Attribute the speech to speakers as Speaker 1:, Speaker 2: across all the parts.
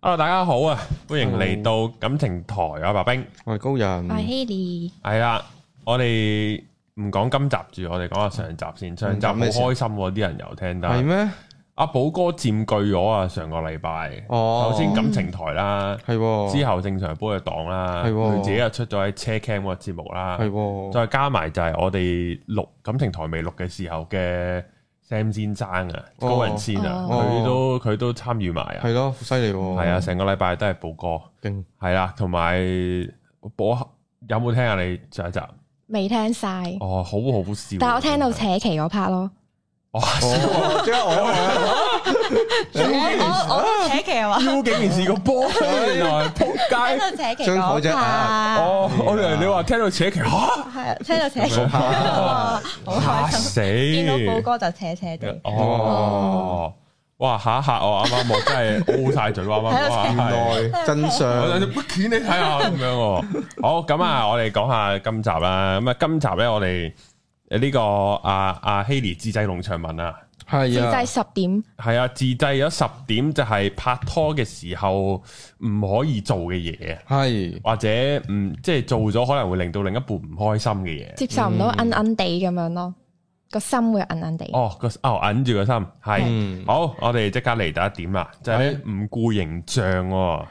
Speaker 1: Hello，大家好啊，歡迎嚟到感情台啊，白冰
Speaker 2: 我係高人，
Speaker 3: 我係 Haley，
Speaker 1: 係啦，我哋唔講今集住，我哋講下上集先。
Speaker 2: 嗯
Speaker 1: 上集好開心喎，啲人又聽得。
Speaker 2: 係咩？
Speaker 1: 阿寶哥佔據咗啊，上個禮拜。
Speaker 2: 哦，
Speaker 1: 首先感情台啦，
Speaker 2: 係喎，
Speaker 1: 之後正常煲嘅檔啦，
Speaker 2: 係喎
Speaker 1: 佢自己又出咗喺車 cam 嗰個節目啦，
Speaker 2: 係喎，
Speaker 1: 再加埋就係我哋錄感情台未錄嘅時候嘅 Sam 先生啊，
Speaker 2: 哦
Speaker 1: 高人先啊，
Speaker 3: 哦
Speaker 1: 佢都佢都參與埋啊，
Speaker 2: 係咯，好犀利喎，
Speaker 1: 係啊，，成個禮拜都係寶哥。
Speaker 2: 勁
Speaker 1: 係啦，同埋播有冇聽啊？你上一集
Speaker 3: 未聽晒，
Speaker 1: 哦，好好笑。
Speaker 3: 但係我聽到扯旗嗰 part 咯。
Speaker 1: 哇，
Speaker 2: 哦，即刻我
Speaker 3: 我我扯旗係嘛？
Speaker 1: 超竟然試過 波，原來仆
Speaker 3: 聽
Speaker 1: 街。
Speaker 3: 到扯旗
Speaker 2: 張台
Speaker 3: 嗰
Speaker 2: 啫
Speaker 3: part，
Speaker 1: 哦，我以為你話聽到 扯旗吓，
Speaker 3: 係啊聽到扯旗，
Speaker 2: 啊
Speaker 3: 好
Speaker 1: 嚇
Speaker 3: 開心。
Speaker 1: 死！
Speaker 3: 見到寶哥就扯扯地，
Speaker 1: 哦，哇嚇一嚇我啱啱我真係 O 晒嘴，啱啱 哇
Speaker 2: 原來真
Speaker 1: 我
Speaker 2: 相
Speaker 1: 想不見你睇下咁樣喎。好，咁啊，我哋講下今集啦。咁啊，今集咧，我哋誒呢個阿阿希尼自製農場文啊。
Speaker 3: 自
Speaker 2: 係啊
Speaker 3: 製，十點，
Speaker 1: 係啊，自製咗十點就係拍拖嘅時候唔可以做嘅嘢，
Speaker 2: 係
Speaker 1: 或者唔即係做咗可能會令到另一半唔開心嘅嘢。
Speaker 3: 接受唔到摁摁地咁樣咯，個心會摁摁地。
Speaker 1: 哦，個哦揞住個心，係
Speaker 2: 嗯
Speaker 1: 好，我哋即刻嚟第一點啦，就係呢唔顧形象喎，
Speaker 2: 啊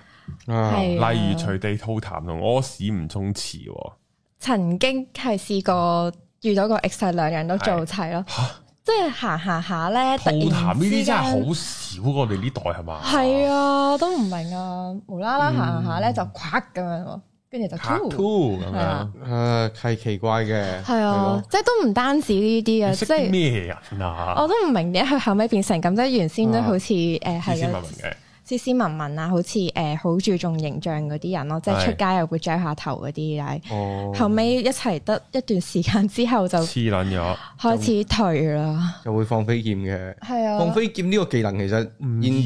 Speaker 3: 係啊
Speaker 1: 例如隨地吐痰同屙屎唔沖廁喎，
Speaker 3: 曾經係試過遇到個 ex 係兩樣都做齊咯，即係行行下咧，突
Speaker 1: 吐痰
Speaker 3: 然
Speaker 1: 呢
Speaker 3: 之
Speaker 1: 啲真係
Speaker 3: 間
Speaker 1: 好少喎我哋呢代係嘛？
Speaker 3: 係啊，都唔明啊，無啦啦行行下咧就胯咁樣喎，跟住就
Speaker 1: 拍
Speaker 3: 吐
Speaker 1: 拖咁
Speaker 3: 係啊
Speaker 1: 樣，
Speaker 2: 誒係奇怪嘅，
Speaker 3: 係啊，即係都唔單止呢啲啊，
Speaker 1: 你
Speaker 3: 即
Speaker 1: 識
Speaker 3: 係
Speaker 1: 啲咩人啊？
Speaker 3: 我都唔明點解佢後尾變成咁，即係原先都好似誒
Speaker 1: 斯斯
Speaker 3: 係
Speaker 1: 文
Speaker 3: 啊
Speaker 1: 文嘅，
Speaker 3: 斯斯文文啊，好似誒好注重形象嗰啲人咯，即係出街又會擸下頭嗰啲，但係
Speaker 2: 哦，
Speaker 3: 後尾一齊得一段時間之後就
Speaker 1: 黐撚咗。
Speaker 3: 開始退啦，
Speaker 2: 又會放飛劍嘅，
Speaker 3: 係
Speaker 2: 放
Speaker 3: 啊，
Speaker 2: 飛劍呢個技能其實現
Speaker 1: 喎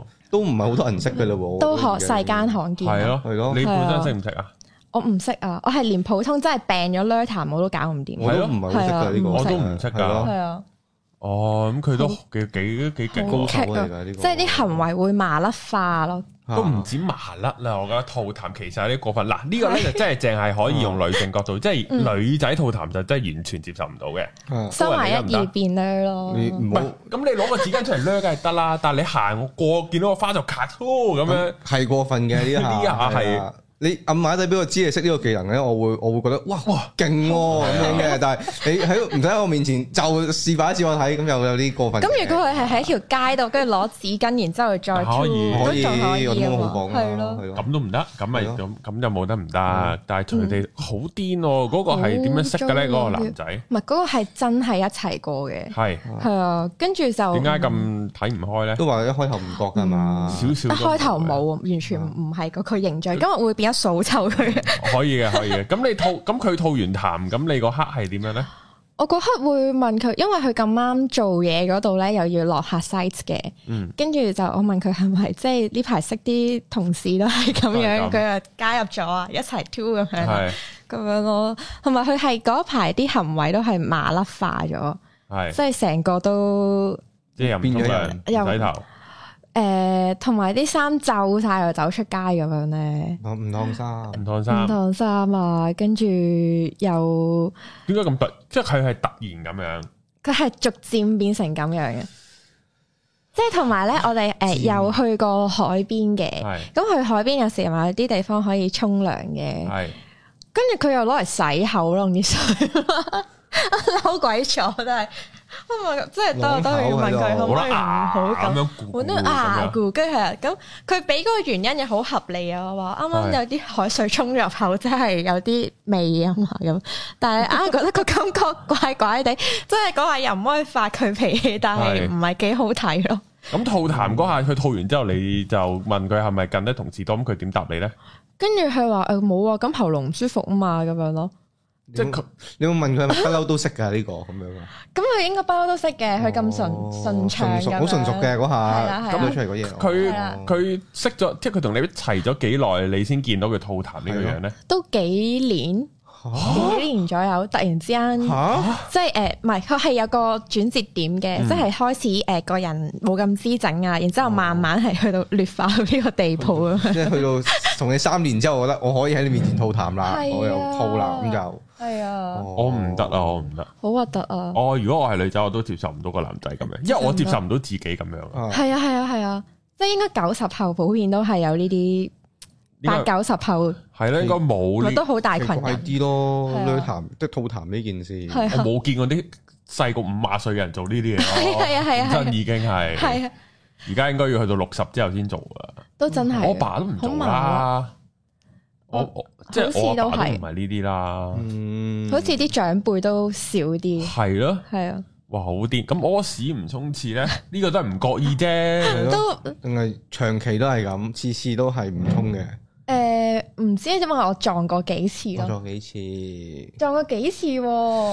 Speaker 2: 代都唔係好多人識嘅嘞喎，
Speaker 3: 都學世間罕見。
Speaker 1: 係咯，
Speaker 2: 係咯
Speaker 1: 你本
Speaker 3: 係
Speaker 1: 身
Speaker 3: 啊
Speaker 1: 識唔識啊？
Speaker 3: 我唔識啊，我係連普通真係病咗 l e r t a 我都搞唔掂。
Speaker 2: 我都唔係好識㗎呢個，
Speaker 1: 我都唔識㗎
Speaker 2: 係咯
Speaker 3: 係啊，
Speaker 1: 哦，咁佢都幾幾幾勁
Speaker 2: 高
Speaker 1: 喎，
Speaker 2: 手
Speaker 3: 好
Speaker 2: 嚟
Speaker 3: 棘
Speaker 2: 㗎呢個，
Speaker 3: 即係啲行為會麻甩化咯。
Speaker 1: 都唔止麻甩啦。我覺得吐痰其實有啲過分。嗱，呢個咧就真係嗯淨係可以用女性角度，即係女仔吐痰就真係完全接受唔到嘅。
Speaker 2: 啊
Speaker 3: 收埋一二變咧咯，
Speaker 2: 你
Speaker 3: 係
Speaker 2: 唔
Speaker 1: 唔
Speaker 2: 好
Speaker 1: 係，咁你攞個紙巾出嚟掠梗係得啦， 但係你行過見到個花就卡拖咁樣，
Speaker 2: 係過分嘅呢下，
Speaker 1: 呢下係
Speaker 2: 係啊你暗馬底俾我知你識呢個技能咧，我會我會覺得哇哇勁喎咁樣嘅，但係你喺唔使喺我面前就示範一次我睇，咁又有啲過分嘅。
Speaker 3: 咁如果佢係喺條街度，跟住攞紙巾，然之後再
Speaker 1: 可以
Speaker 3: 都
Speaker 2: 可以，
Speaker 3: 仲可以
Speaker 2: 我都
Speaker 3: 啊
Speaker 2: 冇
Speaker 3: 嘛
Speaker 2: 講，
Speaker 3: 係咯，
Speaker 2: 咯，
Speaker 1: 咁都嗯唔得，咁咪
Speaker 2: 係咯
Speaker 1: 咁咁就冇得唔得。但係隨地好癲喎，嗰個係點樣識嘅咧？嗰個男仔
Speaker 3: 唔係嗰個係真係一齊過嘅，
Speaker 1: 係
Speaker 3: 係啊，跟住就嗯
Speaker 1: 點解咁睇唔開咧？
Speaker 2: 都話一開頭唔覺㗎嘛，
Speaker 1: 嗯少少啊
Speaker 3: 一
Speaker 1: 都
Speaker 3: 開頭
Speaker 1: 唔會
Speaker 3: 冇，完全
Speaker 2: 啊
Speaker 3: 唔係個佢形象，今日會變咗數臭佢。
Speaker 1: 可以嘅，可以嘅。咁你吐，咁佢吐完痰，咁你嗰刻係點樣咧？
Speaker 3: 我嗰刻會問佢，因為佢咁啱做嘢嗰度咧，又要落下 site 嘅
Speaker 1: 嗯，
Speaker 3: 跟住就我問佢係咪即係呢排識啲同事都係咁樣，
Speaker 1: 都係
Speaker 3: 佢又加入咗啊，一齊 two 咁樣。
Speaker 1: 係
Speaker 3: 咁樣咯，同埋佢係嗰排啲行為都係麻甩化咗，
Speaker 1: 係，
Speaker 3: 即係成個都
Speaker 1: 即係又唔沖涼，唔洗頭，
Speaker 3: 誒，同埋啲衫皺晒又走出街咁樣咧，
Speaker 2: 唔唔燙衫，
Speaker 1: 唔燙
Speaker 3: 唔
Speaker 1: 衫。
Speaker 3: 燙衫啊，跟住又
Speaker 1: 點解咁突？即係佢係突然咁樣。
Speaker 3: 佢係逐漸變成咁樣嘅，即係同埋咧，我哋誒
Speaker 2: 漸
Speaker 3: 有去過海邊嘅，
Speaker 1: 係
Speaker 3: 咁去海邊有時咪有啲地方可以沖涼嘅，
Speaker 1: 係
Speaker 3: 跟住佢又攞嚟洗 口咯，用啲水，嬲鬼咗真係，Oh 我問即係都都要問佢可唔
Speaker 1: 冇
Speaker 3: 可
Speaker 1: 得
Speaker 3: 以唔
Speaker 1: 牙
Speaker 3: 好
Speaker 1: 啊咁
Speaker 3: 咁。
Speaker 1: 樣咕咕
Speaker 3: 換
Speaker 1: 咁
Speaker 3: 到牙
Speaker 1: 樣。
Speaker 3: 咕，啊跟住係咁，佢俾嗰個原因又好合理啊！我話啱啱有啲海水沖入口，真係有啲味啊嘛咁，但係啊覺得個感覺怪怪地，即係嗰下又唔可以發佢脾氣，但係
Speaker 1: 係
Speaker 3: 唔係幾好睇咯。
Speaker 1: 咁吐痰嗰下，佢吐完之後，你就問佢係咪近得同事多？咁佢點答你咧？
Speaker 3: 跟住佢話誒冇啊，咁喉嚨唔舒服啊嘛咁樣咯。
Speaker 1: 即係佢
Speaker 2: 你有冇問佢係咪不嬲都識㗎呢個咁樣啊？
Speaker 3: 咁佢應該不嬲都識嘅，佢咁純
Speaker 2: 哦
Speaker 3: 順暢
Speaker 2: 熟
Speaker 3: 咁樣
Speaker 2: 好純熟嘅嗰
Speaker 3: 係
Speaker 2: 下，
Speaker 3: 啊係
Speaker 2: 咁
Speaker 3: 啊
Speaker 2: 出嚟嗰嘢，
Speaker 1: 佢
Speaker 3: 係啊
Speaker 1: 佢識咗，即係佢同你一齊咗幾耐，你先見到佢吐痰呢個樣咧？
Speaker 3: 都幾年，幾年左右，突然之間。
Speaker 2: 吓，
Speaker 3: 即係呃誒，唔係佢係有個轉折點嘅，即係開始誒個人冇咁滋整啊，然之後慢慢係去到劣化到呢個地步啊。
Speaker 2: 即係去到同你三年之後，我覺得我可以喺你面前吐痰啦，
Speaker 3: 係啊
Speaker 2: 我又吐啦，咁就
Speaker 3: 係
Speaker 2: 哦
Speaker 3: 啊，
Speaker 1: 我唔得啊，我唔得。
Speaker 3: 好核突啊！
Speaker 1: 我如果我係女仔，我都接受唔到個男仔咁樣，因為我接受唔到自己咁樣啊。
Speaker 2: 啊，
Speaker 3: 係啊，係啊，係啊，即係應該九十後普遍都係有呢啲
Speaker 1: 應
Speaker 3: 八
Speaker 1: 該
Speaker 3: 九十後，
Speaker 1: 係啦，應該冇
Speaker 3: 我
Speaker 1: 呢
Speaker 3: 都，好大
Speaker 2: 奇
Speaker 3: 群
Speaker 2: 怪
Speaker 3: 人，
Speaker 2: 啲咯，
Speaker 3: 係啊
Speaker 2: 攣痰即係吐痰呢件事，
Speaker 3: 係
Speaker 1: 我
Speaker 3: 啊，
Speaker 1: 冇見過啲細過五廿歲嘅人做呢啲嘢咯。
Speaker 3: 係啊，係啊，係
Speaker 1: 真
Speaker 3: 啊，
Speaker 1: 已經係，
Speaker 3: 係啊，
Speaker 1: 而家應該要去到六十之後先做啊。
Speaker 3: 都真係。
Speaker 1: 我爸都唔做啦，我
Speaker 3: 好麻
Speaker 1: 我即係我
Speaker 3: 啊好似
Speaker 1: 阿
Speaker 3: 都
Speaker 1: 爸都唔係
Speaker 3: 係
Speaker 1: 呢啲啦，
Speaker 2: 嗯，
Speaker 3: 好似啲長輩都少啲，
Speaker 1: 係咯。
Speaker 3: 係啊，
Speaker 1: 哇，好癲！咁屙屎唔沖廁 咧，呢個都係唔覺意
Speaker 2: 係
Speaker 1: 啫。
Speaker 2: 咯
Speaker 3: 都
Speaker 2: 定係長期都係咁，次次都係唔通嘅，
Speaker 3: 誒呃唔知點解我撞過幾次
Speaker 2: 我
Speaker 3: 咯。
Speaker 2: 做幾次，
Speaker 3: 撞過幾次喎、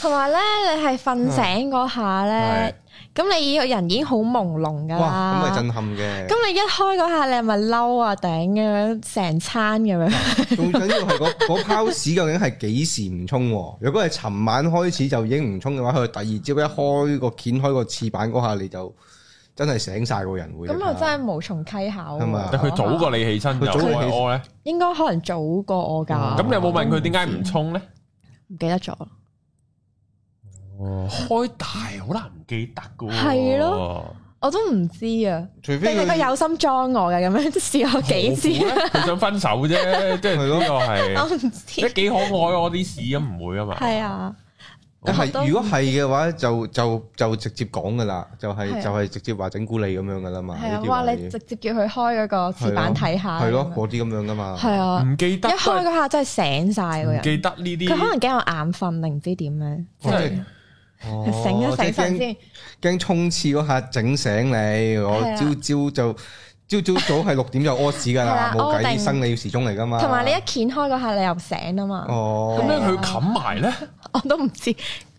Speaker 3: 同埋咧，你係瞓
Speaker 2: 嗯
Speaker 3: 醒嗰下咧，咁你個人已經好朦朧噶
Speaker 2: 哇，咁係
Speaker 3: 啦。
Speaker 2: 震撼嘅。
Speaker 3: 啊咁你一開嗰下，你係咪嬲啊頂咁樣成餐咁樣？
Speaker 2: 最緊要係嗰嗰泡屎究竟係幾時唔沖喎？如果係尋晚開始就已經唔沖嘅話，佢第二朝一開個掀開個翅板嗰下，你就真係醒晒個人會。啊
Speaker 3: 咁我真係無從稽考喎。
Speaker 2: 係嘛
Speaker 1: 但佢早過
Speaker 3: 你，哦
Speaker 1: 你起身就
Speaker 2: 佢早過你
Speaker 1: 開屙咧，
Speaker 3: 應該可能早過我㗎。
Speaker 1: 咁你有冇問佢點解唔沖咧？
Speaker 3: 唔記得咗？
Speaker 1: 開大好難唔記得噶。
Speaker 3: 哦係咯，我都唔知啊。
Speaker 2: 除
Speaker 3: 定
Speaker 2: 非
Speaker 3: 係佢
Speaker 2: 佢
Speaker 3: 有心裝我嘅咁樣 試過幾啊次，
Speaker 1: 佢想分手啫，即係
Speaker 2: 係
Speaker 1: 呢
Speaker 2: 咯
Speaker 1: 個係，
Speaker 2: 啊
Speaker 3: 我唔
Speaker 1: 即係
Speaker 3: 知。
Speaker 1: 幾可愛我啲屎咁唔會啊嘛。
Speaker 3: 係啊，
Speaker 2: 哦係如果係嘅話，就就就直接講噶啦，就
Speaker 3: 係
Speaker 2: 係
Speaker 3: 啊
Speaker 2: 就係直接話整蠱你咁樣噶啦嘛。
Speaker 3: 係
Speaker 2: 呢
Speaker 3: 啊，
Speaker 2: 啲
Speaker 3: 哇！
Speaker 2: 位
Speaker 3: 你直接叫佢開嗰個翅
Speaker 2: 係
Speaker 3: 板
Speaker 2: 咯
Speaker 3: 睇下。
Speaker 2: 係咯，嗰啲咁樣噶嘛。
Speaker 3: 係啊。
Speaker 1: 唔記得
Speaker 3: 一
Speaker 1: 都
Speaker 3: 開
Speaker 1: 係，
Speaker 3: 嗰下真係醒晒個
Speaker 1: 唔
Speaker 3: 人，
Speaker 1: 記得呢
Speaker 3: 佢可
Speaker 1: 啲，
Speaker 3: 能驚我眼瞓定唔知點咧，
Speaker 2: 即係
Speaker 3: 佢醒
Speaker 2: 哦
Speaker 3: 一醒
Speaker 2: 即係
Speaker 3: 神
Speaker 2: 驚
Speaker 3: 先，
Speaker 2: 驚沖廁嗰下整醒你，我
Speaker 3: 係啊
Speaker 2: 朝朝就朝朝早係六點就屙屎噶啦，
Speaker 3: 係啦
Speaker 2: 冇
Speaker 3: 屙
Speaker 2: 計
Speaker 3: 定
Speaker 2: 生理時鐘嚟噶嘛。
Speaker 3: 同埋你一掀開嗰下你又醒啊嘛，
Speaker 1: 咁
Speaker 2: 啊哦，
Speaker 1: 樣佢要冚埋咧，
Speaker 3: 我都唔知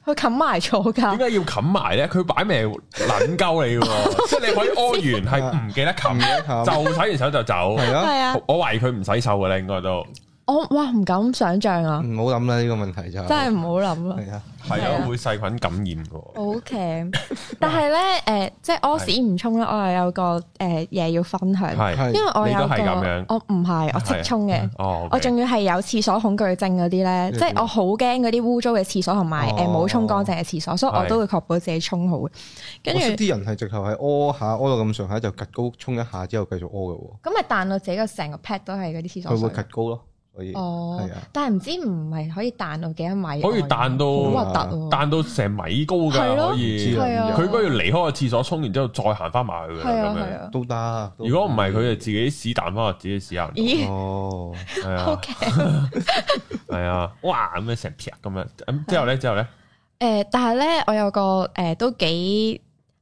Speaker 3: 佢冚埋咗
Speaker 1: 點
Speaker 3: 㗎，
Speaker 1: 解要冚埋咧？佢擺明係撚鳩你 喎，即係你可以屙完係唔記得冚嘅，
Speaker 2: 冚
Speaker 1: 就洗完手就走。
Speaker 2: 係咯，
Speaker 3: 啊係啊，
Speaker 1: 我懷疑佢唔洗手嘅咧，應該都
Speaker 3: 我哇唔敢想像啊，
Speaker 2: 唔好諗啦呢個問題就
Speaker 3: 真係唔好諗啊。
Speaker 2: 嗯係啊，
Speaker 1: 係
Speaker 3: 係
Speaker 1: 啊，
Speaker 3: 啊
Speaker 1: 會細菌感染嘅。
Speaker 3: 好劇，但係咧誒，即係屙屎唔沖咧，我又有個誒嘢要分享，
Speaker 1: 係
Speaker 2: 係
Speaker 3: 因為我有
Speaker 1: 你都係咁樣
Speaker 3: 個我唔係我即沖嘅。
Speaker 1: 哦，
Speaker 3: 我仲要係有廁所恐懼症嗰啲咧，
Speaker 2: 你
Speaker 3: 即係我好驚嗰啲污糟嘅廁所同埋誒冇沖乾
Speaker 2: 哦
Speaker 3: 淨嘅廁所，所以我
Speaker 1: 係
Speaker 3: 都會確保自己沖好嘅。跟
Speaker 2: 我
Speaker 3: 住
Speaker 2: 識啲人係直頭係屙下屙到咁上下就趌高沖一下之後繼續屙嘅喎，
Speaker 3: 咁咪彈到自己個成個 pad 都係嗰啲廁
Speaker 2: 佢會
Speaker 3: 所水。
Speaker 2: 趌高咯，所以
Speaker 3: 哦
Speaker 2: 係啊，
Speaker 3: 但係唔知唔係可以彈到幾多米？
Speaker 1: 可以彈到
Speaker 3: 好核突喎！
Speaker 1: 彈到成米高
Speaker 3: 係
Speaker 1: 㗎，
Speaker 3: 咯
Speaker 1: 可以
Speaker 2: 知。啊
Speaker 3: 係啊，
Speaker 1: 佢不如離開個廁所沖完之後再行翻埋去㗎
Speaker 3: 係
Speaker 1: 啦
Speaker 3: 啊
Speaker 1: 咁
Speaker 3: 係
Speaker 1: 樣。
Speaker 3: 啊。
Speaker 2: 都得。都
Speaker 1: 如果唔係，佢就自己屎彈翻落自己屎眼度。
Speaker 3: 咦
Speaker 2: 哦，
Speaker 1: 係啊，
Speaker 3: ？OK，
Speaker 1: 係啊，哇咁樣成劈咁樣。咁之後咧，之後咧，
Speaker 3: 誒，但係咧，我有個誒都幾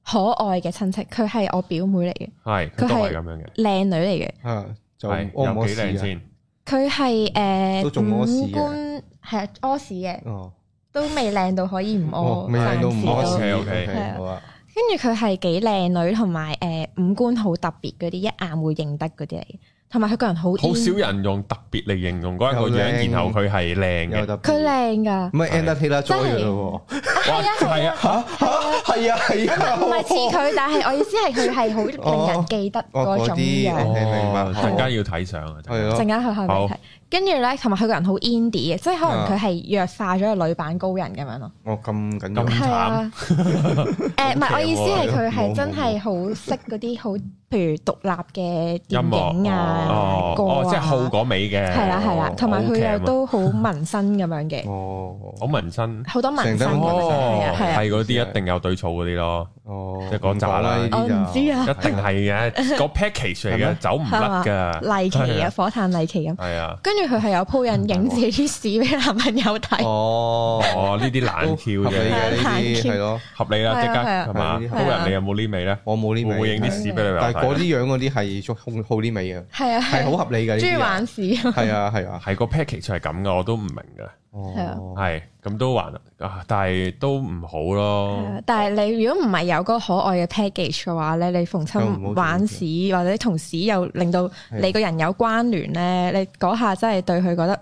Speaker 3: 可愛嘅親戚，佢係我表妹嚟嘅，
Speaker 1: 係
Speaker 3: 佢
Speaker 1: 都
Speaker 3: 係
Speaker 1: 係咁樣嘅。
Speaker 3: 靚女嚟嘅。
Speaker 2: 啊就
Speaker 1: 係
Speaker 2: 屙唔
Speaker 1: 有
Speaker 2: 屙
Speaker 1: 幾靚
Speaker 2: 屎啊？
Speaker 1: 先？
Speaker 3: 佢係
Speaker 2: 都
Speaker 3: 誒
Speaker 2: 仲屙屎嘅
Speaker 3: 五官係屙屎嘅，
Speaker 2: 哦，
Speaker 3: 都未靚到可以唔
Speaker 2: 哦
Speaker 3: 屙，
Speaker 2: 未
Speaker 3: 暫
Speaker 2: 靚到唔屙
Speaker 3: 時都
Speaker 2: 屎
Speaker 1: OK，OK，
Speaker 3: 係啊
Speaker 2: 好啊，
Speaker 3: 跟住佢係幾靚女，同埋誒五官好特別嗰啲，一眼會認得嗰啲嚟嘅，同埋佢個人好
Speaker 1: 好
Speaker 3: in
Speaker 1: 少人用特別嚟形容嗰一個
Speaker 2: 又靚
Speaker 1: 樣，然後佢係靚
Speaker 2: 有
Speaker 1: 嘅。
Speaker 2: 得
Speaker 3: 佢靚噶，
Speaker 2: 唔係 end 得 t 啦，咗嘅咯喎。
Speaker 1: 哇，係啊，
Speaker 2: 吓係啊係啊，
Speaker 3: 唔係似佢，但係我意思係佢係好令人記得
Speaker 2: 哦
Speaker 3: 嗰
Speaker 2: 嗰
Speaker 3: 種
Speaker 2: 啲
Speaker 1: 哦
Speaker 3: 樣。
Speaker 2: 明白
Speaker 1: 陣間要睇相啊，
Speaker 2: 係
Speaker 1: 係
Speaker 2: 咯
Speaker 3: 陣，間佢後
Speaker 1: 好啊
Speaker 3: 面睇，跟住咧，同埋佢個人好 indie 嘅，即係可能佢係弱化咗個女版高人咁樣咯。
Speaker 2: 我咁緊要
Speaker 1: 咁，
Speaker 3: 係啊， 誒唔係，我意思係佢
Speaker 2: 冇冇
Speaker 3: 係真係好識嗰啲好，譬如獨立嘅
Speaker 1: 音
Speaker 3: 電影
Speaker 1: 樂
Speaker 3: 啊
Speaker 1: 哦，
Speaker 3: 歌
Speaker 1: 哦，即係
Speaker 3: 啊，
Speaker 1: 好哦嗰味嘅，
Speaker 3: 係啦係啦，同埋佢又
Speaker 1: OK 啊
Speaker 3: 都好紋身咁樣嘅，
Speaker 2: 哦
Speaker 1: 好紋身，
Speaker 3: 好多紋身
Speaker 2: 成身
Speaker 3: 咁樣，係
Speaker 1: 哦
Speaker 3: 啊，係啊。
Speaker 1: 係嗰啲一定有對草嗰啲咯，
Speaker 2: 哦，
Speaker 1: 即係嗰扎啦
Speaker 2: 唔講呢啲就
Speaker 3: 我唔知
Speaker 1: 一
Speaker 3: 啊
Speaker 1: 定係嘅，個 package 嚟
Speaker 2: 係咩
Speaker 1: 嘅，走唔甩噶，係嗯
Speaker 3: 麗奇啊，火炭麗奇咁。
Speaker 1: 係啊，
Speaker 3: 跟住佢係有鋪印影自己啲屎俾男朋友睇，
Speaker 2: 哦，
Speaker 1: 哦，呢啲懶
Speaker 2: 都
Speaker 1: 跳
Speaker 2: 合理
Speaker 1: 啫，
Speaker 2: 嘅呢啲
Speaker 3: 懶翹
Speaker 2: 係咯，
Speaker 1: 合理啦，即刻
Speaker 3: 係啊
Speaker 1: 係嘛？
Speaker 2: 係啊
Speaker 1: 高人你有冇呢味咧？
Speaker 2: 我冇呢
Speaker 1: 會
Speaker 2: 味，
Speaker 1: 唔會影啲
Speaker 2: 係
Speaker 1: 屎俾你睇？
Speaker 2: 但係嗰啲樣嗰啲係好好啲味 嘅，
Speaker 3: 係啊，
Speaker 2: 係
Speaker 3: 係
Speaker 2: 好合理嘅呢
Speaker 3: 中意
Speaker 2: 啲
Speaker 3: 玩
Speaker 2: 啊，
Speaker 3: 屎。
Speaker 2: 係啊係啊，
Speaker 1: 係個 package 係咁噶，我都唔明噶，
Speaker 3: 係啊
Speaker 2: 哦，
Speaker 1: 係咁都還啊，但係都唔好咯，
Speaker 3: 但係你啊如果唔係有嗰個可愛嘅 package 嘅話咧，你逢
Speaker 2: 就唔好做
Speaker 3: 親玩屎或者同屎又令到你個人有關聯咧，你嗰下真係對佢覺得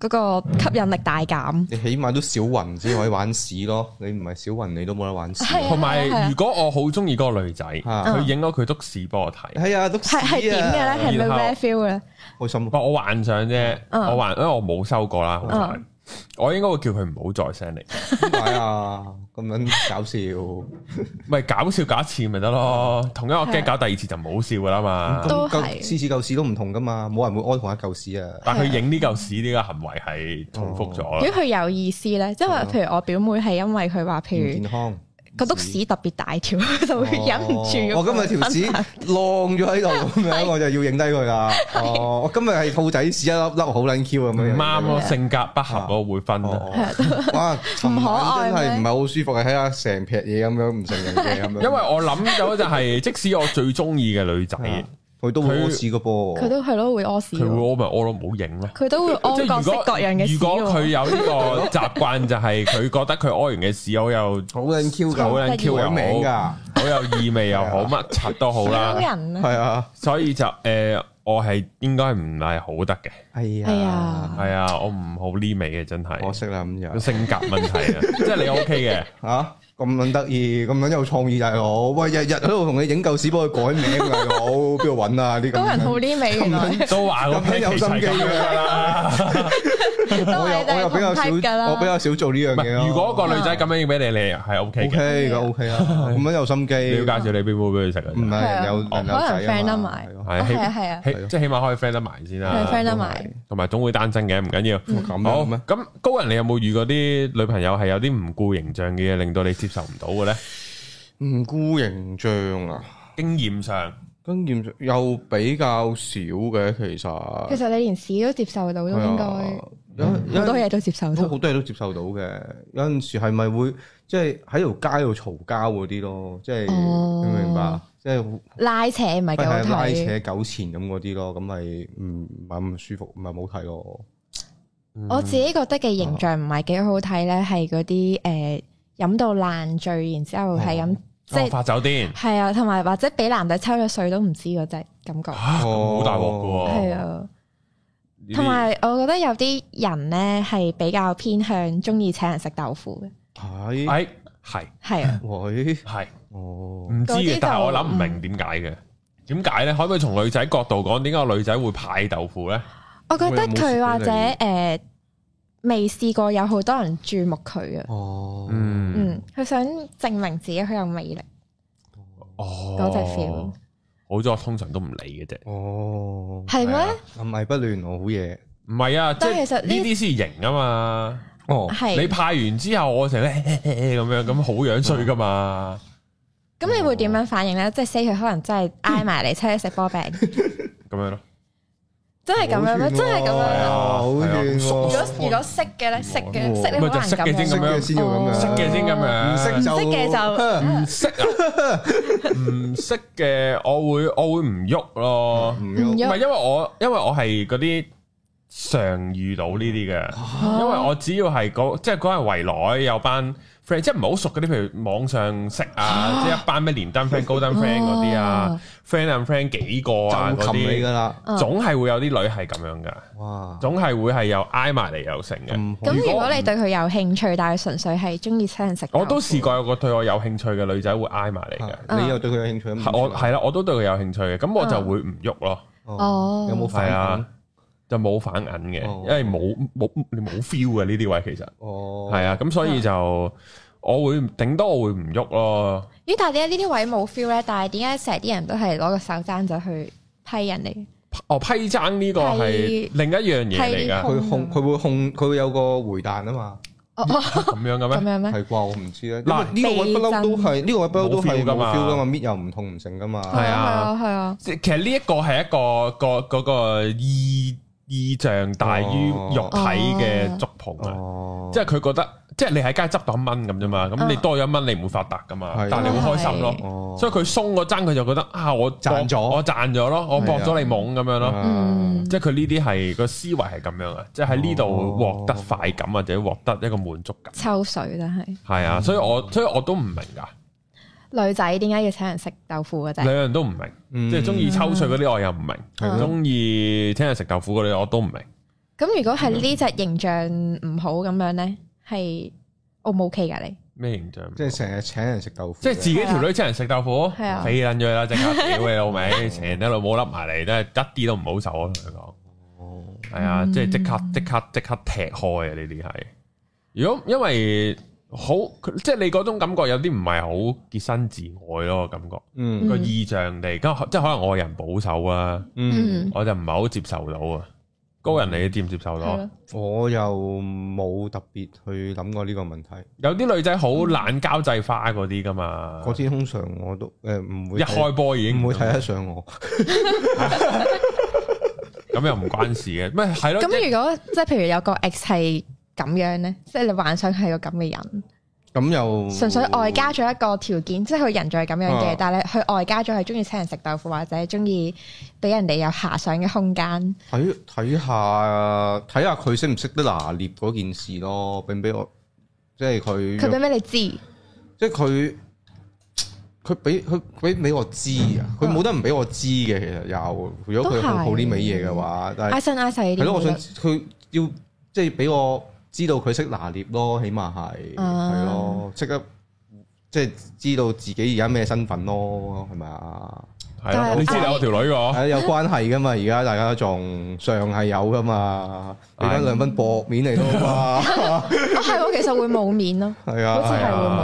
Speaker 3: 嗰個吸引力大減。
Speaker 2: 你起碼都小雲先可以玩屎咯，你唔係小雲你都冇得玩屎。
Speaker 3: 係啊
Speaker 1: 同
Speaker 3: 係啊
Speaker 1: 埋如果我好中意嗰個女仔，
Speaker 2: 啊
Speaker 1: 佢影咗佢篤屎俾我睇，
Speaker 2: 係啊，都
Speaker 3: 係係點嘅咧？係咪
Speaker 1: 然後
Speaker 3: rare feel 咧？
Speaker 2: 開心
Speaker 1: 不過我幻想啫，
Speaker 2: 啊
Speaker 3: 嗯
Speaker 1: 我幻，因為我冇收過啦，好彩
Speaker 3: 嗯
Speaker 1: 我應該會叫佢唔好再 send 嚟，
Speaker 2: 點解啊？咁樣搞笑，
Speaker 1: 咪搞笑搞一次咪得咯，同一個
Speaker 3: 係啊
Speaker 1: g 搞第二次就唔好笑噶啦嘛。
Speaker 3: 都
Speaker 2: 咁
Speaker 3: 係
Speaker 2: 舊次次舊屎都唔同噶嘛，冇人會哀同一舊屎啊。
Speaker 1: 但佢影呢嚿屎呢個行為係重複咗
Speaker 3: 如
Speaker 2: 嗯
Speaker 1: 啦，
Speaker 3: 果佢有意思咧，即係話，
Speaker 2: 係咯
Speaker 3: 譬如我表妹係因為佢話，
Speaker 2: 唔
Speaker 3: 譬
Speaker 2: 健
Speaker 3: 如
Speaker 2: 康。
Speaker 3: 個篤屎特別大條， 佢就會忍唔
Speaker 2: 哦
Speaker 3: 住。
Speaker 2: 我今日條屎晾咗喺度咁樣，我就要影低佢啦。哦，我今日係兔仔屎一粒粒好撚 Q 咁
Speaker 1: 唔
Speaker 2: 樣。
Speaker 1: 啱咯，
Speaker 3: 係
Speaker 1: 性格不合咯，會分啊。
Speaker 2: 哦，哇！尋晚真
Speaker 3: 啊
Speaker 2: 係唔係好舒服，係睇下成劈嘢咁樣唔成人嘅咁樣。
Speaker 1: 因為我諗到就係，即使我最中意嘅 女仔，
Speaker 2: 啊
Speaker 1: 佢
Speaker 2: 佢都會屙屎個噃。
Speaker 3: 佢都係咯，會屙屎
Speaker 1: 會
Speaker 3: 喎。
Speaker 1: 屙咪屙咯，唔好影啦。
Speaker 3: 佢都會
Speaker 1: 即
Speaker 3: 屙
Speaker 1: 係
Speaker 3: 各
Speaker 1: 如
Speaker 3: 式
Speaker 1: 果
Speaker 3: 各樣嘅屎
Speaker 1: 如果佢
Speaker 3: 喎。
Speaker 1: 有呢個習慣，就係佢覺得佢屙完嘅屎好有
Speaker 2: 好撚 Q
Speaker 1: 好
Speaker 2: 㗎，
Speaker 1: 撚 Q
Speaker 2: 改
Speaker 1: 又
Speaker 2: 名
Speaker 1: 好，
Speaker 2: 㗎，
Speaker 1: 好有異味又好，乜柒都好啦
Speaker 3: 小。人啊，
Speaker 2: 係啊，
Speaker 1: 所以就诶、呃我係應該唔係好得嘅，
Speaker 2: 係
Speaker 3: 係
Speaker 2: 啊
Speaker 3: 啊，
Speaker 1: 係啊，我唔好呢味嘅，真
Speaker 2: 可
Speaker 1: 係
Speaker 2: 惜啦咁就
Speaker 1: 個。性格問 題啊，即係你 OK 嘅，
Speaker 2: 吓咁撚得意，咁撚有創意大佬，喂日日喺度同你影舊屎幫佢改名大佬，邊度揾啊啲咁樣？
Speaker 3: 高人好呢味，原來
Speaker 1: 都話我
Speaker 2: 咁樣有心機
Speaker 1: 咁樣 啦。
Speaker 3: 都
Speaker 2: 我又
Speaker 3: 係
Speaker 2: 我又比較
Speaker 3: 同
Speaker 2: 少，
Speaker 3: 批㗎啦。
Speaker 2: 我比較少做呢樣
Speaker 1: 唔
Speaker 2: 嘢咯。
Speaker 1: 係，如果個女仔咁樣影俾你，你係 OK
Speaker 2: O
Speaker 1: 嘅，
Speaker 2: K 嘅 O K 啊，咁樣有心機，
Speaker 1: 你要介紹你邊杯俾佢食啊
Speaker 2: 唔係人有
Speaker 3: 係啊
Speaker 2: 人有仔
Speaker 3: 可能 friend
Speaker 2: 啊
Speaker 3: 得
Speaker 2: 嘛
Speaker 3: 埋
Speaker 2: 係咯，
Speaker 1: 係
Speaker 3: 係啊係啊
Speaker 1: 起起即係起碼可以 friend 得埋先
Speaker 3: 係
Speaker 1: 啦，
Speaker 3: friend 得
Speaker 2: 都
Speaker 3: 埋。
Speaker 1: 同埋總會單身嘅，唔緊要。
Speaker 2: 咁
Speaker 1: 好
Speaker 2: 樣咩？
Speaker 1: 咁高人，你有冇遇過啲女朋友係有啲唔顧形象嘅嘢，令到你接受唔到嘅咧？
Speaker 2: 唔顧形象啊，
Speaker 1: 經驗上，
Speaker 2: 經驗又比較少嘅其實。
Speaker 3: 其實你連屎都接受到，都
Speaker 2: à.
Speaker 3: 應該好
Speaker 2: 有有
Speaker 3: 多嘢都接受
Speaker 2: 啊都
Speaker 3: 到。
Speaker 2: 好多嘢都接受到嘅，有陣時係咪會即係喺條街度嘈交嗰啲咯，即係
Speaker 3: 哦
Speaker 2: 你明唔明白？即係
Speaker 3: 拉扯唔係幾好
Speaker 2: 係拉
Speaker 3: 睇。
Speaker 2: 扯糾纏咁嗰啲咯，咁咪唔唔係咁舒服，唔係冇睇咯。
Speaker 3: 我
Speaker 1: 嗯
Speaker 3: 自己覺得嘅形象唔係幾好睇咧，係嗰啲
Speaker 2: 啊
Speaker 3: 誒飲到爛醉，然之後
Speaker 2: 哦
Speaker 3: 係咁即
Speaker 1: 我
Speaker 3: 係
Speaker 1: 哦發酒癲，
Speaker 3: 係啊，同埋或者俾男仔抽咗水都唔知嗰隻感覺。
Speaker 1: 啊好大鑊
Speaker 2: 哦
Speaker 1: 嘅喎。
Speaker 3: 係啊，
Speaker 1: 呢啲
Speaker 3: 同埋我覺得有啲人咧係比較偏向中意請人食豆腐嘅，
Speaker 2: 係
Speaker 1: 哎，係
Speaker 3: 係 啊，
Speaker 2: 喂，
Speaker 1: 係
Speaker 2: 哦，
Speaker 1: 唔知
Speaker 3: 嗰啲
Speaker 1: 嘅
Speaker 3: 就，
Speaker 1: 但係我諗唔明點解嘅。點解咧？可唔可以從女仔角度講，點解個女仔會派豆腐咧？
Speaker 3: 我覺得
Speaker 2: 會有冇食俾你
Speaker 3: 佢或者誒未試過有好多人注目佢啊，
Speaker 2: 哦，
Speaker 1: 嗯，
Speaker 3: 嗯，佢想證明自己佢有魅力
Speaker 1: 哦，
Speaker 3: 嗰隻 feel，
Speaker 1: 好在我通常都唔理嘅啫。
Speaker 2: 哦，
Speaker 3: 係
Speaker 1: 係啊
Speaker 3: 咩？
Speaker 2: 唔係不亂我好嘢，
Speaker 1: 唔係啊，即
Speaker 3: 但
Speaker 1: 係
Speaker 3: 其實呢
Speaker 1: 呢啲先型啊嘛。
Speaker 2: 哦
Speaker 1: 你
Speaker 3: 係
Speaker 1: 派完之後，我成日咁樣，咁好樣衰噶嘛？
Speaker 3: 咁你會點樣反應咧？即係 say 佢可能真係挨埋嚟請你食波餅，
Speaker 1: 咁樣咯，
Speaker 3: 真係咁樣
Speaker 2: 好遠
Speaker 3: 咩？
Speaker 2: 喎
Speaker 3: 真係咁樣
Speaker 1: 係
Speaker 3: 咩
Speaker 1: 啊？
Speaker 2: 好遠喎
Speaker 3: 如
Speaker 1: 如
Speaker 3: 果如果識嘅咧，識嘅識你
Speaker 1: 咪
Speaker 3: 好
Speaker 1: 就
Speaker 3: 難
Speaker 1: 識嘅先
Speaker 3: 咁
Speaker 2: 識
Speaker 3: 樣，
Speaker 2: 嘅先要咁樣，
Speaker 1: 識嘅先咁樣，
Speaker 2: 唔識就
Speaker 3: 唔識嘅就嗯
Speaker 1: 唔識啊，唔識嘅，我會我會唔喐咯，
Speaker 2: 唔
Speaker 1: 唔
Speaker 2: 喐
Speaker 3: 唔
Speaker 1: 係
Speaker 3: 喐
Speaker 1: 因為我因為我係嗰啲常遇到呢啲嘅，
Speaker 3: 哦
Speaker 1: 因為我只要係嗰即係嗰日圍內有班 friend，即係唔係好熟嗰啲，譬如網上識啊，即係一班咩連登 friend、高登 friend 嗰啲啊
Speaker 3: 哦
Speaker 1: ，friend and friend 幾個啊
Speaker 2: 就
Speaker 1: 嗰
Speaker 2: 擒你
Speaker 1: 啲，
Speaker 2: 噶啦，
Speaker 3: 嗯
Speaker 1: 總係會有啲女係咁樣噶。
Speaker 2: 哇，
Speaker 1: 總係會係又挨埋嚟又成嘅。
Speaker 2: 咁
Speaker 3: 咁
Speaker 2: 好
Speaker 3: 如果你對佢有興趣，但係純粹係中意請人食豆腐，
Speaker 1: 我都試過有個對我有興趣嘅女仔會挨埋嚟嘅，
Speaker 2: 啊你又對佢有興趣咁？啊
Speaker 1: 係我係啦，我都對佢有興趣嘅，咁
Speaker 3: 嗯
Speaker 1: 我就會唔喐咯，
Speaker 3: 哦
Speaker 2: 有
Speaker 1: 係
Speaker 2: 冇反應
Speaker 1: 啊？，就冇反銀嘅，
Speaker 2: 哦
Speaker 1: 因為冇冇你冇 feel 嘅呢啲位其實
Speaker 2: 哦，
Speaker 1: 係啊，咁所以就我會頂多我會唔喐咯，
Speaker 3: 咦？但係點解呢啲位冇 feel 咧？但係點解成日啲人都係攞個手踭就去批人哋？
Speaker 1: 哦批爭呢個係
Speaker 3: 批
Speaker 1: 另一樣嘢嚟
Speaker 3: 批
Speaker 1: 㗎，
Speaker 2: 佢控
Speaker 3: 啊
Speaker 2: 佢會控佢會有個回彈啊嘛，
Speaker 3: 哦哦，
Speaker 1: 咁樣嘅
Speaker 3: 咁
Speaker 1: 咩？
Speaker 3: 樣咩？
Speaker 2: 係啩？我唔知咧。
Speaker 1: 嗱
Speaker 2: 嗱呢個位不嬲都係呢個位不嬲都係
Speaker 1: 冇 feel 㗎
Speaker 2: 冇
Speaker 1: 嘛
Speaker 2: feel 噶嘛，搣又唔痛唔成噶嘛。
Speaker 1: 係啊
Speaker 3: 啊，係啊，
Speaker 1: 即係其實呢一個係一個個嗰個意意象大於肉體嘅觸碰啊。
Speaker 2: 哦，啊
Speaker 1: 即係佢覺得，即係你喺街執到一蚊咁啫嘛，咁你多咗一蚊你唔會發達噶嘛
Speaker 2: 係，
Speaker 1: 但係你會開心咯。
Speaker 2: 哦
Speaker 1: 所以佢鬆嗰爭佢就覺得啊，我
Speaker 2: 賺咗啊
Speaker 1: 我賺咗咯，我搏咗你懵咁樣咯。
Speaker 3: 嗯，
Speaker 1: 啊即係佢呢啲係個思維係咁樣啊，即係喺呢度獲得快感或者獲得一個滿足感。
Speaker 3: 抽水但係
Speaker 1: 係
Speaker 2: 嗯
Speaker 1: 啊，所以我所以我都唔明㗎，
Speaker 3: 女仔點解要請人食豆腐嘅
Speaker 1: 兩
Speaker 3: 啫？
Speaker 1: 樣都唔明，
Speaker 2: 嗯
Speaker 1: 即係中意抽水嗰啲我又唔明，
Speaker 2: 係咯
Speaker 1: 中意聽日食豆腐嗰啲我都唔明。
Speaker 3: 咁如果
Speaker 2: 嗯
Speaker 3: 係呢只形象唔好咁樣咧，係 O 唔 OK 噶你？
Speaker 1: 咩形象？
Speaker 2: 即係成日請人食豆腐嘅，
Speaker 1: 即係自己條女請人食豆腐，
Speaker 3: 係啊
Speaker 1: 肥撚咗佢啦！即刻屌你老 味，成日老母笠埋嚟，真係一啲都唔好受啊！同佢講，係啊，
Speaker 3: 嗯
Speaker 1: 即係即刻即刻即刻踢開啊！呢啲係，如果因為好，即係你嗰種感覺有啲唔係好潔身自愛咯，感覺
Speaker 2: 嗯
Speaker 1: 個意象嚟，咁即係可能我人保守啊，
Speaker 2: 嗯，
Speaker 3: 嗯，
Speaker 1: 我就唔係好接受到啊。高人你接唔接受
Speaker 2: 嗯
Speaker 3: 係
Speaker 1: 到啊
Speaker 3: 咯？，
Speaker 2: 我又冇特別去諗過呢個問題。
Speaker 1: 有啲女仔好
Speaker 3: 嗯
Speaker 1: 懶交際花嗰啲噶嘛，
Speaker 2: 嗰啲通常我都誒唔會
Speaker 1: 一
Speaker 2: 睇
Speaker 1: 開波已經
Speaker 2: 唔會睇得上我。
Speaker 1: 咁又唔關事嘅，咩係咯？
Speaker 3: 咁如果即係譬如有個 ex 係咁樣咧，即係你幻想係個咁嘅人，
Speaker 2: 咁又
Speaker 3: 純粹外加咗一個條件，即係佢人就係咁樣
Speaker 2: 哦啊
Speaker 3: 嘅，但係佢外加咗係中意請人食豆腐或者中意俾人哋有遐想嘅空間。
Speaker 2: 睇睇下睇下佢識唔識得拿捏嗰件事咯，並俾我即係佢
Speaker 3: 佢俾咩你知？
Speaker 2: 即係佢佢俾佢俾俾我知啊，佢冇得唔俾我知嘅。其實有，如果佢
Speaker 3: 都係
Speaker 2: 好好呢味嘢嘅話，但係
Speaker 3: 嗌身嗌世呢
Speaker 2: 係
Speaker 3: 啲
Speaker 2: 咯，我
Speaker 3: 嘢
Speaker 2: 想佢要即係俾我知道佢識拿捏咯，起碼係
Speaker 3: 啊
Speaker 2: 係咯，即刻即係知道自己而家咩身份咯，係咪啊？
Speaker 1: 係
Speaker 3: 但
Speaker 1: 咯，
Speaker 3: 係
Speaker 1: 你知道我條女
Speaker 2: 係
Speaker 1: 個
Speaker 2: 啊有關係噶嘛，而家大家仲上係有噶嘛，俾翻兩分薄面嚟都嘛，
Speaker 3: 啊係喎， 其實會冇面咯。
Speaker 2: 係
Speaker 3: 好似
Speaker 2: 啊，
Speaker 3: 係會冇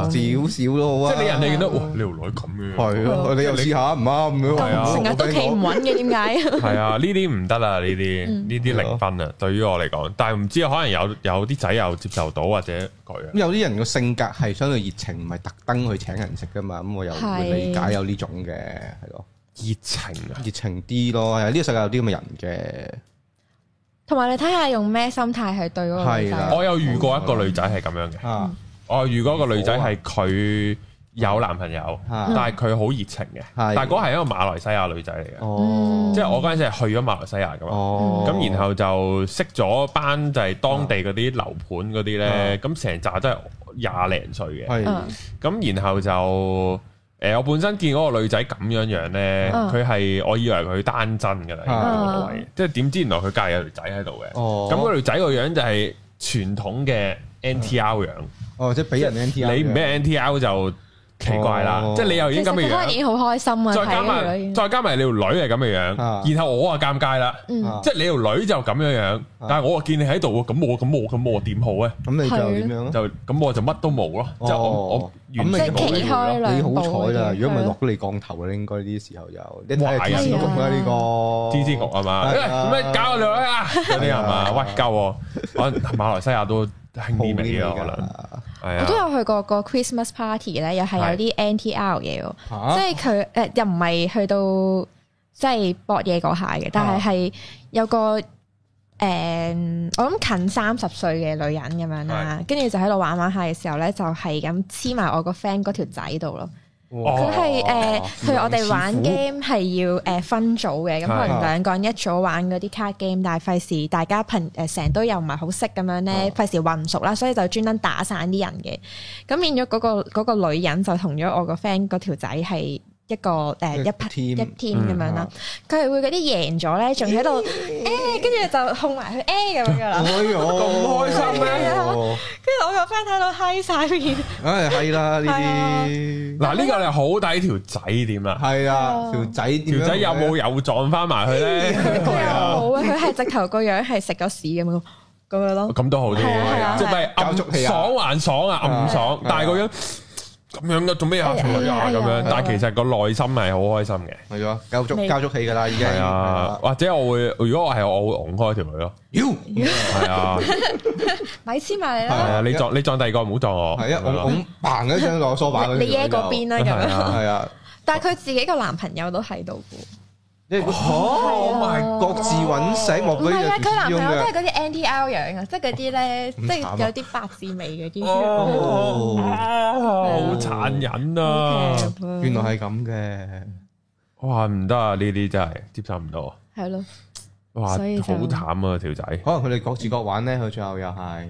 Speaker 2: 少少咯，好
Speaker 1: 即
Speaker 2: 啊
Speaker 1: 係你人哦哋見到哇，哦你條女咁嘅，
Speaker 2: 係
Speaker 3: 哦
Speaker 2: 咯，你又試下唔啱咁樣，
Speaker 1: 係啊
Speaker 3: 成日都企唔穩嘅，點解？
Speaker 1: 係啊，呢啲唔得啦，呢啲
Speaker 3: 嗯
Speaker 1: 呢啲零分啊，對於我嚟講，但係唔知可能有有啲仔又接受到或者佢啊
Speaker 2: 咁有啲人個性格係相對熱情，唔係特登去請人食噶嘛，咁我又會理解有呢種嘅，係咯。
Speaker 1: 熱情啊，
Speaker 2: 熱情啲咯，係啊呢個世界有啲咁嘅人
Speaker 3: 同埋你睇下用咩心態去對嗰個女
Speaker 2: 係啦
Speaker 3: 仔。
Speaker 1: 我有遇過一個女仔係咁樣嘅
Speaker 2: 嘅，，啊
Speaker 1: 我有遇過一個女仔係佢有男朋友，
Speaker 2: 啊
Speaker 1: 但係佢好熱情嘅，但係嗰係一個馬來西亞女仔嚟
Speaker 3: 嗯
Speaker 1: 嘅，
Speaker 2: 哦，
Speaker 1: 嗯即係我嗰陣時係去咗馬來西亞噶嘛。
Speaker 2: 哦，
Speaker 1: 咁然後就識咗班就係當地嗰啲樓盤嗰啲咧，咁成扎都係廿零歲嘅。
Speaker 2: 啊
Speaker 3: 嗯
Speaker 2: 係
Speaker 1: 咁然後就誒、我本身見嗰個女仔咁樣樣咧，
Speaker 2: 啊
Speaker 3: 嗯
Speaker 1: 佢係、我以為佢單身㗎啦，
Speaker 2: 嗯
Speaker 1: 嗰個位，即係點知原來佢隔離有條仔喺度嘅。
Speaker 2: 哦嗯
Speaker 1: 咁嗰條仔個樣就係傳統嘅 NTR 樣，
Speaker 2: 哦，即係俾人啊 N T
Speaker 1: 你唔咩 NTR 就奇怪啦，
Speaker 2: 哦
Speaker 1: 即係你又已
Speaker 3: 其
Speaker 1: 經
Speaker 3: 實
Speaker 1: 咁
Speaker 3: 佢
Speaker 1: 嘅
Speaker 3: 可能已
Speaker 1: 樣，
Speaker 3: 經好開心啊，
Speaker 1: 再加
Speaker 3: 睇佢已
Speaker 1: 埋
Speaker 3: 經
Speaker 1: 再加埋你條女係咁嘅
Speaker 2: 啊
Speaker 1: 樣，然後我啊尷尬啦。
Speaker 3: 嗯，
Speaker 1: 即係你條女就咁樣樣，但係我啊見你喺度喎，咁我咁我咁我點好咧？
Speaker 2: 咁你就點樣啊咧？
Speaker 1: 就咁我就乜都冇咯，即係我我
Speaker 2: 嗯哦
Speaker 1: 完
Speaker 2: 咁
Speaker 1: 全
Speaker 2: 你
Speaker 1: 冇
Speaker 2: 就
Speaker 1: 機會咯
Speaker 3: 即係企開啦
Speaker 2: 你好彩啦，
Speaker 3: 兩步嘅
Speaker 2: 如果唔係落咗你降頭啦，應該呢啲時候就你睇
Speaker 1: 哇
Speaker 2: 下支支局啦呢個
Speaker 1: 支支局係嘛？
Speaker 2: 係
Speaker 1: 喂
Speaker 2: 啊
Speaker 1: 咩搞我女啊？嗰啲係嘛？
Speaker 2: 係啊
Speaker 1: 喂夠喎，可能馬來西亞都興
Speaker 2: 好
Speaker 1: 啲味
Speaker 2: 啲
Speaker 1: 啊，
Speaker 2: 嚟
Speaker 1: 可
Speaker 2: 㗎
Speaker 1: 能
Speaker 2: 啦，
Speaker 1: 係
Speaker 3: 我都
Speaker 1: 啊。
Speaker 3: 有去過個 Christmas party 咧，又係有啲 NTR 嘢喎，
Speaker 1: 啊
Speaker 2: 嚇
Speaker 3: 即係佢誒又唔係去到即係搏嘢嗰下嘅，但
Speaker 1: 啊
Speaker 3: 係係有個誒、呃我諗近三十歲嘅女人咁樣啦，跟住就喺度玩玩下嘅時候咧，就係咁黐埋我個 friend 嗰條仔度咯。
Speaker 2: 哇
Speaker 1: 哦
Speaker 3: 佢係誒，譬如我哋玩
Speaker 2: 師傅
Speaker 3: game 係要誒分組嘅，咁
Speaker 1: 係
Speaker 3: 可能兩個人一組玩嗰啲卡 game，但係費事大家朋誒成堆又唔係好識咁樣咧，費事混唔熟啦，所以就專登打散啲人嘅。咁變咗嗰個嗰個女人就同咗我個 friend 嗰條仔係一個誒一匹。
Speaker 2: 一
Speaker 3: 一
Speaker 2: team 嗯啊
Speaker 3: team 咁樣啦，佢係會嗰啲贏咗咧，仲喺度誒，跟住就控埋佢呃誒咁樣噶啦
Speaker 2: 哎。呦
Speaker 1: 咁開心咩
Speaker 2: 哎呦
Speaker 3: 跟住我個 friend 睇到嗨晒面，
Speaker 2: 唉係啦呢
Speaker 3: 係啊
Speaker 2: 啲
Speaker 1: 嗱呢個你好抵條仔點啦？
Speaker 2: 係啊
Speaker 3: 啊
Speaker 2: 條仔點樣
Speaker 1: 條仔有冇又撞翻埋去
Speaker 3: 佢
Speaker 1: 咧？
Speaker 3: 又冇啊，佢係直頭個樣係食咗屎咁樣咁 樣咯。
Speaker 1: 咁都好啲
Speaker 3: 係啊係，啊
Speaker 1: 即係咪暗
Speaker 2: 交足氣啊
Speaker 1: 爽還爽啊？暗爽
Speaker 2: 係啊，
Speaker 1: 但係個樣咁樣嘅做咩啊？條女啊
Speaker 3: 哎呀哎
Speaker 1: 咁
Speaker 3: 呀
Speaker 1: 樣，但係其實個內心係好開心嘅。
Speaker 2: 係咯，交足
Speaker 3: 未
Speaker 2: 交足氣㗎啦，已經
Speaker 1: 系啊，，或者我會，如果我係我會拱開條女咯。
Speaker 2: 妖
Speaker 1: 係 啊，
Speaker 3: 咪黐埋
Speaker 1: 係
Speaker 3: 你啦，
Speaker 1: 啊，你撞你撞第二個唔好撞我。
Speaker 2: 係啊，
Speaker 1: 咁樣
Speaker 2: 我
Speaker 1: 咯
Speaker 2: 咁嘭一聲落梳化
Speaker 3: 你你耶嗰邊啦咁
Speaker 1: 係
Speaker 3: 樣。
Speaker 1: 啊，
Speaker 2: 係啊，
Speaker 3: 但係佢自己個男朋友都喺度嘅，
Speaker 2: 即係哦，oh my，各自揾食，
Speaker 3: 唔
Speaker 2: 莫非
Speaker 3: 係啊，
Speaker 2: 就
Speaker 3: 佢男朋友都
Speaker 2: 嘅？
Speaker 3: 係嗰啲 NTL 樣啊，即係嗰啲咧，即
Speaker 2: 慘啊
Speaker 3: 係有啲八字尾嗰啲。Oh
Speaker 2: 哦，
Speaker 1: 哦好殘忍啊！
Speaker 3: 嗯
Speaker 2: 原來係咁嘅，
Speaker 1: 哇，唔得啊！呢啲真係接受唔到啊。
Speaker 3: 係咯，
Speaker 1: 哇，好
Speaker 3: 所以就
Speaker 1: 慘啊條仔。
Speaker 2: 可能佢哋各自各玩咧，佢最後又係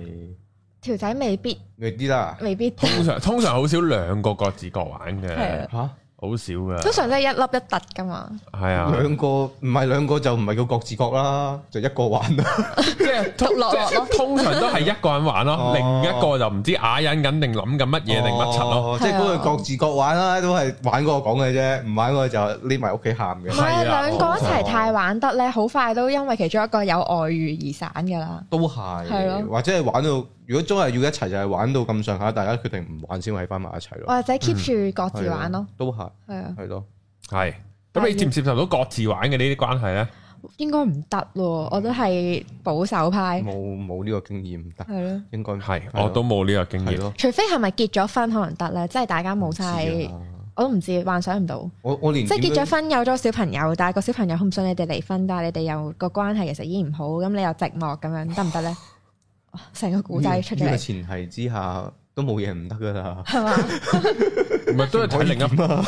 Speaker 3: 條仔未必
Speaker 2: 未啲啦
Speaker 3: 未必
Speaker 1: 通常通常好少兩個各自各玩嘅
Speaker 3: 係啊，
Speaker 2: 吓，
Speaker 1: 好少噶，
Speaker 3: 通常都係一粒一突噶嘛，
Speaker 1: 系啊，
Speaker 2: 兩個唔係兩個就唔係叫各自各啦，就一個玩啦。
Speaker 1: 即係
Speaker 3: 獨啊落落
Speaker 1: 即係
Speaker 3: 咯。
Speaker 1: 通常都係一個人玩咯
Speaker 2: 哦，
Speaker 1: 另一個就唔知啞忍緊定諗緊乜嘢定乜柒咯。
Speaker 2: 哦即係嗰個各自各玩啦，都係玩嗰個講嘅啫，唔玩嗰個就匿埋屋企喊
Speaker 3: 唔
Speaker 2: 嘅。
Speaker 1: 係啊
Speaker 3: 係兩個一齊
Speaker 2: 哦
Speaker 3: 太玩得咧，好快都因為其中一個有外遇而散噶啦。
Speaker 2: 都
Speaker 3: 係
Speaker 2: 係，
Speaker 3: 咯
Speaker 2: 或者係玩到，如果真係要一齊就係玩到咁上下，大家決定唔玩先喺翻埋一齊咯。
Speaker 3: 或者 keep 住哦各自玩咯，
Speaker 2: 都嗯係，
Speaker 3: 係啊，
Speaker 2: 係咯。
Speaker 1: 係，咁你接唔接受到各自玩嘅呢啲關係咧？
Speaker 3: 應該唔得咯，我都係保守派，
Speaker 2: 冇冇呢個經驗唔得，
Speaker 3: 係咯，
Speaker 2: 應該
Speaker 1: 係，
Speaker 2: 係咯
Speaker 1: 哦我都冇呢個經
Speaker 2: 係
Speaker 1: 驗。
Speaker 2: 咯。
Speaker 3: 除非係咪結咗婚可能得咧，即係大家冇晒，
Speaker 2: 唔知啊
Speaker 3: 我都唔知，幻想唔到，
Speaker 2: 我我連
Speaker 3: 即係
Speaker 2: 點
Speaker 3: 結
Speaker 2: 樣
Speaker 3: 咗婚有咗小朋友，但係個小朋友好唔想你哋離婚，但係你哋又個關係其實已經唔好，咁你又寂寞咁樣得唔 得咧？哇成個古仔出咗
Speaker 2: 呢個
Speaker 3: 嚟
Speaker 2: 前提之下都冇嘢唔得噶啦，
Speaker 3: 係嘛？
Speaker 1: 唔係都係睇另一
Speaker 2: 點啊？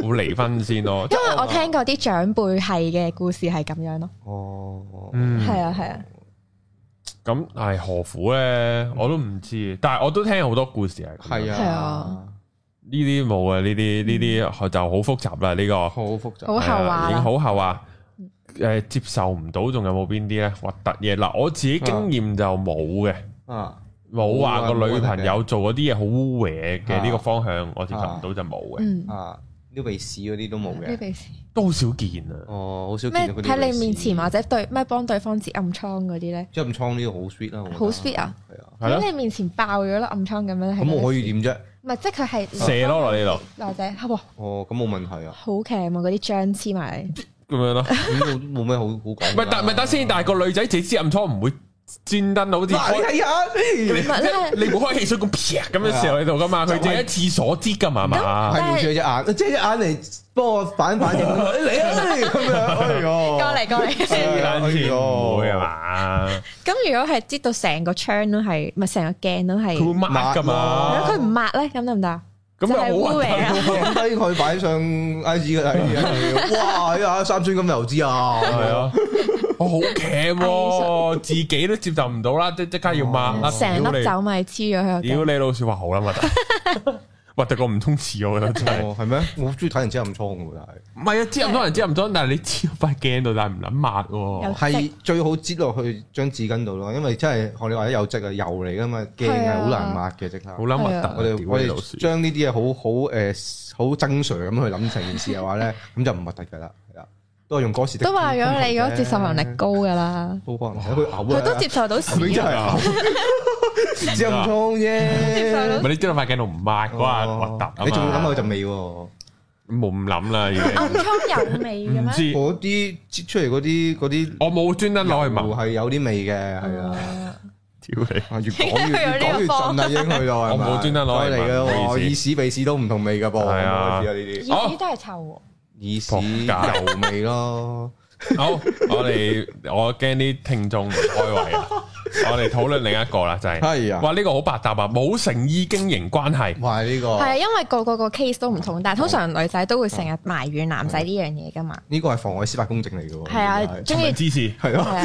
Speaker 1: 會離婚先咯。
Speaker 3: 因為我聽過啲長輩係嘅故事係咁樣咯，
Speaker 2: 哦，
Speaker 1: 嗯，
Speaker 3: 係啊係啊，
Speaker 1: 咁係何苦咧？我都唔知，但係我都聽好多故事係咁樣。
Speaker 2: 係
Speaker 3: 係
Speaker 2: 啊
Speaker 3: 啊，
Speaker 1: 呢啲冇啊，呢啲呢
Speaker 2: 嗯
Speaker 1: 啲就好複雜啦。呢個
Speaker 2: 好複雜
Speaker 3: 好。後
Speaker 1: 係啊
Speaker 3: 話
Speaker 1: 已經
Speaker 3: 啦，
Speaker 1: 好後話。誒接受唔到，仲有冇邊啲咧？核突嘢嗱，我自己經驗就冇嘅。
Speaker 2: 啊，
Speaker 1: 冇話個女
Speaker 2: 冇
Speaker 1: 朋
Speaker 2: 啊
Speaker 1: 友做嗰啲嘢好污衊嘅呢個方向，我接受唔到就冇嘅，
Speaker 3: 嗯，
Speaker 2: 啊，撩鼻屎嗰啲都冇
Speaker 3: 呢
Speaker 2: 嘅。
Speaker 3: 件事
Speaker 1: 都好少見啊。
Speaker 2: 哦，好少
Speaker 3: 咩
Speaker 2: 見到嗰啲
Speaker 3: 喺你面前或
Speaker 2: 啊，
Speaker 3: 者對咩幫對方接暗瘡嗰啲咧？
Speaker 2: 即係暗瘡呢個好 sweet 啦，我覺得
Speaker 3: 好 sweet 啊！
Speaker 2: 係啊，
Speaker 1: 係
Speaker 3: 喺
Speaker 1: 咯，
Speaker 3: 你面前爆咗粒暗瘡咁樣，係啊
Speaker 2: 咁我可
Speaker 3: 咪
Speaker 2: 以點啫？
Speaker 3: 唔係即係佢係
Speaker 1: 射咯落你度
Speaker 3: 或者哇
Speaker 2: 哦，咁冇問題啊，
Speaker 3: 好勁喎！嗰啲漿黐埋嚟，
Speaker 1: 咁樣咯。唔
Speaker 2: 咁我都冇咩好好講㗎啦。
Speaker 1: 係，但唔係等先，但係個女仔自己知暗瘡唔會專登好似
Speaker 2: 嗱，你
Speaker 1: 開
Speaker 2: 睇下，
Speaker 3: 唔
Speaker 2: 咦
Speaker 3: 係咧，
Speaker 1: 你冇開汽水咁劈咁樣射落你度噶嘛？佢自己喺廁所知噶嘛？係啊嘛
Speaker 2: 係
Speaker 3: 咁
Speaker 2: 要借隻眼，借隻眼嚟幫我 反反應，你啊你咁樣，哎呦，
Speaker 3: 過嚟過嚟。
Speaker 1: 黐
Speaker 2: 係
Speaker 1: 撚線唔會
Speaker 2: 哎
Speaker 1: 啊
Speaker 2: 呦
Speaker 1: 嘛？
Speaker 3: 咁如果係知道成個窗都係，唔係成個鏡都
Speaker 1: 佢會
Speaker 3: 係，
Speaker 1: 抹噶嘛
Speaker 3: 如
Speaker 2: 抹？
Speaker 3: 果佢唔抹咧，咁得唔得啊？
Speaker 1: 咁
Speaker 3: 就係
Speaker 1: 又好核
Speaker 3: 污
Speaker 1: 突
Speaker 3: 衊啊！
Speaker 2: 影低佢擺上 I G 嘅睇哇！哎呀，三寸金油脂啊，
Speaker 1: 係啊！我好鉗喎，自己都接受唔到啦，即即刻要抹啦，
Speaker 3: 成
Speaker 1: 啊屌
Speaker 3: 粒
Speaker 1: 你
Speaker 3: 酒咪黐咗喺個
Speaker 1: 屌
Speaker 3: 鏡。
Speaker 1: 你老鼠話好啦，核突， 核突過唔通似我覺得真係。
Speaker 2: 哦，係咩？我好中意睇人知暗瘡嘅喎，
Speaker 1: 唔係啊，知咁多人知咁多，但係你知塊鏡度，但係唔撚抹喎。
Speaker 3: 有
Speaker 2: 但係係最好擠落去張紙巾度咯，因為真係學你話啲油漬啊油嚟噶嘛，鏡
Speaker 3: 係
Speaker 2: 係
Speaker 3: 啊
Speaker 2: 好難抹嘅即刻
Speaker 1: 好。撚核突啊，
Speaker 2: 我
Speaker 1: 屌
Speaker 2: 哋我
Speaker 1: 你老鼠
Speaker 2: 哋！將呢啲嘢好好誒好曾 Sir 咁去諗成件事嘅話咧，咁就唔核突噶啦，係啦，都係用嗰時的
Speaker 3: 都話咗你嗰個接受能力高噶啦，
Speaker 2: 都可能係佢嘔啊，
Speaker 3: 佢都接受 到屎
Speaker 2: 佢真係
Speaker 1: 啊
Speaker 2: 嘔，
Speaker 1: 唔。係
Speaker 2: 只暗瘡啫
Speaker 3: 接受到
Speaker 1: 你知道塊鏡度唔抹嗰下
Speaker 2: 哦
Speaker 1: 核突啊嘛
Speaker 2: 你仲要諗下佢陣味喎？
Speaker 1: 冇唔諗啦，已
Speaker 3: 暗
Speaker 1: 經
Speaker 3: 瘡有味嘅
Speaker 1: 唔
Speaker 3: 咩？
Speaker 1: 知。
Speaker 2: 嗰啲擠出嚟嗰啲嗰啲
Speaker 1: 我冇專登攞去
Speaker 2: 油
Speaker 1: 聞，
Speaker 2: 係有啲味嘅，係 啊。
Speaker 3: 啊，
Speaker 1: 屌你！
Speaker 2: 啊越講越越講越震啦，已經去 到係咪
Speaker 1: 我冇專登攞嚟
Speaker 2: 再嚟嘅
Speaker 1: 聞唔好
Speaker 2: 喎，
Speaker 1: 意思
Speaker 2: 耳屎鼻屎都唔同味嘅噃，
Speaker 1: 係啊
Speaker 2: 唔好意思啊呢啲
Speaker 1: 哦
Speaker 3: 耳屎都係臭喎。
Speaker 2: 耳屎油味 咯，
Speaker 1: 好，我哋我驚啲聽眾唔開胃啊！我哋討論另一個啦，就係
Speaker 2: 係啊，
Speaker 1: 哇呢個好百搭啊！冇誠意經營關係，
Speaker 2: 哇呢
Speaker 1: 哦
Speaker 2: 個
Speaker 3: 係啊，因為個個個 case 都唔同，但係通常女仔都會成日埋怨男仔呢樣嘢噶嘛。
Speaker 2: 呢個係妨礙司法公正嚟嘅喎，
Speaker 3: 係啊
Speaker 2: 呢個係，
Speaker 3: 中
Speaker 1: 唔
Speaker 3: 意
Speaker 1: 支持。
Speaker 2: 係
Speaker 3: 係
Speaker 2: 咯，
Speaker 3: 啊，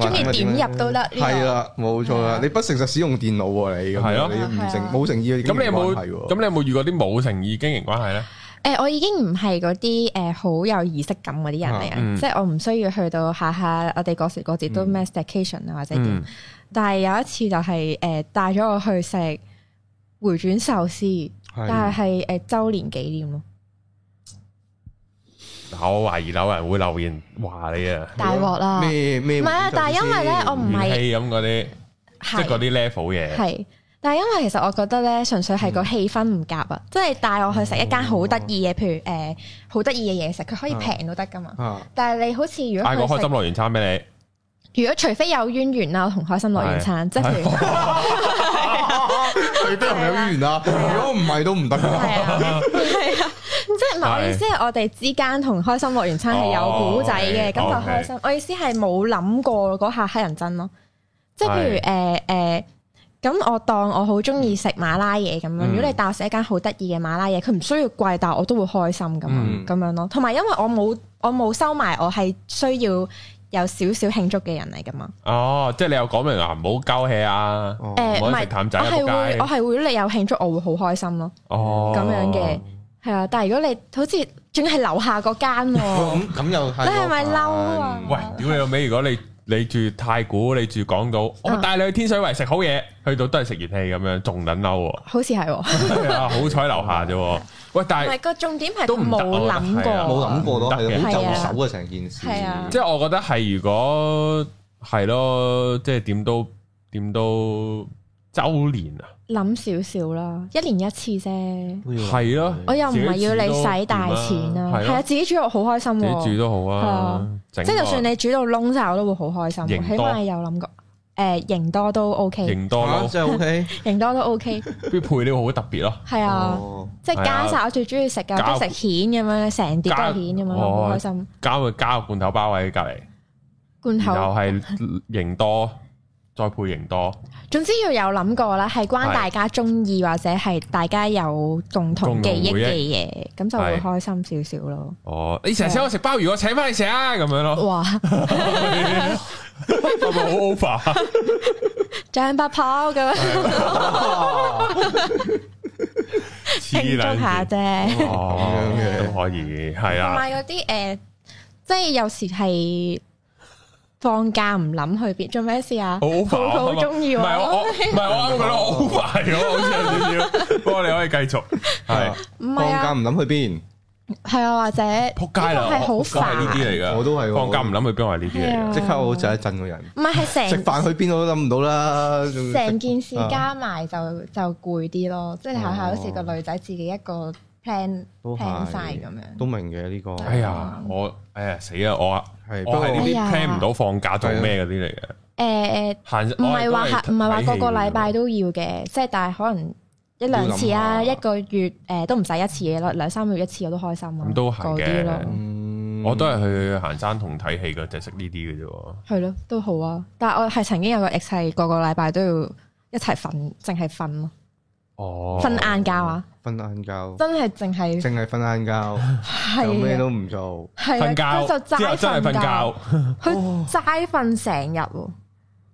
Speaker 3: 中意點入都得。呢個
Speaker 2: 係，啦，冇錯啦，你不誠實使用電腦喎，你咁樣
Speaker 1: 係咯
Speaker 2: 你唔
Speaker 3: 係
Speaker 2: 誠
Speaker 3: 啊
Speaker 2: 冇誠意
Speaker 1: 咁你有冇
Speaker 2: 係喎
Speaker 1: 咁？你有冇遇過啲冇誠意經營關係咧？
Speaker 3: 誒，我已經唔係嗰啲誒好有儀式感嗰啲人嚟
Speaker 1: 啊嗯
Speaker 3: 啊，即係我唔需要去到下下我哋嗰時嗰節都咩 station 啊或者點
Speaker 1: 嗯。
Speaker 3: 但係有一次就係誒帶咗我去食回轉壽司，但係係誒週年紀念咯，
Speaker 1: 嗱，我懷疑有人會留言話你啊，
Speaker 3: 大鑊啦！唔
Speaker 2: 咩咩
Speaker 3: 係啊，但係因為咧我唔
Speaker 1: 元
Speaker 3: 係
Speaker 1: 氣咁嗰啲。即係嗰
Speaker 3: 係。
Speaker 1: 啲 level 嘢，嗯
Speaker 3: 係，但係因為其實我覺得咧，純粹係個氣氛唔夾啊！即係帶我去食一間好得意嘅，譬如誒好得意嘅嘢食，佢可以平都得噶嘛。
Speaker 2: 啊
Speaker 3: 但係你好似如
Speaker 1: 嗌個
Speaker 3: 果
Speaker 1: 開
Speaker 3: 去
Speaker 1: 心
Speaker 3: 食，
Speaker 1: 樂園餐俾
Speaker 3: 如果除非有淵源啊啦，我同開心樂園餐，即係譬如
Speaker 2: 最低係咪有淵源啊？如果唔係都唔得㗎。
Speaker 3: 係啊，係啊，即係唔係我意思係我哋之間同開心樂園餐係有古仔嘅，咁
Speaker 1: 哦
Speaker 3: 就開心。我意思係冇諗過嗰下黑人憎咯，即係譬如誒誒。咁我當我好中意食馬拉嘢咁樣，
Speaker 1: 嗯
Speaker 3: 如果你帶我食一間好得意嘅馬拉嘢，佢唔需要貴，但係我都會開心咁
Speaker 1: 嗯
Speaker 3: 樣咁樣咯。同埋因為我冇我冇收埋，我係需要有少少慶祝嘅人嚟噶嘛。
Speaker 1: 你。哦，即係你又講明啊，唔好鳩氣啊，
Speaker 2: 哦
Speaker 1: 唔
Speaker 3: 誒呃唔
Speaker 1: 好食
Speaker 3: 係，
Speaker 1: 淡仔
Speaker 3: 我
Speaker 1: 啊，
Speaker 3: 係
Speaker 1: 仆
Speaker 3: 會我
Speaker 1: 街。
Speaker 3: 係會你有慶祝，我會好開心咯。
Speaker 1: 哦，
Speaker 3: 咁樣嘅系啊，但系如果你好似仲係樓下嗰間 喎，
Speaker 2: 咁咁又係
Speaker 3: 你係咪嬲
Speaker 2: Ờ.
Speaker 3: 啊
Speaker 1: 喂，屌你老味！如果你你住太古，你住港島，我
Speaker 3: 啊
Speaker 1: 帶你去天水圍食好嘢，去到都係食熱氣咁樣，仲撚嬲 喎！
Speaker 3: 好似係喎。
Speaker 1: 係啊，好彩樓下啫喎。喂，
Speaker 3: 唔
Speaker 1: 但係
Speaker 3: 係個重點係
Speaker 1: 都唔得
Speaker 3: 冇
Speaker 1: 我覺得
Speaker 3: 諗
Speaker 1: 係啊
Speaker 2: 冇
Speaker 3: 過，
Speaker 2: 諗過咯，
Speaker 1: 唔得嘅
Speaker 2: 係好就手啊成件事。
Speaker 3: 係啊
Speaker 1: 即係我覺得係，如果係咯，即係點都點都周年啊，
Speaker 3: 諗少少啦，一年一次啫。
Speaker 2: 都要
Speaker 1: 係咯
Speaker 3: 我又唔係要
Speaker 1: 嗯自己
Speaker 3: 你
Speaker 1: 煮都
Speaker 3: 使大錢
Speaker 1: 掂
Speaker 3: 啊
Speaker 1: 啊，係咯
Speaker 3: 係啊，自己煮肉好開心
Speaker 1: 自己
Speaker 3: 喎
Speaker 1: 煮。都好啊
Speaker 3: 係。
Speaker 1: 整
Speaker 3: 即係就
Speaker 1: 個
Speaker 3: 算你煮到窿晒，我都會好開心
Speaker 1: 型
Speaker 3: 喎。起
Speaker 1: 多
Speaker 3: 碼有諗過，誒型多都 OK，
Speaker 1: 型多
Speaker 2: 啊
Speaker 1: 咯，
Speaker 2: 真係 OK。
Speaker 3: 型多都 OK，
Speaker 1: 啲配料好特別咯。
Speaker 3: 係啊。
Speaker 2: 哦
Speaker 3: 即係加晒我最中意食嘅，
Speaker 1: 加
Speaker 3: 我中意食蜆咁樣咧，成碟都係蜆咁樣，
Speaker 1: 加
Speaker 3: 好開心。
Speaker 1: 加個加個罐頭包喺隔離，
Speaker 3: 罐
Speaker 1: 然後
Speaker 3: 頭，
Speaker 1: 係型多，再配型多，
Speaker 3: 總之要有諗過啦，係關大家中意或者係大家有共同記憶嘅嘢，咁就會
Speaker 1: 係
Speaker 3: 開心少少咯。
Speaker 1: 哦，你成日請我食鮑魚，我請翻你食啊，咁樣咯，
Speaker 3: 哇！
Speaker 1: 係咪好 over 啊？
Speaker 3: 象拔泡咁 樣
Speaker 2: Ờ.
Speaker 1: 黐
Speaker 3: 慶
Speaker 1: 撚
Speaker 3: 祝下
Speaker 1: 線
Speaker 3: 啫。
Speaker 1: 哦，
Speaker 2: 咁樣嘅
Speaker 1: 都可以，係啊
Speaker 3: 同
Speaker 1: 啦，
Speaker 3: 埋嗰啲誒，即係有時係放假唔諗去邊做咩事啊？
Speaker 1: 好 over，
Speaker 3: 好好
Speaker 1: 係嘛
Speaker 3: 鍾意喎
Speaker 1: 唔係我，我唔係我啱啱 覺得我 over 咗，好似有少少，不過你可以繼續，係
Speaker 3: 唔係
Speaker 2: 放假
Speaker 3: 啊，
Speaker 2: 唔諗去邊，
Speaker 3: 係啊，或者
Speaker 1: 撲街啦，
Speaker 3: 呢個係好
Speaker 1: 我係呢啲
Speaker 3: 煩，啊
Speaker 1: 嚟噶，
Speaker 2: 我都係喎
Speaker 1: 放假唔諗去邊，我係呢啲嚟
Speaker 3: 係
Speaker 1: 嘅
Speaker 3: 啊
Speaker 2: 即刻我就一震個人。
Speaker 3: 唔係係
Speaker 2: 食
Speaker 3: 成
Speaker 2: 飯去邊我都諗唔到啦。仲要食
Speaker 3: 成件
Speaker 1: 啊
Speaker 3: 事加埋就就攰啲咯，即係下下好似個
Speaker 1: 哦
Speaker 3: 女仔自己一個 plan
Speaker 2: 都係
Speaker 3: plan 晒咁樣，
Speaker 2: 都明嘅呢個。
Speaker 1: 哎呀，我哎呀死啊！我
Speaker 2: 係
Speaker 1: 我係呢
Speaker 3: 啊哎
Speaker 1: 啲
Speaker 3: 呀
Speaker 1: plan 唔到放假做咩嗰啲嚟嘅。
Speaker 3: 誒誒，
Speaker 1: 限制
Speaker 3: 唔係話
Speaker 1: 我係
Speaker 3: 下
Speaker 1: 都
Speaker 3: 唔係話個個
Speaker 1: 睇戲
Speaker 3: 禮拜都要嘅，即係但係可能一兩次
Speaker 2: 要
Speaker 3: 啊，
Speaker 2: 諗下
Speaker 3: 一個月誒都唔使一次嘅咯，兩三個月一次我都開心啊，
Speaker 1: 咁都係
Speaker 3: 嗰
Speaker 1: 嘅
Speaker 3: 啲咯。
Speaker 2: 嗯
Speaker 1: 我都係去行山同睇戲嘅，就係食呢啲嘅啫喎。
Speaker 3: 係咯，都好啊。但係我係曾經有個 ex 係個個禮拜都要一齊瞓，淨係瞓咯，
Speaker 1: 哦，
Speaker 3: 瞓晏覺啊，
Speaker 2: 瞓晏覺，
Speaker 3: 真係淨係
Speaker 2: 淨係瞓晏覺，
Speaker 3: 係
Speaker 2: 就咩
Speaker 3: 啊
Speaker 2: 都唔做。
Speaker 3: 係啊
Speaker 1: 瞓
Speaker 3: 佢就
Speaker 1: 覺，之後
Speaker 3: 齋
Speaker 1: 真係
Speaker 3: 瞓
Speaker 1: 瞓
Speaker 3: 覺，
Speaker 1: 覺。
Speaker 3: 佢齋瞓成日喎。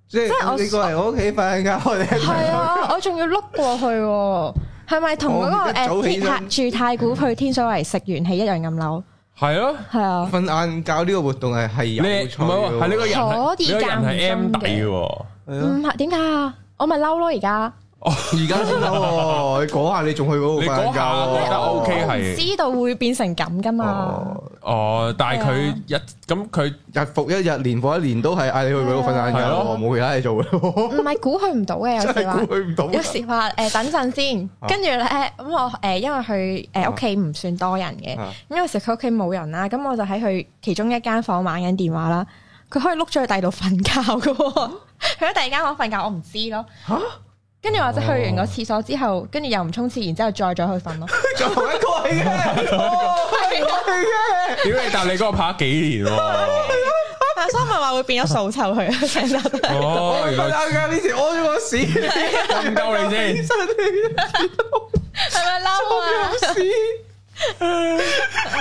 Speaker 2: 即
Speaker 3: 係我
Speaker 2: 係你過嚟我屋企瞓晏覺，我哋一齊
Speaker 3: 係啊，我仲要碌過去喎。係咪同嗰
Speaker 2: 我
Speaker 3: 個
Speaker 2: 而家早
Speaker 3: 誒
Speaker 2: 起
Speaker 3: 天
Speaker 2: 身
Speaker 3: 太住太古去天水圍食元氣一樣咁嬲？
Speaker 1: 係咯，
Speaker 3: 係啊，
Speaker 2: 瞓晏覺呢個活動係係
Speaker 1: 你
Speaker 2: 有
Speaker 1: 唔
Speaker 2: 趣
Speaker 1: 係喎係你個人係，
Speaker 3: 可以
Speaker 1: 你個人係
Speaker 3: 間唔
Speaker 1: M
Speaker 3: 中
Speaker 1: 底
Speaker 3: 嘅
Speaker 1: 嘅喎。
Speaker 2: 係啊
Speaker 3: 唔係點解啊？我咪嬲咯而家，
Speaker 2: 而家先嬲喎，你嗰下你仲去嗰度
Speaker 1: 你
Speaker 2: 瞓晏
Speaker 1: 嗰
Speaker 2: 覺
Speaker 1: 下
Speaker 2: 喎，
Speaker 1: 覺得 OK
Speaker 3: 我唔
Speaker 1: 係
Speaker 3: 知道會變成咁噶嘛。
Speaker 2: 哦
Speaker 1: 哦，但係佢
Speaker 3: 係啊
Speaker 1: 一咁佢
Speaker 2: 日復一日，年復一年都係嗌你去嗰度瞓晏覺
Speaker 1: 係
Speaker 2: 喎，
Speaker 1: 咯
Speaker 2: 冇其他嘢做
Speaker 3: 唔
Speaker 2: 咯，
Speaker 3: 係估佢唔到 嘅，有
Speaker 2: 真
Speaker 3: 時話
Speaker 2: 係。估佢唔到啊。
Speaker 3: 有時話誒、等陣先，跟住咧咁我誒、因為佢誒屋企唔算多人嘅，
Speaker 2: 啊
Speaker 3: 咁有時佢屋企冇人啦，咁我就喺佢其中一間房玩緊電話啦，佢可以碌咗去第二度瞓覺嘅喎， 佢喺第二間房瞓覺，我唔知咯。跟住或者去完個廁所之後，跟住又唔沖廁，然之後再咗去瞓咯。
Speaker 2: 仲同一個係嘅， 哦係我係嘅。
Speaker 1: 屌你，但係你嗰個拍咗幾年 喎？
Speaker 3: 但 所以咪話會變咗掃臭佢啊成日都係。
Speaker 1: 哦，原來
Speaker 2: 瞓晏覺呢時屙咗個屎，
Speaker 1: 咁鳩你先。
Speaker 2: 真 係
Speaker 3: 係咪嬲啊？
Speaker 2: 屎。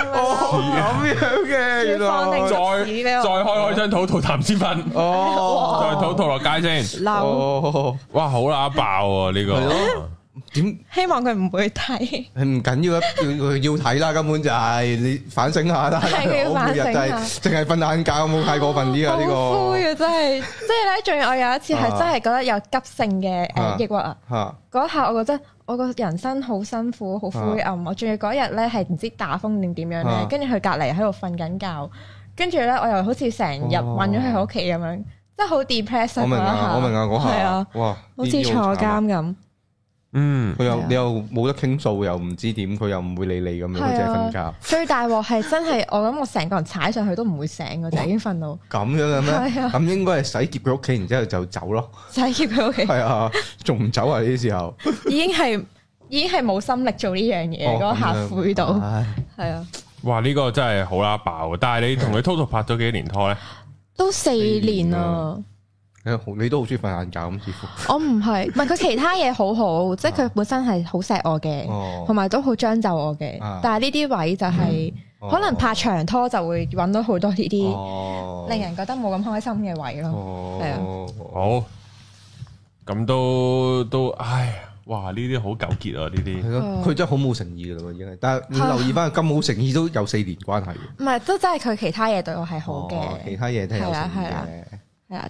Speaker 2: 哦，咁樣嘅，原
Speaker 3: 要放定
Speaker 1: 再
Speaker 2: 來
Speaker 1: 再
Speaker 3: 屎俾我
Speaker 1: 開開張肚吐痰先瞓，
Speaker 2: 哦，
Speaker 1: 再吐吐落街先。
Speaker 3: 嬲，
Speaker 2: 哦，
Speaker 1: 哇，好啦，爆喎呢
Speaker 2: 係
Speaker 1: 個
Speaker 2: 咯。點？
Speaker 3: 希望佢唔會睇。
Speaker 2: 唔緊要啊， 要要睇啦，根本就係你反省下啦。
Speaker 3: 係佢 要
Speaker 2: 我每日就係
Speaker 3: 反
Speaker 2: 淨係瞓晏覺，冇太過分啲啊！呢
Speaker 3: 好灰
Speaker 2: 個
Speaker 3: 啊！真係，即係咧，仲有我有一次係真係覺得有急性嘅
Speaker 2: 啊
Speaker 3: 誒抑鬱啊！
Speaker 2: 嚇
Speaker 3: 嗰下我覺得我個人生好辛苦，好灰暗。我仲要嗰日咧係唔知打風定點樣
Speaker 2: 啊
Speaker 3: 咧，跟住佢隔離喺度瞓緊覺，跟住咧我又好似成日
Speaker 2: 哦
Speaker 3: 韞咗佢屋企咁樣，真係好 depress
Speaker 2: 我
Speaker 3: 啊！
Speaker 2: 明
Speaker 3: 嗰一
Speaker 2: 啊，
Speaker 3: 下
Speaker 2: 我明啊，嗰
Speaker 3: 係啊
Speaker 2: 下，哇，
Speaker 3: 好
Speaker 2: 呢
Speaker 3: 似
Speaker 2: 啲好
Speaker 3: 坐
Speaker 2: 慘啊
Speaker 3: 監。咁，
Speaker 1: 嗯，
Speaker 2: 佢又
Speaker 3: 係啊
Speaker 2: 你又冇得傾訴，又唔知點，佢又唔會理你咁樣，佢
Speaker 3: 係
Speaker 2: 淨係瞓覺
Speaker 3: 啊！最大鑊係真係我諗我成個人踩上去都唔會醒嘅，就已經瞓到
Speaker 2: 咁樣嘅咩
Speaker 3: 係？啊
Speaker 2: 咁應該係洗劫佢屋企，然之後就走 咯。
Speaker 3: 踩劫佢屋 企，
Speaker 2: 係啊，仲唔走啊？呢啲時 候，
Speaker 3: 已經係已經係冇心力做呢樣嘢，
Speaker 2: 哦
Speaker 3: 嗰下
Speaker 2: 咁樣
Speaker 3: 灰到
Speaker 2: 唉
Speaker 3: 係啊！
Speaker 1: 哇！呢、個真係好啦爆，但係你同佢 total 拍咗幾年拖咧？
Speaker 3: 都四年啊啦，
Speaker 2: 啊你都好中意瞓晏覺咁，似乎
Speaker 3: 我唔 係，唔係佢其他嘢好好，即係佢本身係好錫我嘅，同
Speaker 2: 哦，
Speaker 3: 埋都好將就我嘅
Speaker 2: 啊。嗯
Speaker 3: 但係呢啲位就係可能拍長拖就會揾到好多呢啲
Speaker 2: 哦
Speaker 3: 令人覺得冇咁開心嘅位咯。係啊
Speaker 2: 哦，
Speaker 1: 好，咁都都，唉，哇！呢啲好糾結啊，呢
Speaker 2: 系
Speaker 1: 啲
Speaker 2: 咯，
Speaker 3: 嗯啊
Speaker 2: 佢真係好冇誠意噶啦，已經係。但係你留意翻，咁冇誠意都有四年關係嘅。
Speaker 3: 唔係都真係佢其他嘢對我係好
Speaker 2: 哦其
Speaker 3: 嘅，
Speaker 2: 他嘢都係有誠意
Speaker 3: 係啦
Speaker 2: 嘅。
Speaker 3: 係啦。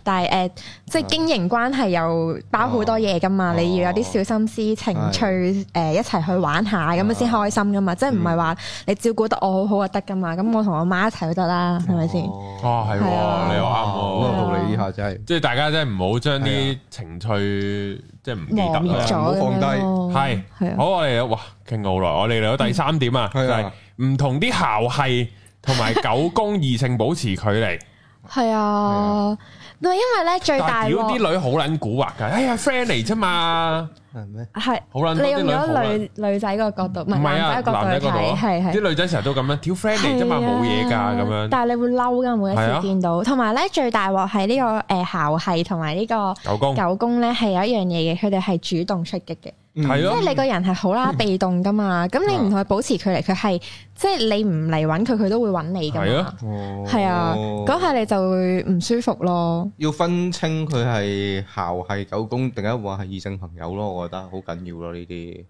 Speaker 3: 但係誒，即係經營關係又包好多嘢噶嘛，
Speaker 2: 哦
Speaker 3: 你要有啲小心思、情趣呃誒一齊去玩下
Speaker 2: 啊
Speaker 3: 咁樣先開心噶嘛，即係
Speaker 2: 嗯
Speaker 3: 唔係話你照顧得我好好就得噶嘛？咁我同我媽一齊都得啦，係咪先？
Speaker 2: 哦，
Speaker 1: 哦，係
Speaker 3: 係
Speaker 1: 喎，
Speaker 3: 啊
Speaker 1: 你又
Speaker 2: 好有
Speaker 1: 啱喎，
Speaker 2: 道理，呢下真係。
Speaker 1: 即係大家真係唔好將
Speaker 2: 係
Speaker 1: 啲情趣即係啊唔記
Speaker 3: 磨滅
Speaker 1: 得
Speaker 3: 咗
Speaker 1: 啦。
Speaker 2: 唔好
Speaker 3: 咁
Speaker 2: 放低
Speaker 3: 樣咯，
Speaker 1: 係
Speaker 3: 係啊，
Speaker 1: 好，我哋哇傾好耐，我哋嚟到第三點啊，就
Speaker 2: 係
Speaker 1: 係
Speaker 2: 啊
Speaker 1: 唔同啲姣系同埋狗公異性保持距離。
Speaker 3: 係啊，因為咧 最大
Speaker 1: 但係屌
Speaker 3: 鑊
Speaker 1: 啲女好撚蠱惑㗎，哎呀 friend 嚟啫嘛，
Speaker 2: 係咩？
Speaker 3: 係。
Speaker 1: 好撚多
Speaker 3: 你
Speaker 1: 啲
Speaker 3: 用
Speaker 1: 女好
Speaker 3: 咗
Speaker 1: 撚。
Speaker 3: 女女仔個角度，唔係
Speaker 1: 唔係啊，
Speaker 3: 男仔個角
Speaker 1: 男仔
Speaker 3: 度去
Speaker 1: 嗰度
Speaker 3: 睇，
Speaker 1: 啊
Speaker 3: 係係。
Speaker 1: 啲女仔成日都咁樣，屌 friend 嚟啫嘛，
Speaker 3: 係
Speaker 1: 冇
Speaker 3: 啊
Speaker 1: 嘢㗎咁樣。
Speaker 3: 但係你會嬲噶，每一
Speaker 1: 係啊
Speaker 3: 次見到。同埋咧，最大鑊係呢個誒姣系同埋呢個
Speaker 1: 狗公
Speaker 3: 狗公咧，係有一樣嘢嘅，佢哋係主動出擊嘅，
Speaker 1: 嗯係
Speaker 3: 即
Speaker 1: 咯
Speaker 3: 係你個人係好
Speaker 1: 嗯
Speaker 3: 啦，被動噶嘛。咁
Speaker 1: 啊
Speaker 3: 你唔同佢保持距離，佢係即係你唔嚟揾佢，佢都會揾你噶
Speaker 1: 係
Speaker 3: 嘛
Speaker 1: 啊。
Speaker 2: 哦
Speaker 3: 係啊，嗰下你就會唔舒服咯。
Speaker 2: 要分清佢係姣係狗公，定一話係異性朋友咯。我覺得好緊要咯，呢啲即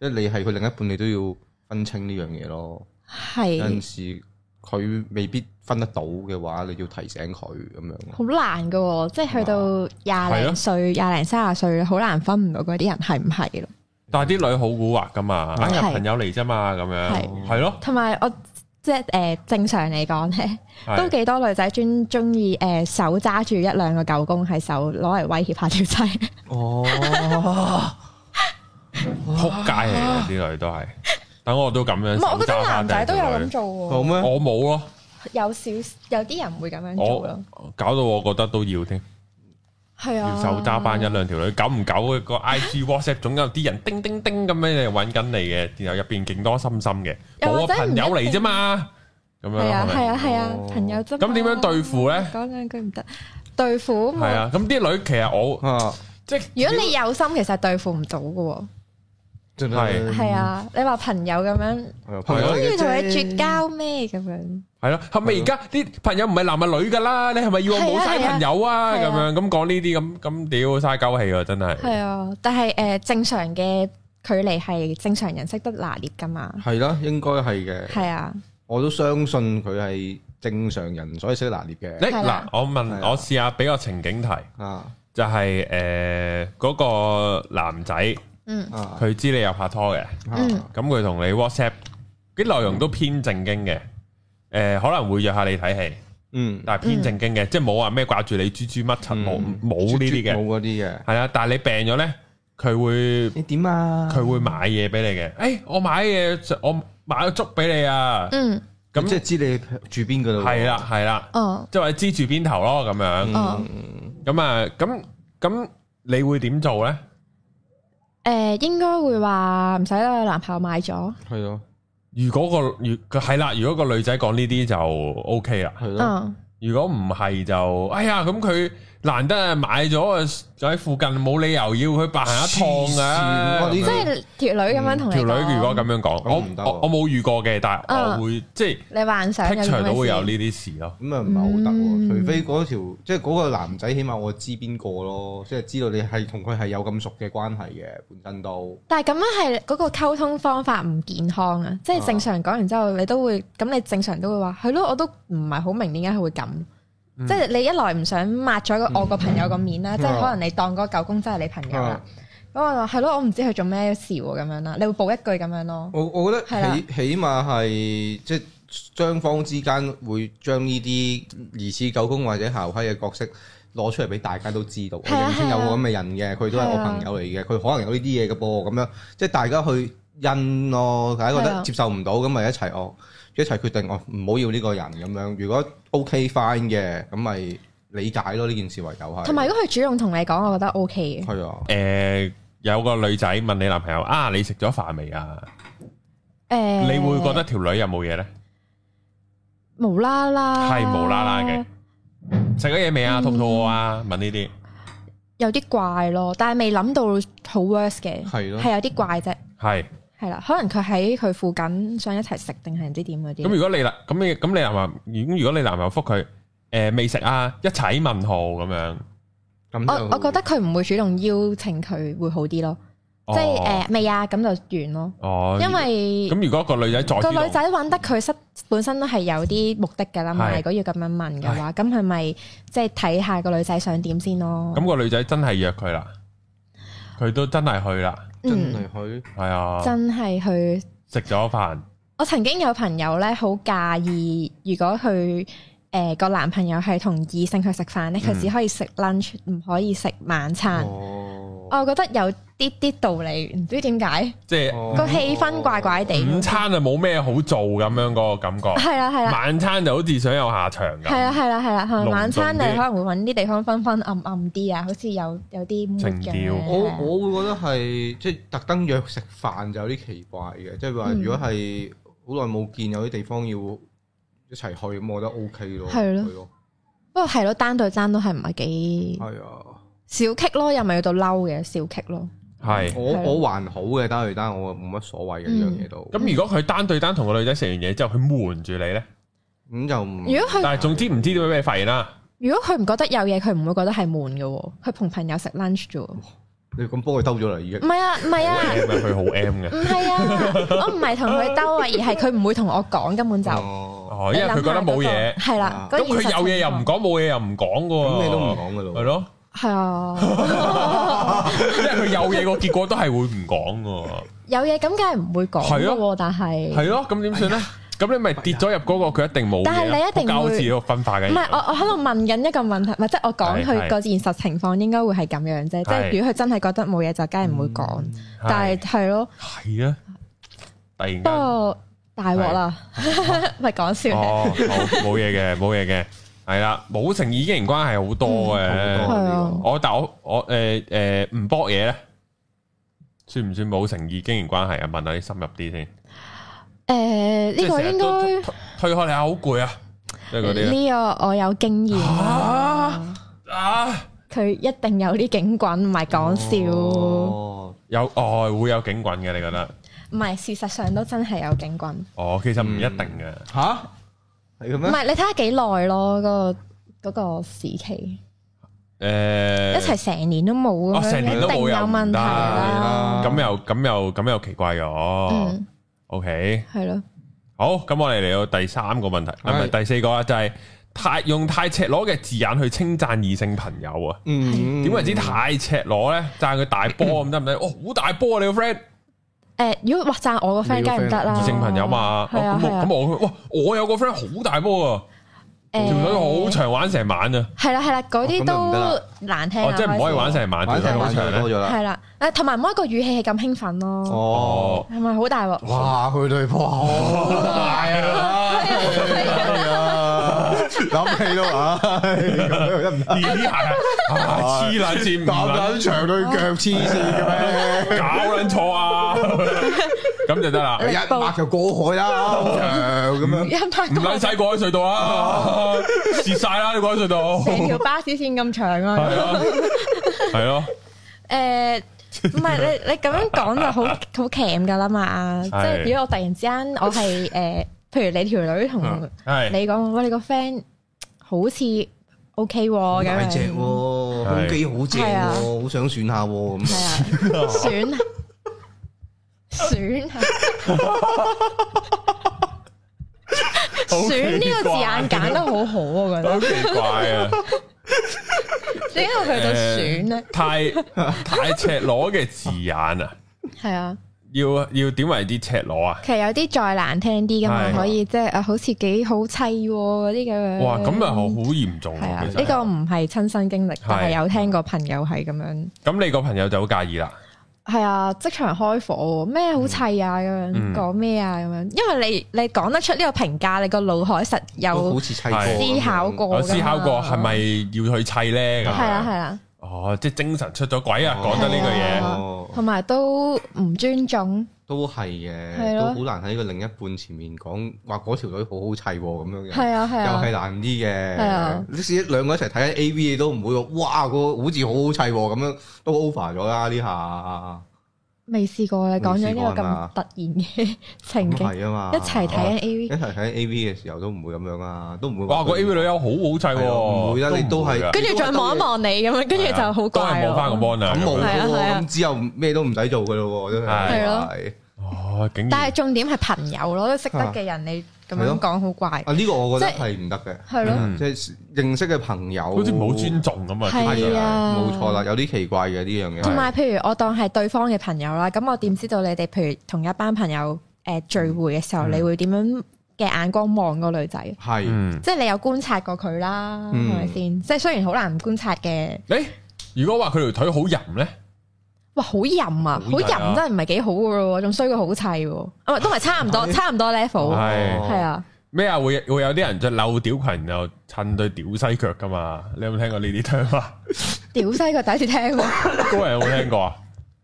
Speaker 2: 係你係佢另一半，你都要分清呢樣嘢咯。有陣
Speaker 3: 係
Speaker 2: 時佢未必分得到嘅話，你要提醒佢咁樣。
Speaker 3: 好難噶喎，即係去到廿
Speaker 1: 係啊
Speaker 3: 零歲、廿零三十歲，好難分唔到嗰啲人係唔係咯。
Speaker 1: 但係啲女好蠱惑㗎嘛，哎呀
Speaker 3: 係
Speaker 1: 朋友嚟啫嘛咁樣，
Speaker 3: 係
Speaker 1: 係咯，
Speaker 3: 同埋我即係誒正常嚟講咧。都
Speaker 1: 係
Speaker 3: 幾多女仔專中意誒手揸住一兩個狗公喺手，攞嚟威脅下 條仔。
Speaker 2: 哦，
Speaker 1: 撲街嚟嘅啲女都係。等我都咁樣
Speaker 3: 唔係，我
Speaker 1: 手
Speaker 3: 覺得
Speaker 1: 揸
Speaker 3: 男
Speaker 1: 返
Speaker 3: 仔都有
Speaker 1: 條女
Speaker 3: 咁做
Speaker 2: 好
Speaker 3: 喎，
Speaker 2: 咩？
Speaker 1: 我冇咯，
Speaker 3: 有少有啲人會咁樣做咯，
Speaker 1: 我搞到我覺得都要添，
Speaker 3: 係
Speaker 1: 要
Speaker 3: 啊，
Speaker 1: 手揸班一兩條女，久唔久個 I G WhatsApp 總有啲人叮叮叮咁樣嚟揾緊你嘅，然後入邊勁多心心嘅，
Speaker 3: 又
Speaker 1: 我
Speaker 3: 或者
Speaker 1: 朋友嚟啫嘛，咁樣
Speaker 3: 係啊
Speaker 1: 係咪
Speaker 3: 係啊係啊
Speaker 2: 哦，
Speaker 3: 朋友真
Speaker 1: 咁點樣對付咧
Speaker 3: 講兩句唔得，對付咪
Speaker 1: 係。啊，咁啲女其實我
Speaker 2: 啊，
Speaker 1: 即係
Speaker 3: 如果你有心，其實對付唔到嘅喎。
Speaker 2: 真
Speaker 1: 係
Speaker 3: 係，啊，你話朋友咁樣，
Speaker 2: 係啊朋友嚟
Speaker 3: 中
Speaker 2: 嘅
Speaker 3: 意同佢
Speaker 2: 啫
Speaker 3: 絕交咩咁樣？
Speaker 1: 係咯，係咪而家啲朋友唔係男係女㗎啦？你係咪要我冇晒朋友啊？
Speaker 3: 係
Speaker 1: 咁
Speaker 3: 啊
Speaker 1: 樣
Speaker 3: 係
Speaker 1: 咁講呢啲咁咁屌嘥鳩氣啊！真係
Speaker 3: 係啊，但係誒正常嘅距離係正常人識得拿捏㗎嘛。
Speaker 2: 係啦，應該係嘅。
Speaker 3: 係啊，
Speaker 2: 我都相信佢係正常人，所以識得拿捏嘅。
Speaker 1: 誒
Speaker 3: 係
Speaker 1: 嗱
Speaker 3: 啦，
Speaker 1: 我問
Speaker 2: 係啊
Speaker 1: 我試下俾個情景題，
Speaker 2: 啊
Speaker 1: 就係誒嗰個男仔
Speaker 3: 嗯
Speaker 2: 啊，
Speaker 1: 佢知你有拍拖嘅，
Speaker 3: 嗯
Speaker 2: 啊
Speaker 1: 咁佢同你 WhatsApp 啲內容都偏正經嘅。誒、可能會約下你睇戲，
Speaker 2: 嗯，
Speaker 1: 但係偏正經嘅，即係冇話咩掛住你豬豬乜柒，冇
Speaker 2: 嗯
Speaker 1: 冇呢啲
Speaker 2: 冇
Speaker 1: 嘅，
Speaker 2: 嗰啲嘅。
Speaker 1: 係啊。但係你病咗咧，佢會
Speaker 2: 你點啊？
Speaker 1: 佢會買嘢俾你嘅。诶、我買嘢，我買咗粥俾你啊。
Speaker 3: 嗯，
Speaker 1: 咁
Speaker 2: 咁即係知你住邊噶啦。
Speaker 1: 係啦，係啦，
Speaker 3: 哦，
Speaker 1: 即係話知住邊頭咯，咁樣。
Speaker 3: 哦
Speaker 2: 嗯，
Speaker 1: 咁啊，咁咁你會點做咧？
Speaker 3: 誒應該會話唔使啦，男朋友買咗，
Speaker 2: 係啊咯，
Speaker 1: 如果個如佢係啦，如果個女仔講呢啲就 O K 啦。
Speaker 2: 係咯，
Speaker 3: 嗯，
Speaker 1: 如果唔係就，哎呀，咁佢難得啊買咗啊，就喺附近，冇理由要佢白行一趟
Speaker 2: 黐線
Speaker 1: 噶。
Speaker 2: 哇呢
Speaker 3: 即
Speaker 1: 啊咁樣
Speaker 3: 係條女咁樣同你
Speaker 1: 條
Speaker 3: 講
Speaker 1: 女如果咁樣講，我
Speaker 2: 啊咁唔得喎啊
Speaker 1: 我我冇遇過嘅，但係我
Speaker 3: 嗯
Speaker 1: 會即係
Speaker 3: 你幻想有
Speaker 1: picture
Speaker 3: 咁
Speaker 1: 到會有
Speaker 3: 嘅事，
Speaker 1: 呢啲事咯。
Speaker 2: 咁啊唔係好得喎。
Speaker 3: 嗯
Speaker 2: 除非嗰條即係嗰個男仔，起碼我知邊個咯，即係知道你係同佢係有咁熟嘅關係嘅，本身都
Speaker 3: 但係咁樣係嗰個溝通方法唔健康啊！即係正常講完之後，你都會咁，你正常都會話係咯，我都唔係好明點解佢會咁。
Speaker 1: 嗯
Speaker 3: 即係你一來唔想抹咗個我個朋友個面啦，
Speaker 2: 嗯
Speaker 3: 即係可能你當嗰個狗公真係你朋友
Speaker 1: 啊
Speaker 3: 啦。咁我話係咯，我唔知佢做咩事喎咁樣啦，你會補一句咁樣咯。
Speaker 2: 我我覺
Speaker 3: 係
Speaker 2: 得
Speaker 3: 啦
Speaker 2: 起起碼係即係雙方之間會將呢啲疑似狗公或者姣閪嘅角色攞出嚟俾大家都知道，我
Speaker 3: 係啊
Speaker 2: 認清有
Speaker 3: 係
Speaker 2: 個
Speaker 3: 啊
Speaker 2: 咁嘅人嘅，佢都係我
Speaker 3: 係啊
Speaker 2: 朋友嚟嘅，佢可能有呢啲嘢嘅噃，咁樣即係大家去印咯，大家覺
Speaker 3: 係
Speaker 2: 得
Speaker 3: 啊
Speaker 2: 接受唔到咁咪一齊哦，一齊決定哦唔好要呢個人咁樣。如果 OK fine 嘅，咁咪理解咯呢件事為友
Speaker 1: 啊
Speaker 2: 係。
Speaker 3: 同埋如果佢主動同你講，我覺得 O K 嘅。
Speaker 2: 係啊，
Speaker 1: 诶、有個女仔問你男朋友啊，你食咗飯未啊？
Speaker 3: 誒，
Speaker 1: 你會覺得條女有冇嘢咧？
Speaker 3: 無啦啦
Speaker 1: 係無啦啦嘅，食咗嘢未啊？肚唔肚餓啊？問呢啲，
Speaker 3: 有啲怪咯，但係未諗到好 worse 嘅，
Speaker 2: 係咯
Speaker 3: 係有啲怪啫，
Speaker 1: 係
Speaker 3: 係啦，可能佢喺佢附近想一齊食定係唔知點嗰
Speaker 1: 咁
Speaker 3: 啲，
Speaker 1: 如果你啦，咁你咁你男朋友，如如果你男朋友覆佢，诶、未食啊，一齊問號咁樣，
Speaker 2: 咁
Speaker 3: 我
Speaker 2: 就
Speaker 3: 我覺得佢唔會主動邀請佢會好啲咯，即係诶未啊，咁就完咯。
Speaker 1: 哦，
Speaker 3: 因為
Speaker 1: 咁如果個女仔再
Speaker 3: 個
Speaker 1: 知道
Speaker 3: 女仔揾得佢失本身都係有啲目的㗎啦嘛。
Speaker 1: 係
Speaker 3: 如果要咁樣問嘅話，咁佢咪即係睇下個女仔想點先咯。
Speaker 1: 咁個女仔真係約佢啦，佢都真係去啦，
Speaker 2: 真
Speaker 3: 嗯
Speaker 2: 系，佢
Speaker 1: 係啊，
Speaker 3: 真係去
Speaker 1: 食咗飯，
Speaker 3: 我曾經有朋友咧，好介意如果佢誒個男朋友係同異性去食飯咧，佢、
Speaker 1: 嗯
Speaker 3: 只可以食 lunch，唔可以食晚餐。
Speaker 2: 哦，
Speaker 3: 我覺得有啲啲道理，唔知點解
Speaker 1: 即係
Speaker 2: 哦
Speaker 3: 個氣氛怪怪地。
Speaker 1: 午餐啊冇咩好做咁樣嗰個感覺，
Speaker 3: 係啦係啦
Speaker 1: 晚餐就好似想有下場咁，
Speaker 3: 係啦係啦係啦，係
Speaker 1: 隆重啲
Speaker 3: 咪晚餐你可能會揾啲地方昏昏暗暗啲啊，好似有有啲 mood
Speaker 1: 情
Speaker 3: 咁
Speaker 1: 調
Speaker 2: 我
Speaker 3: 樣。
Speaker 2: 我會覺得係即係特登約食飯就有啲奇怪嘅，即係話
Speaker 3: 嗯
Speaker 2: 如果係好耐冇見，有啲地方要一齊去，咁我覺得 O K 咯，
Speaker 3: 係咯
Speaker 2: 係咯，
Speaker 3: 不過係咯，單對單都係唔係幾
Speaker 1: 嗯
Speaker 2: 係啊，
Speaker 3: 小棘咯，又咪去到嬲嘅小棘咯。
Speaker 1: 係。
Speaker 2: 我
Speaker 3: 係咯
Speaker 2: 我還好嘅，單對單我冇乜所謂嘅
Speaker 3: 嗯
Speaker 2: 呢樣嘢都，
Speaker 1: 咁如果佢單對單同個女仔食完嘢之後，佢瞞住你咧，
Speaker 2: 咁就唔
Speaker 1: 嗯
Speaker 3: 如果佢
Speaker 1: 但係總之唔知點樣俾你發現啦，
Speaker 3: 如果佢唔覺得有嘢，佢唔會覺得係悶嘅喎。佢同朋友食 lunch 啫喎。唔
Speaker 2: 你咁幫佢兜咗啦已經，
Speaker 3: 係啊，唔係
Speaker 1: 好
Speaker 3: 啊，
Speaker 1: M 嘅佢好 M
Speaker 3: 唔
Speaker 1: 嘅，
Speaker 3: 係啊，我唔係同佢兜啊，而係佢唔會同我講，根本就。
Speaker 2: 哦，
Speaker 1: 哦，因為佢覺得冇嘢，啊
Speaker 3: 係啦，
Speaker 1: 咁佢有嘢又唔
Speaker 3: 講。
Speaker 1: 講，冇嘢又唔講嘅喎，
Speaker 2: 咁你都唔講噶
Speaker 1: 係
Speaker 2: 咯，
Speaker 1: 咯，
Speaker 3: 係啊，
Speaker 1: 因為佢有嘢個結果都係會唔講嘅喎。
Speaker 3: 有嘢咁梗係唔會講嘅
Speaker 1: 係
Speaker 3: 喎，但係
Speaker 1: 系咯，咁點算咧？咁你咪跌咗入嗰個，佢一定冇嘢啊。
Speaker 3: 但係你一定會
Speaker 1: 交字個分化嘅嘢。
Speaker 3: 唔係我我喺度問緊一個問題，唔係即係我講
Speaker 1: 係係
Speaker 3: 佢個現實情況應該會係咁樣啫。即
Speaker 1: 係嗯
Speaker 3: 係如果佢真係覺得冇嘢，就梗係唔會講。但係係咯，
Speaker 1: 係啊，突然間
Speaker 3: 不過大鑊啦， 咪講笑嘅。
Speaker 1: 哦，好冇嘢嘅，冇嘢嘅，係啦，冇情意經營關係好多
Speaker 2: 好
Speaker 1: 嘅。
Speaker 2: 多
Speaker 3: 係
Speaker 2: 呢
Speaker 3: 啊
Speaker 2: 個
Speaker 1: 我但我我诶诶唔搏嘢咧，算唔算冇情意經營關係啊？問下你深入啲先。
Speaker 3: 誒呢
Speaker 1: 即
Speaker 3: 個
Speaker 1: 係成
Speaker 3: 應
Speaker 1: 日都
Speaker 3: 該。嗯
Speaker 1: 推推開你啊好攰啊，即係嗰啲咧
Speaker 3: 呢個我有經驗啊，
Speaker 1: 啊，
Speaker 3: 佢一定有啲警棍，唔係講笑，唔
Speaker 2: 哦
Speaker 1: 有哦會有警棍嘅，你覺得？
Speaker 3: 係事實上都真係有警棍，唔
Speaker 1: 哦，其實唔一定嘅。
Speaker 2: 吓係咁咩？
Speaker 3: 係你睇下幾耐咯，嗰個嗰個時期，
Speaker 1: 诶，
Speaker 3: 一齊成年都冇
Speaker 1: 哦
Speaker 3: 咁樣，
Speaker 1: 成年都
Speaker 3: 一定
Speaker 1: 冇又
Speaker 3: 有
Speaker 1: 唔
Speaker 3: 問題
Speaker 1: 得哦
Speaker 3: 啦，
Speaker 1: 咁又咁又咁又奇怪咗
Speaker 3: 嗯，。
Speaker 1: OK，
Speaker 3: 係咯，
Speaker 1: 好，咁我哋嚟到第三個問題，啊唔係
Speaker 2: 係
Speaker 1: 第四個啦，就係太用太赤裸嘅字眼去稱讚異性朋友啊。
Speaker 2: 嗯，
Speaker 1: 點為之太赤裸咧？讚佢大波咁得唔得？哦，好大波啊！你個 friend
Speaker 3: 誒，如果話讚我個
Speaker 2: 你
Speaker 3: friend
Speaker 2: 個
Speaker 3: 梗係唔
Speaker 2: friend，
Speaker 3: 得啦，
Speaker 1: 異性朋友嘛，哦
Speaker 3: 係啊
Speaker 1: 咁
Speaker 3: 係
Speaker 1: 我
Speaker 3: 啊
Speaker 1: 咁，我哇，我有個 friend 好大波啊，條
Speaker 3: 誒
Speaker 1: 女好，長玩成晚啊，
Speaker 3: 係啦係啦，嗰啲
Speaker 2: 哦咁就唔得啦
Speaker 3: 都難聽
Speaker 1: 哦
Speaker 3: 啦，
Speaker 1: 即係唔可以玩成晚，條
Speaker 2: 玩
Speaker 1: 女
Speaker 2: 成
Speaker 1: 好
Speaker 2: 玩
Speaker 1: 長啊
Speaker 2: 多
Speaker 1: 咧。
Speaker 2: 咗啦，
Speaker 3: 係啦，誒同埋唔可以個語氣係咁興奮咯，
Speaker 2: 哦。
Speaker 1: 哦，
Speaker 3: 係咪好大鑊？
Speaker 2: 哇！佢對波 好大啊，係啊，諗起都啊，咁樣得唔得？
Speaker 1: 呢下啊哎黐撚線唔
Speaker 2: 咁
Speaker 1: 撚
Speaker 2: 撚長對腳黐線嘅 咩？
Speaker 1: 搞撚錯啊！咁就得啦，
Speaker 2: 一擘就過海啦，好長咁樣。
Speaker 3: 一拍
Speaker 1: 唔撚使過海隧道啊，蝕晒啦！你過海隧道，
Speaker 3: 成條巴士線咁長啊！
Speaker 1: 係啊，係咯，
Speaker 3: 誒，唔係你你咁樣講就 好好鉗噶啦嘛！即係如果我突然之間我係誒，譬如你條女
Speaker 1: 嗯
Speaker 3: 同
Speaker 1: 係
Speaker 3: 你講，喂你個 friend 好似 OK 喎咁
Speaker 2: 大隻
Speaker 3: 樣，
Speaker 2: 喎，胸肌好正
Speaker 3: 係啊
Speaker 2: 喎，好想選下喎咁。
Speaker 3: 係啊， 選選啊選呢個字眼揀得好好，我覺 得
Speaker 1: 好奇怪啊！
Speaker 3: 點解去到選咧？
Speaker 1: 太太赤裸嘅字眼啊，
Speaker 3: 係啊。
Speaker 1: 要要點為之赤裸啊？
Speaker 3: 其實有啲再難聽啲噶嘛，
Speaker 1: 係
Speaker 3: 可以即係啊，好似幾好砌喎嗰啲咁樣。
Speaker 1: 哇，咁啊好嚴重
Speaker 3: 嗯係啊，
Speaker 1: 啊！其
Speaker 3: 呢個
Speaker 1: 實
Speaker 3: 唔係親身經歷，但
Speaker 1: 係
Speaker 3: 係有聽過朋友係咁樣。
Speaker 1: 咁你個朋友就好介意啦。
Speaker 3: 係啊，即場開火喎，咩好砌啊咁
Speaker 1: 嗯
Speaker 3: 樣，講咩啊咁樣，因為你你講得出呢個評價，你個腦海實有
Speaker 2: 好似砌過咁樣
Speaker 3: 思考過
Speaker 1: 我
Speaker 3: 㗎嘛
Speaker 1: 思考過係咪要去砌咧？咁樣
Speaker 3: 係啊係啊，
Speaker 1: 哦，即係精神出咗軌啊！
Speaker 2: 哦
Speaker 1: 講得呢個嘢
Speaker 3: 係。啊
Speaker 2: 哦
Speaker 3: 同埋都唔尊重，
Speaker 2: 都係嘅，
Speaker 3: 係
Speaker 2: 都
Speaker 3: 咯
Speaker 2: 好難喺個另一半前面講話嗰條女好好砌喎咁樣嘅。
Speaker 3: 係啊係
Speaker 2: 又
Speaker 3: 啊
Speaker 2: 係，難啲嘅。
Speaker 3: 係啊
Speaker 2: 你試兩個一齊睇 A V 你都唔會話，哇個好似好好砌喎咁樣，都 over 咗啦呢下。
Speaker 3: 未試過你講咗
Speaker 2: 未試
Speaker 3: 呢個
Speaker 2: 過啊
Speaker 3: 咁
Speaker 2: 嘛
Speaker 3: 突然嘅情景，
Speaker 2: 係啊嘛，
Speaker 3: 一齊睇緊 A V，
Speaker 2: 一齊睇 A V 嘅時候都唔會咁樣啊，都唔會話
Speaker 1: 哇，個 A V 女優好好砌
Speaker 2: 係
Speaker 1: 喎，
Speaker 2: 啊唔會啦你都係
Speaker 1: 唔會㗎
Speaker 3: 跟住再望一望你咁樣，跟住就好
Speaker 1: 都係
Speaker 3: 怪
Speaker 1: 望翻個
Speaker 3: 咯。
Speaker 1: mon 啊，
Speaker 2: 感
Speaker 1: 咁
Speaker 2: 冒
Speaker 1: 樣
Speaker 3: 係啊係
Speaker 2: 喎，
Speaker 3: 啊
Speaker 2: 咁之後咩都唔使做噶咯喎，真係
Speaker 1: 係
Speaker 3: 咯
Speaker 2: 係
Speaker 1: 哦，竟
Speaker 3: 但
Speaker 1: 然
Speaker 3: 係重點係朋友咯，識得嘅人你咁
Speaker 2: 係咯
Speaker 3: 樣講好怪，
Speaker 2: 啊呢個我覺得
Speaker 3: 即
Speaker 2: 係唔得嘅，
Speaker 3: 嗯係咯，
Speaker 1: 嗯
Speaker 2: 即係認識嘅朋友
Speaker 1: 好似唔好尊重咁啊，
Speaker 3: 係
Speaker 1: 啲
Speaker 2: 係
Speaker 1: 人
Speaker 3: 啊
Speaker 2: 冇錯啦，有啲奇怪嘅呢樣嘢，
Speaker 3: 同埋譬如我當係對方嘅朋友啦，咁我點知道你哋譬如同一班朋友誒聚會嘅時候，
Speaker 1: 嗯
Speaker 3: 你會點樣嘅眼光望個女仔？
Speaker 2: 係
Speaker 1: 嗯，
Speaker 3: 即係你有觀察過佢啦，係
Speaker 2: 嗯
Speaker 3: 咪先？即係雖然好難觀察嘅，
Speaker 1: 誒，如果話佢條腿好淫咧，
Speaker 3: 哇，好淫啊，
Speaker 1: 好
Speaker 3: 好
Speaker 1: 淫啊
Speaker 3: 淫真係唔係幾好噶咯，仲衰過好砌喎，啊，都係差唔多，
Speaker 2: 係
Speaker 3: 差唔多
Speaker 2: 哦
Speaker 3: level，
Speaker 1: 係
Speaker 3: 係啊，
Speaker 1: 咩啊？會會有啲人着漏屌裙又襯對屌西腳噶嘛？你有冇聽過呢啲 term 啊？
Speaker 3: 屌西個第一次聽喎，
Speaker 1: 高人有冇聽過啊？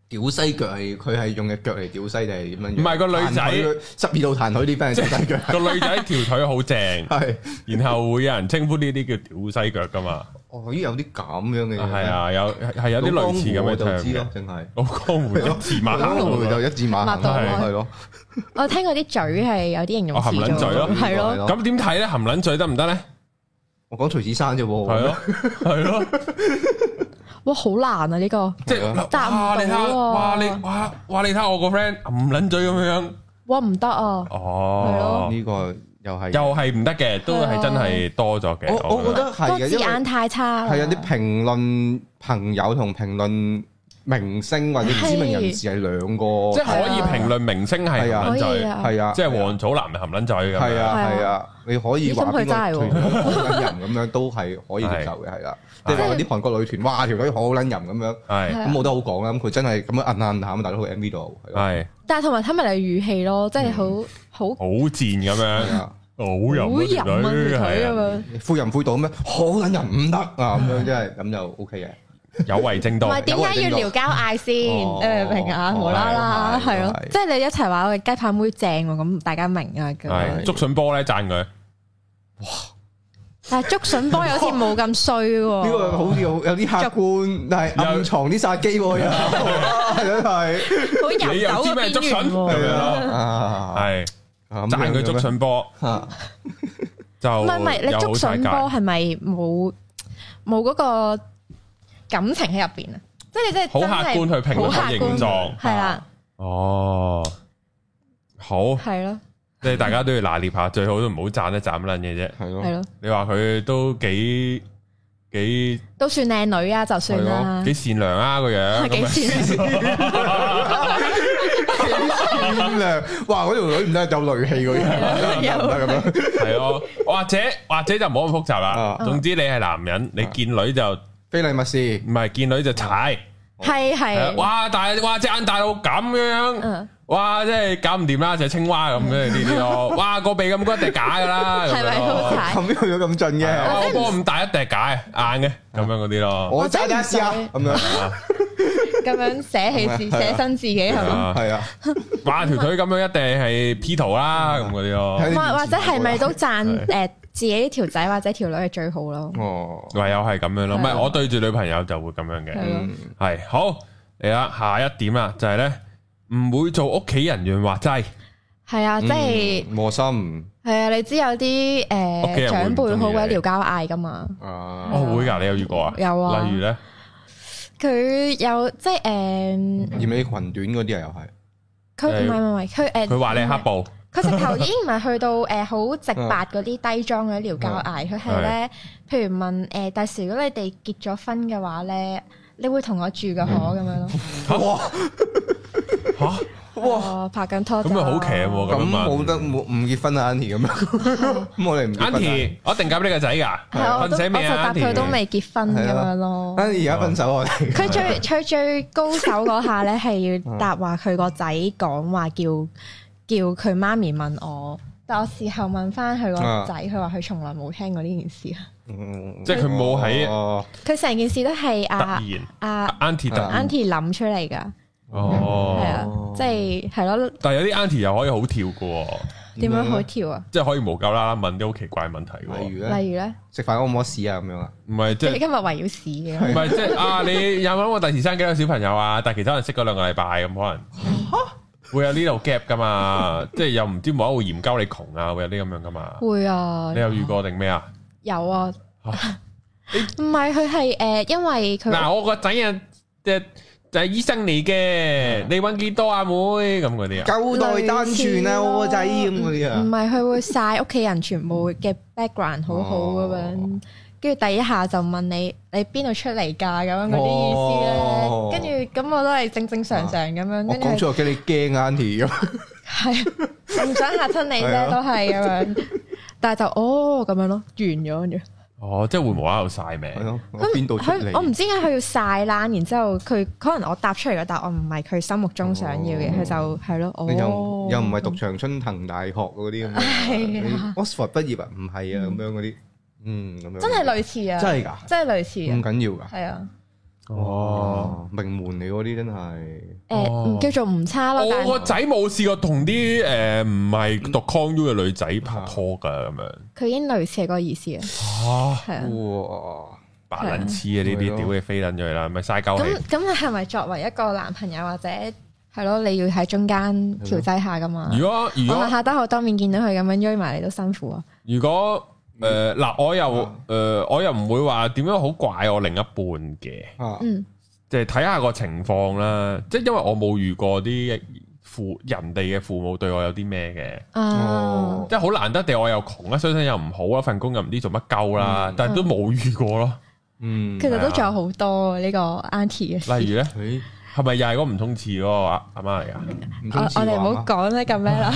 Speaker 2: 屌西腳係佢係用嘅腳嚟屌西定係點樣樣？
Speaker 1: 唔係個女仔
Speaker 2: 彈佢十二度彈佢呢班係屌西腳，
Speaker 1: 個女仔條腿好正，
Speaker 2: 係
Speaker 1: 然後會有人稱呼呢啲叫屌西腳噶嘛？
Speaker 2: 哦，咦有啲咁樣嘅嘢，
Speaker 1: 係，啊，有係有啲類似咁嘅
Speaker 2: 我就
Speaker 1: term
Speaker 2: 知
Speaker 1: 嘅
Speaker 2: 咯，。淨係
Speaker 1: 老江湖一字馬
Speaker 2: 老江湖就一字馬行
Speaker 3: 麥當
Speaker 1: 勞
Speaker 2: 係咯，
Speaker 3: 我啊聽過啲嘴係有啲形容
Speaker 1: 哦含
Speaker 3: 詞
Speaker 1: 撚嘴
Speaker 3: 咗
Speaker 1: 咯
Speaker 3: 喎，係咯，
Speaker 1: 咁點睇咧？含撚嘴得唔得咧？
Speaker 2: 我講徐子珊啫喎，
Speaker 1: 係咯， 係咯。
Speaker 3: 哇，好難啊呢個，
Speaker 1: 即
Speaker 2: 係
Speaker 1: 係
Speaker 2: 啊
Speaker 3: 答唔
Speaker 1: 哇！你睇下
Speaker 3: 到喎
Speaker 1: 哇！你哇哇！你睇下我個 friend 唔撚嘴咁樣，
Speaker 3: 哇唔得啊，
Speaker 1: 哦，
Speaker 2: 呢個又係
Speaker 1: 又係唔得嘅，都係真係多咗嘅。
Speaker 2: 我我覺得係
Speaker 3: 個
Speaker 2: 嘅，
Speaker 3: 字
Speaker 2: 因為
Speaker 3: 眼太差啦，
Speaker 2: 係有啊啲評論朋友同評論明星或者知名人士係兩個，
Speaker 1: 即係可以評論明星係含撚
Speaker 3: 可以
Speaker 1: 嘴，
Speaker 3: 啊，
Speaker 2: 係啊，
Speaker 1: 即係黃祖藍係含撚嘴咁樣。
Speaker 2: 係啊係
Speaker 3: 係
Speaker 2: 啊，你可以話邊個
Speaker 3: 咦咁佢真係喎
Speaker 2: 團好撚淫咁樣都係可以接受嘅，係啦。即係話有啲韓國女團，哇條女好撚淫咁樣，
Speaker 1: 係
Speaker 3: 係啊
Speaker 2: 咁冇得好講啦。咁佢真係咁樣摁下摁下咁，大佬去 M V 度係咯
Speaker 1: 係啊
Speaker 3: 但係同埋睇埋你語氣咯，即係好好
Speaker 1: 好賤咁樣，
Speaker 2: 係啊，
Speaker 1: 好
Speaker 3: 好
Speaker 1: 淫
Speaker 3: 淫
Speaker 1: 啊條
Speaker 3: 啊條
Speaker 1: 女
Speaker 3: 腿咁
Speaker 1: 係啊，
Speaker 3: 樣。
Speaker 2: 灰淫灰到咁樣，好撚淫唔得啊咁樣，真係咁就 O K 嘅。
Speaker 1: 有為正
Speaker 3: 唔
Speaker 1: 當。
Speaker 3: 係點解要聊交嗌先？
Speaker 2: 哦
Speaker 3: 誒明啊，無啦
Speaker 2: 哦
Speaker 3: 啦係咯
Speaker 2: 係，
Speaker 3: 即係你一齊話喂雞扒妹正喎，咁大家明啊咁
Speaker 1: 係
Speaker 3: 樣。
Speaker 1: 竹筍波咧讚佢，
Speaker 3: 但係竹筍波有好似冇咁衰喎。
Speaker 2: 呢個好似有有啲客觀，但係暗藏啲殺機喎，又真係
Speaker 3: 好
Speaker 1: 你
Speaker 3: 入
Speaker 1: 又
Speaker 3: 手
Speaker 1: 知
Speaker 3: 嘅
Speaker 1: 咩竹
Speaker 3: 邊
Speaker 1: 筍咁
Speaker 3: 緣喎。
Speaker 1: 樣咯？
Speaker 2: 啊，
Speaker 1: 係
Speaker 2: 係
Speaker 1: 讚佢竹筍波
Speaker 2: 嚇
Speaker 1: 就
Speaker 3: 唔係唔係，你
Speaker 1: 有好
Speaker 3: 竹
Speaker 1: 世
Speaker 3: 筍
Speaker 1: 界
Speaker 3: 波係咪冇冇嗰個感情喺入邊啊？即係你真係
Speaker 1: 好
Speaker 3: 真
Speaker 1: 客
Speaker 3: 係
Speaker 1: 觀去評論
Speaker 3: 好客
Speaker 1: 形
Speaker 3: 觀
Speaker 1: 狀
Speaker 3: 係啦，
Speaker 1: 哦，好。
Speaker 3: 係咯，
Speaker 1: 即係大家都要拿捏下，最好都唔好讚一讚撚嘅啫。
Speaker 2: 係咯
Speaker 3: 係。咯，
Speaker 1: 你話佢都幾幾
Speaker 3: 都算靚女啊，就算啦，
Speaker 1: 幾善良啊個樣，
Speaker 3: 幾
Speaker 1: 咁
Speaker 3: 算靚女。
Speaker 2: 善良， 哇！嗰條女唔得，有戾氣嗰樣，
Speaker 3: 有
Speaker 2: 唔得咁樣。
Speaker 1: 樣係咯。或者或者就唔好咁複雜啦。
Speaker 2: 啊
Speaker 1: 總之你係男人，你見女就唔
Speaker 2: 非禮勿視，
Speaker 1: 係見女就踩，
Speaker 3: 係
Speaker 1: 係啊
Speaker 3: 係，
Speaker 1: 哇！但係哇隻眼大到咁樣，
Speaker 3: 嗯，
Speaker 1: 哇！即係搞唔掂啦，就係青蛙咁嘅呢啲 咯。哇個鼻咁高一定係假噶啦，咁
Speaker 3: 係咪
Speaker 1: 樣咯
Speaker 3: 好踩？
Speaker 2: 咁樣去咗咁盡
Speaker 1: 係啊
Speaker 2: 嘅。
Speaker 1: 哇個波咁大一定係假嘅硬嘅咁樣嗰啲咯。
Speaker 2: 我揸揸試下
Speaker 3: 啊
Speaker 2: 咁樣，
Speaker 3: 咁樣寫起自寫身自己係
Speaker 1: 啊係
Speaker 3: 咪？
Speaker 1: 啊
Speaker 2: 係啊，
Speaker 1: 哇條腿咁樣一定係 P 圖啦咁嗰啲咯。
Speaker 2: 係
Speaker 3: 或或者係咪都
Speaker 1: 係
Speaker 3: 讚誒自己條仔或者條女係最好咯？
Speaker 2: 哦，
Speaker 1: 唯有係咁樣咯，唔
Speaker 3: 係啊
Speaker 1: 係我對住女朋友就會咁樣
Speaker 3: 係
Speaker 1: 嘅，
Speaker 3: 咯
Speaker 2: 嗯，
Speaker 1: 係好嚟啦，下一點啊啦，就係咧唔會做屋企人潤滑劑，
Speaker 3: 係啊，即係
Speaker 2: 嗯磨心
Speaker 3: 係啊，你知有啲
Speaker 1: 屋企
Speaker 3: 誒
Speaker 1: 人會唔
Speaker 3: 長
Speaker 1: 中意
Speaker 3: 輩好鬼
Speaker 1: 你
Speaker 3: 撩交嗌噶嘛？
Speaker 2: 啊，
Speaker 1: 哦會噶，你有遇過啊？
Speaker 3: 有啊
Speaker 1: 例如咧，
Speaker 3: 佢有即係誒，
Speaker 2: 嫌你裙短嗰啲啊，又係
Speaker 3: 佢唔係唔係佢誒，
Speaker 1: 佢話你黑布，
Speaker 3: 佢直頭已經唔係去到誒好、直白嗰啲低裝嗰啲撩交
Speaker 1: 嗯
Speaker 3: 嗌，佢係咧，譬如問誒，第、時如果你哋結咗婚嘅話咧，你會同我住
Speaker 1: 嗯
Speaker 3: 個可咁樣咯？
Speaker 1: 吓
Speaker 3: 哇！哦拍緊拖
Speaker 1: 咁咪好騎喎
Speaker 2: 咁
Speaker 1: 咁啊
Speaker 2: 冇得冇唔結婚啊，Auntie 咁樣， 咁我哋唔結婚啊。
Speaker 1: ，Auntie，我一定嫁俾你個仔㗎，
Speaker 3: 係啊我
Speaker 1: 瞓
Speaker 3: 都我
Speaker 1: 醒
Speaker 3: 就
Speaker 1: 未啊
Speaker 3: 答佢都
Speaker 1: ？Auntie，
Speaker 3: 未結婚咁樣咯。
Speaker 2: Auntie 而家分手我啊
Speaker 1: 啊
Speaker 2: 哋，
Speaker 3: 佢最佢最高手嗰下咧，係要答話佢個仔講話叫 叫佢媽咪問我，但我事後問翻佢個仔，佢話佢從來冇聽過呢件事啊。
Speaker 2: 嗯
Speaker 1: 即係佢冇喺
Speaker 2: 哦
Speaker 3: 佢成件事都係
Speaker 1: 突
Speaker 3: 啊
Speaker 1: 然
Speaker 3: 啊
Speaker 1: ，Auntie 突然，
Speaker 3: Auntie 諗出嚟㗎。係
Speaker 1: 哦，
Speaker 3: 啊，即係係咯，
Speaker 1: 但係有啲 Auntie 又可以好跳㗎喎，
Speaker 3: 點樣好跳啊？
Speaker 1: 即係可以無鳩啦啦問啲好奇怪嘅問題
Speaker 2: 例
Speaker 1: 喎，
Speaker 2: 如咧，
Speaker 3: 哦例如咧，
Speaker 2: 食飯屙唔屙屎啊咁樣啊，
Speaker 1: 唔係即
Speaker 3: 即 係
Speaker 1: 係
Speaker 3: 你。今日圍繞屎嘅，
Speaker 1: 唔係即係啊！你有冇諗過第時生幾多小朋友啊？但係其他人識嗰兩個禮拜咁，可能會有呢度 gap 噶嘛？即係又唔知冇一會研究你窮啊，會有啲咁樣噶嘛？
Speaker 3: 會啊，
Speaker 1: 你有遇過定咩啊？
Speaker 3: 有啊，
Speaker 4: 唔係佢係诶，因為佢
Speaker 1: 嗱，我個仔啊，即係就係醫生嚟嘅，你揾幾多啊妹咁嗰啲啊？
Speaker 2: 九代單傳啊，我個仔咁嗰啲
Speaker 3: 唔
Speaker 2: 啊，
Speaker 3: 係佢會晒屋企人全部 嘅 background 好好咁
Speaker 2: 哦
Speaker 3: 樣，跟住第一下就問你你邊度出嚟㗎咁樣嗰
Speaker 2: 哦
Speaker 3: 啲意思咧，跟住咁我都係正正常常咁樣，
Speaker 2: 我
Speaker 3: 跟住
Speaker 2: 講
Speaker 3: 佢
Speaker 2: 出我驚你驚啊 a u n t i
Speaker 3: 係唔想嚇親你
Speaker 2: 係啊
Speaker 3: 啫，都係咁樣，但係就哦咁樣咯，完咗跟住。
Speaker 1: 哦，即係會無啦啦晒命
Speaker 2: 係。啊咯，我
Speaker 3: 咁
Speaker 2: 邊度出
Speaker 3: 佢我唔
Speaker 2: 嚟？
Speaker 3: 知點解佢要晒冷，然之後佢可能我答出嚟嘅答案唔係佢心目中想要嘅，佢就係咯，
Speaker 2: 哦你又唔
Speaker 3: 哦，
Speaker 2: 又唔係讀長春藤大學嗰啲咁樣，
Speaker 3: 係
Speaker 2: 你
Speaker 3: 啊
Speaker 2: Oxford 畢業啊？唔係啊，咁樣嗰啲，嗯咁樣，
Speaker 3: 真係類似啊，
Speaker 2: 真係㗎，
Speaker 3: 真係類似
Speaker 2: 咁
Speaker 3: 啊，
Speaker 2: 緊要㗎，
Speaker 3: 係啊，
Speaker 1: 哦，，
Speaker 2: 名門嚟嗰啲真係。
Speaker 3: 誒
Speaker 1: 哦
Speaker 3: 唔呃叫做唔差咯，但
Speaker 1: 我個
Speaker 3: 係
Speaker 1: 仔冇試過同啲誒唔係讀 con u 嘅女仔拍拖㗎咁樣。
Speaker 3: 佢已經類似係嗰個意思啊，
Speaker 1: 啊，
Speaker 3: 係啊。
Speaker 2: 哇！
Speaker 1: 白撚黐啊！呢
Speaker 2: 係咯
Speaker 1: 啲屌你飛撚咗佢啦，咪嘥鳩氣
Speaker 3: 咁。咁你係咪作為一個男朋友或者係咯，你要喺中間調劑下噶嘛？
Speaker 1: 如果如
Speaker 3: 我
Speaker 1: 果
Speaker 3: 下下得好當面見到佢咁樣追埋你都辛苦啊，
Speaker 1: 如果誒嗱、我又誒
Speaker 2: 啊、
Speaker 1: 我又唔會話點樣好怪我另一半嘅，
Speaker 2: 啊，
Speaker 3: 嗯，
Speaker 1: 即係睇下個情況啦。即係因為我冇遇過啲父人哋嘅父母對我有啲咩嘅，
Speaker 3: 啊
Speaker 2: 哦，
Speaker 1: 即係好難得地我又窮啦，啊相信又唔好啦，份工又唔知做乜鳩啦，
Speaker 2: 嗯
Speaker 1: 但係都冇遇過咯。
Speaker 2: 嗯，
Speaker 3: 其實都仲有好多呢個 auntie 嘅事
Speaker 1: 啊例如咧，
Speaker 2: 誒，
Speaker 1: 係咪又係嗰個唔通廁嗰個阿阿媽嚟㗎？
Speaker 2: 唔
Speaker 3: 我
Speaker 2: 通似
Speaker 3: 我哋唔好
Speaker 2: 話
Speaker 3: 講咧咁咩啦，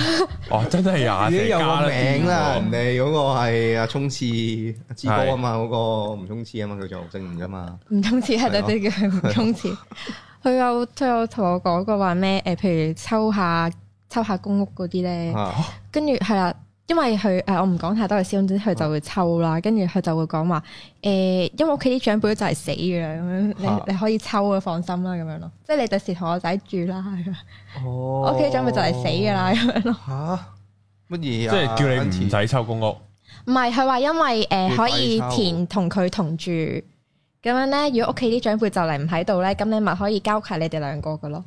Speaker 1: 哦，真啊係呀，
Speaker 2: 已經有
Speaker 1: 成
Speaker 2: 個
Speaker 1: 家都啊
Speaker 2: 名啦，
Speaker 1: 見
Speaker 2: 人
Speaker 1: 過
Speaker 2: 哋嗰個係阿沖刺阿志哥啊嘛，嗰個唔沖刺啊嘛，叫做姓吳噶嘛，
Speaker 3: 唔充錢
Speaker 1: 啊
Speaker 3: 係對對叫佢唔充錢。佢有佢有同我講過話咩？誒，譬如抽下抽下公屋嗰啲咧，
Speaker 2: 啊，
Speaker 3: 跟住係啦，因為佢誒我唔講太多嘅先，總之佢
Speaker 2: 嗯
Speaker 3: 就會抽啦，跟住佢就會講話誒，因為屋企啲長輩就係死嘅啦，咁樣
Speaker 2: 啊
Speaker 3: 你你可以抽啊，放心啦，咁樣咯，即係你第時同我仔住啦，咁樣
Speaker 2: 哦
Speaker 3: 我屋企長輩就係死嘅啦，咁樣咯。
Speaker 2: 吓乜嘢
Speaker 1: 即
Speaker 2: 啊？
Speaker 1: 係叫你唔使抽公屋。
Speaker 3: 唔係佢話因為
Speaker 2: 要
Speaker 3: 誒可以
Speaker 2: 快抽
Speaker 3: 填同佢同住，咁樣咧，如果屋企啲長輩就嚟唔喺度咧，咁你咪可以交契你哋兩個嘅咯，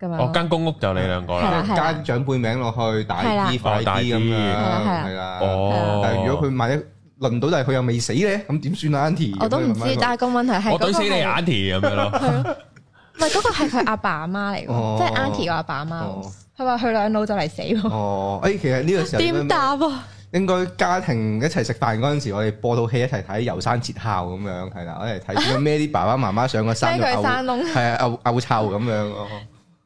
Speaker 3: 咁樣
Speaker 1: 哦，
Speaker 3: 咯。
Speaker 1: 間公屋就你兩個
Speaker 3: 啊係啊
Speaker 1: 啦
Speaker 3: 啦。
Speaker 2: 加啲長輩名落去，大
Speaker 3: 係啦
Speaker 2: 啲快
Speaker 1: 大
Speaker 2: 啲
Speaker 1: 啲
Speaker 2: 咁樣，
Speaker 3: 係啦
Speaker 2: 係啦。
Speaker 1: 哦，
Speaker 2: 但係如果佢萬一輪到，但係佢又未死咧，咁點算啊？Auntie，
Speaker 3: 我都唔知，但係個問題係
Speaker 1: 我
Speaker 3: 嗰個
Speaker 1: 懟死你
Speaker 3: 係
Speaker 1: auntie 咁樣咯，
Speaker 3: 唔係嗰個係佢阿爸阿媽嚟
Speaker 2: 哦
Speaker 3: 嘅，即係 auntie 個阿爸阿媽
Speaker 2: 哦
Speaker 3: 咯。佢話佢兩老就嚟死喎。
Speaker 2: 哦，誒，其實呢個時候
Speaker 3: 點答啊？
Speaker 2: 應該家庭一齊食飯嗰陣時，我哋播套戲一齊睇《遊山節孝》咁樣，係啦，我哋睇點樣孭啲爸爸媽媽上個山
Speaker 3: 孭
Speaker 2: 度嘔，
Speaker 3: 佢山窿
Speaker 2: 係啊，嘔嘔臭咁樣咯，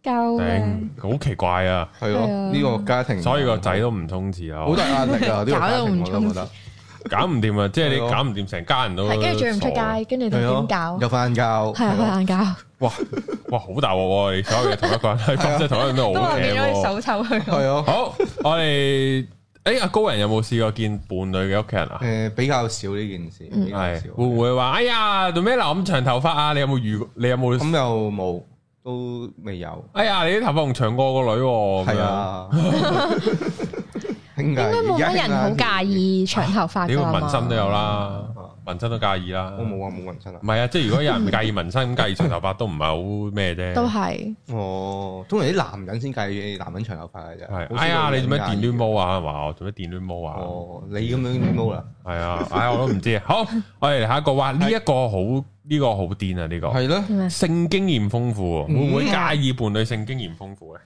Speaker 3: 救命！
Speaker 1: 頂好奇怪啊！
Speaker 2: 係咯，
Speaker 3: 係啊
Speaker 2: 呢個家庭，
Speaker 1: 所以個仔都唔衝刺啊，
Speaker 2: 好大壓 力啊，呢個
Speaker 3: 搞
Speaker 2: 家
Speaker 3: 到
Speaker 2: 庭我
Speaker 3: 唔
Speaker 2: 都
Speaker 3: 充
Speaker 2: 覺得，
Speaker 1: 搞唔掂啊！即係你
Speaker 2: 係咯
Speaker 1: 搞唔掂，成家人都
Speaker 3: 係跟住最唔出
Speaker 1: 傻啊
Speaker 3: 街，跟住
Speaker 2: 係咯
Speaker 3: 點搞？
Speaker 2: 又瞓晏覺，
Speaker 3: 係啊，
Speaker 2: 係
Speaker 3: 佢
Speaker 2: 咯
Speaker 3: 眼搞，
Speaker 1: 哇哇，好大鑊喎！你所有嘢同一 個人喺發生，同一個人都
Speaker 3: 都
Speaker 1: 好
Speaker 3: 話
Speaker 1: 嘢
Speaker 3: 變咗啊你
Speaker 1: 喎。
Speaker 3: 手抽佢。
Speaker 2: 係咯，
Speaker 1: 好，我哋誒阿高人有冇試過見伴侶嘅屋企人啊？
Speaker 2: 誒比較少呢件事，
Speaker 3: 嗯
Speaker 2: 比較
Speaker 1: 係
Speaker 2: 少，
Speaker 1: 會唔會話哎呀做咩留咁長頭髮啊？你有冇遇？你有冇？
Speaker 2: 咁又冇，都未有，
Speaker 1: 哎呀，你啲頭髮仲長過個女喎！咁
Speaker 2: 係
Speaker 1: 樣，
Speaker 2: 啊，應
Speaker 3: 應該
Speaker 2: 啊
Speaker 3: 冇乜人好介意長頭髮
Speaker 1: 屌
Speaker 3: 㗎嘛
Speaker 1: 紋身都有啦，紋身都介意啦
Speaker 2: 啊我。冇啊，冇紋身啊
Speaker 1: 唔。係啊，即係如果有人唔介意紋身，咁介意長頭髮都唔係好咩啫。
Speaker 3: 都係
Speaker 2: 哦，通常啲男人先計男人長頭髮嘅啫。好
Speaker 1: 係，
Speaker 2: 少
Speaker 1: 哎呀，
Speaker 2: 女
Speaker 1: 你
Speaker 2: 人
Speaker 1: 做咩
Speaker 2: 介
Speaker 1: 電
Speaker 2: 意
Speaker 1: 攣毛啊？係嘛，我做咩電攣毛啊？
Speaker 2: 哦，你咁樣點好啦？
Speaker 1: 係啊，哎呀，我都唔知。好，我哋嚟下一個，哇，呢一個好，呢個好癲啊！呢個
Speaker 2: 係咯，
Speaker 3: 點啊
Speaker 1: 性經驗豐富喎，會唔會
Speaker 3: 嗯
Speaker 1: 介意伴侶性經驗豐富咧？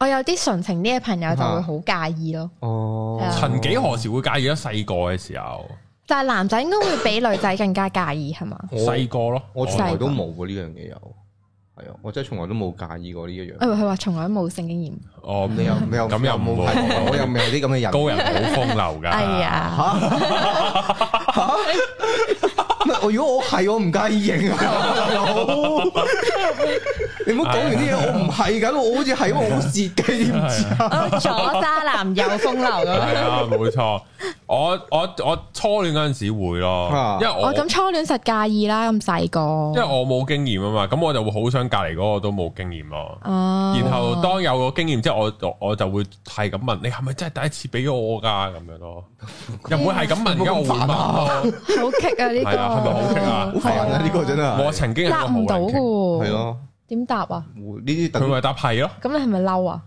Speaker 3: 我有啲純情啲嘅朋友就會好介意咯，
Speaker 2: 哦
Speaker 3: 啊
Speaker 1: 曾幾何時會介意咗啊細個嘅時候，
Speaker 3: 但係男仔應該會比女仔更加介意 係嘛？
Speaker 1: 細
Speaker 2: 我
Speaker 1: 個咯，
Speaker 2: 我從
Speaker 1: 細
Speaker 2: 來都冇喎呢樣嘢有，係啊，我真係從來都冇介意過呢一樣
Speaker 3: 誒。哎佢話從來冇性經 驗，
Speaker 1: 哦，
Speaker 2: 你又你又
Speaker 1: 咁又
Speaker 2: 冇
Speaker 1: 唔
Speaker 2: 睇
Speaker 1: 喎
Speaker 2: 過，我又未有啲咁嘅人。
Speaker 1: 高人好 風流噶，
Speaker 3: 哎 呀，
Speaker 2: 咩我如果我係，我唔介 意認啊，大佬。你唔好講完啲嘢，我唔係㗎，我好似係，我好自己知唔知啊？
Speaker 3: 我左渣男右風流咁樣。
Speaker 1: 係啊，冇錯。我我我初戀嗰陣時會咯
Speaker 2: 啊，
Speaker 1: 因為我
Speaker 5: 我哦咁初戀實介意啦，咁細
Speaker 1: 因為
Speaker 5: 個。
Speaker 1: 我冇經驗啊嘛，咁我就會好想隔離嗰個都冇經驗咯。
Speaker 5: 哦
Speaker 1: 然後當有個經驗之後，我我我就會係咁問你係咪真係第一次俾我㗎咁樣咯，又唔會係咁問，而家我會問咯。
Speaker 5: 好棘啊呢個，
Speaker 1: 係啊係咪好棘啊
Speaker 2: 好煩
Speaker 5: 係
Speaker 2: 啊！呢個真係
Speaker 1: 我曾經係一個
Speaker 5: 答
Speaker 1: 好
Speaker 5: 唔到
Speaker 1: 冷
Speaker 5: 嘅
Speaker 1: 靜，
Speaker 5: 喎，
Speaker 2: 係，咯，
Speaker 5: 點答啊？
Speaker 2: 呢啲
Speaker 1: 佢
Speaker 2: 等
Speaker 1: 咪答係咯，
Speaker 5: 咁你係咪嬲啊？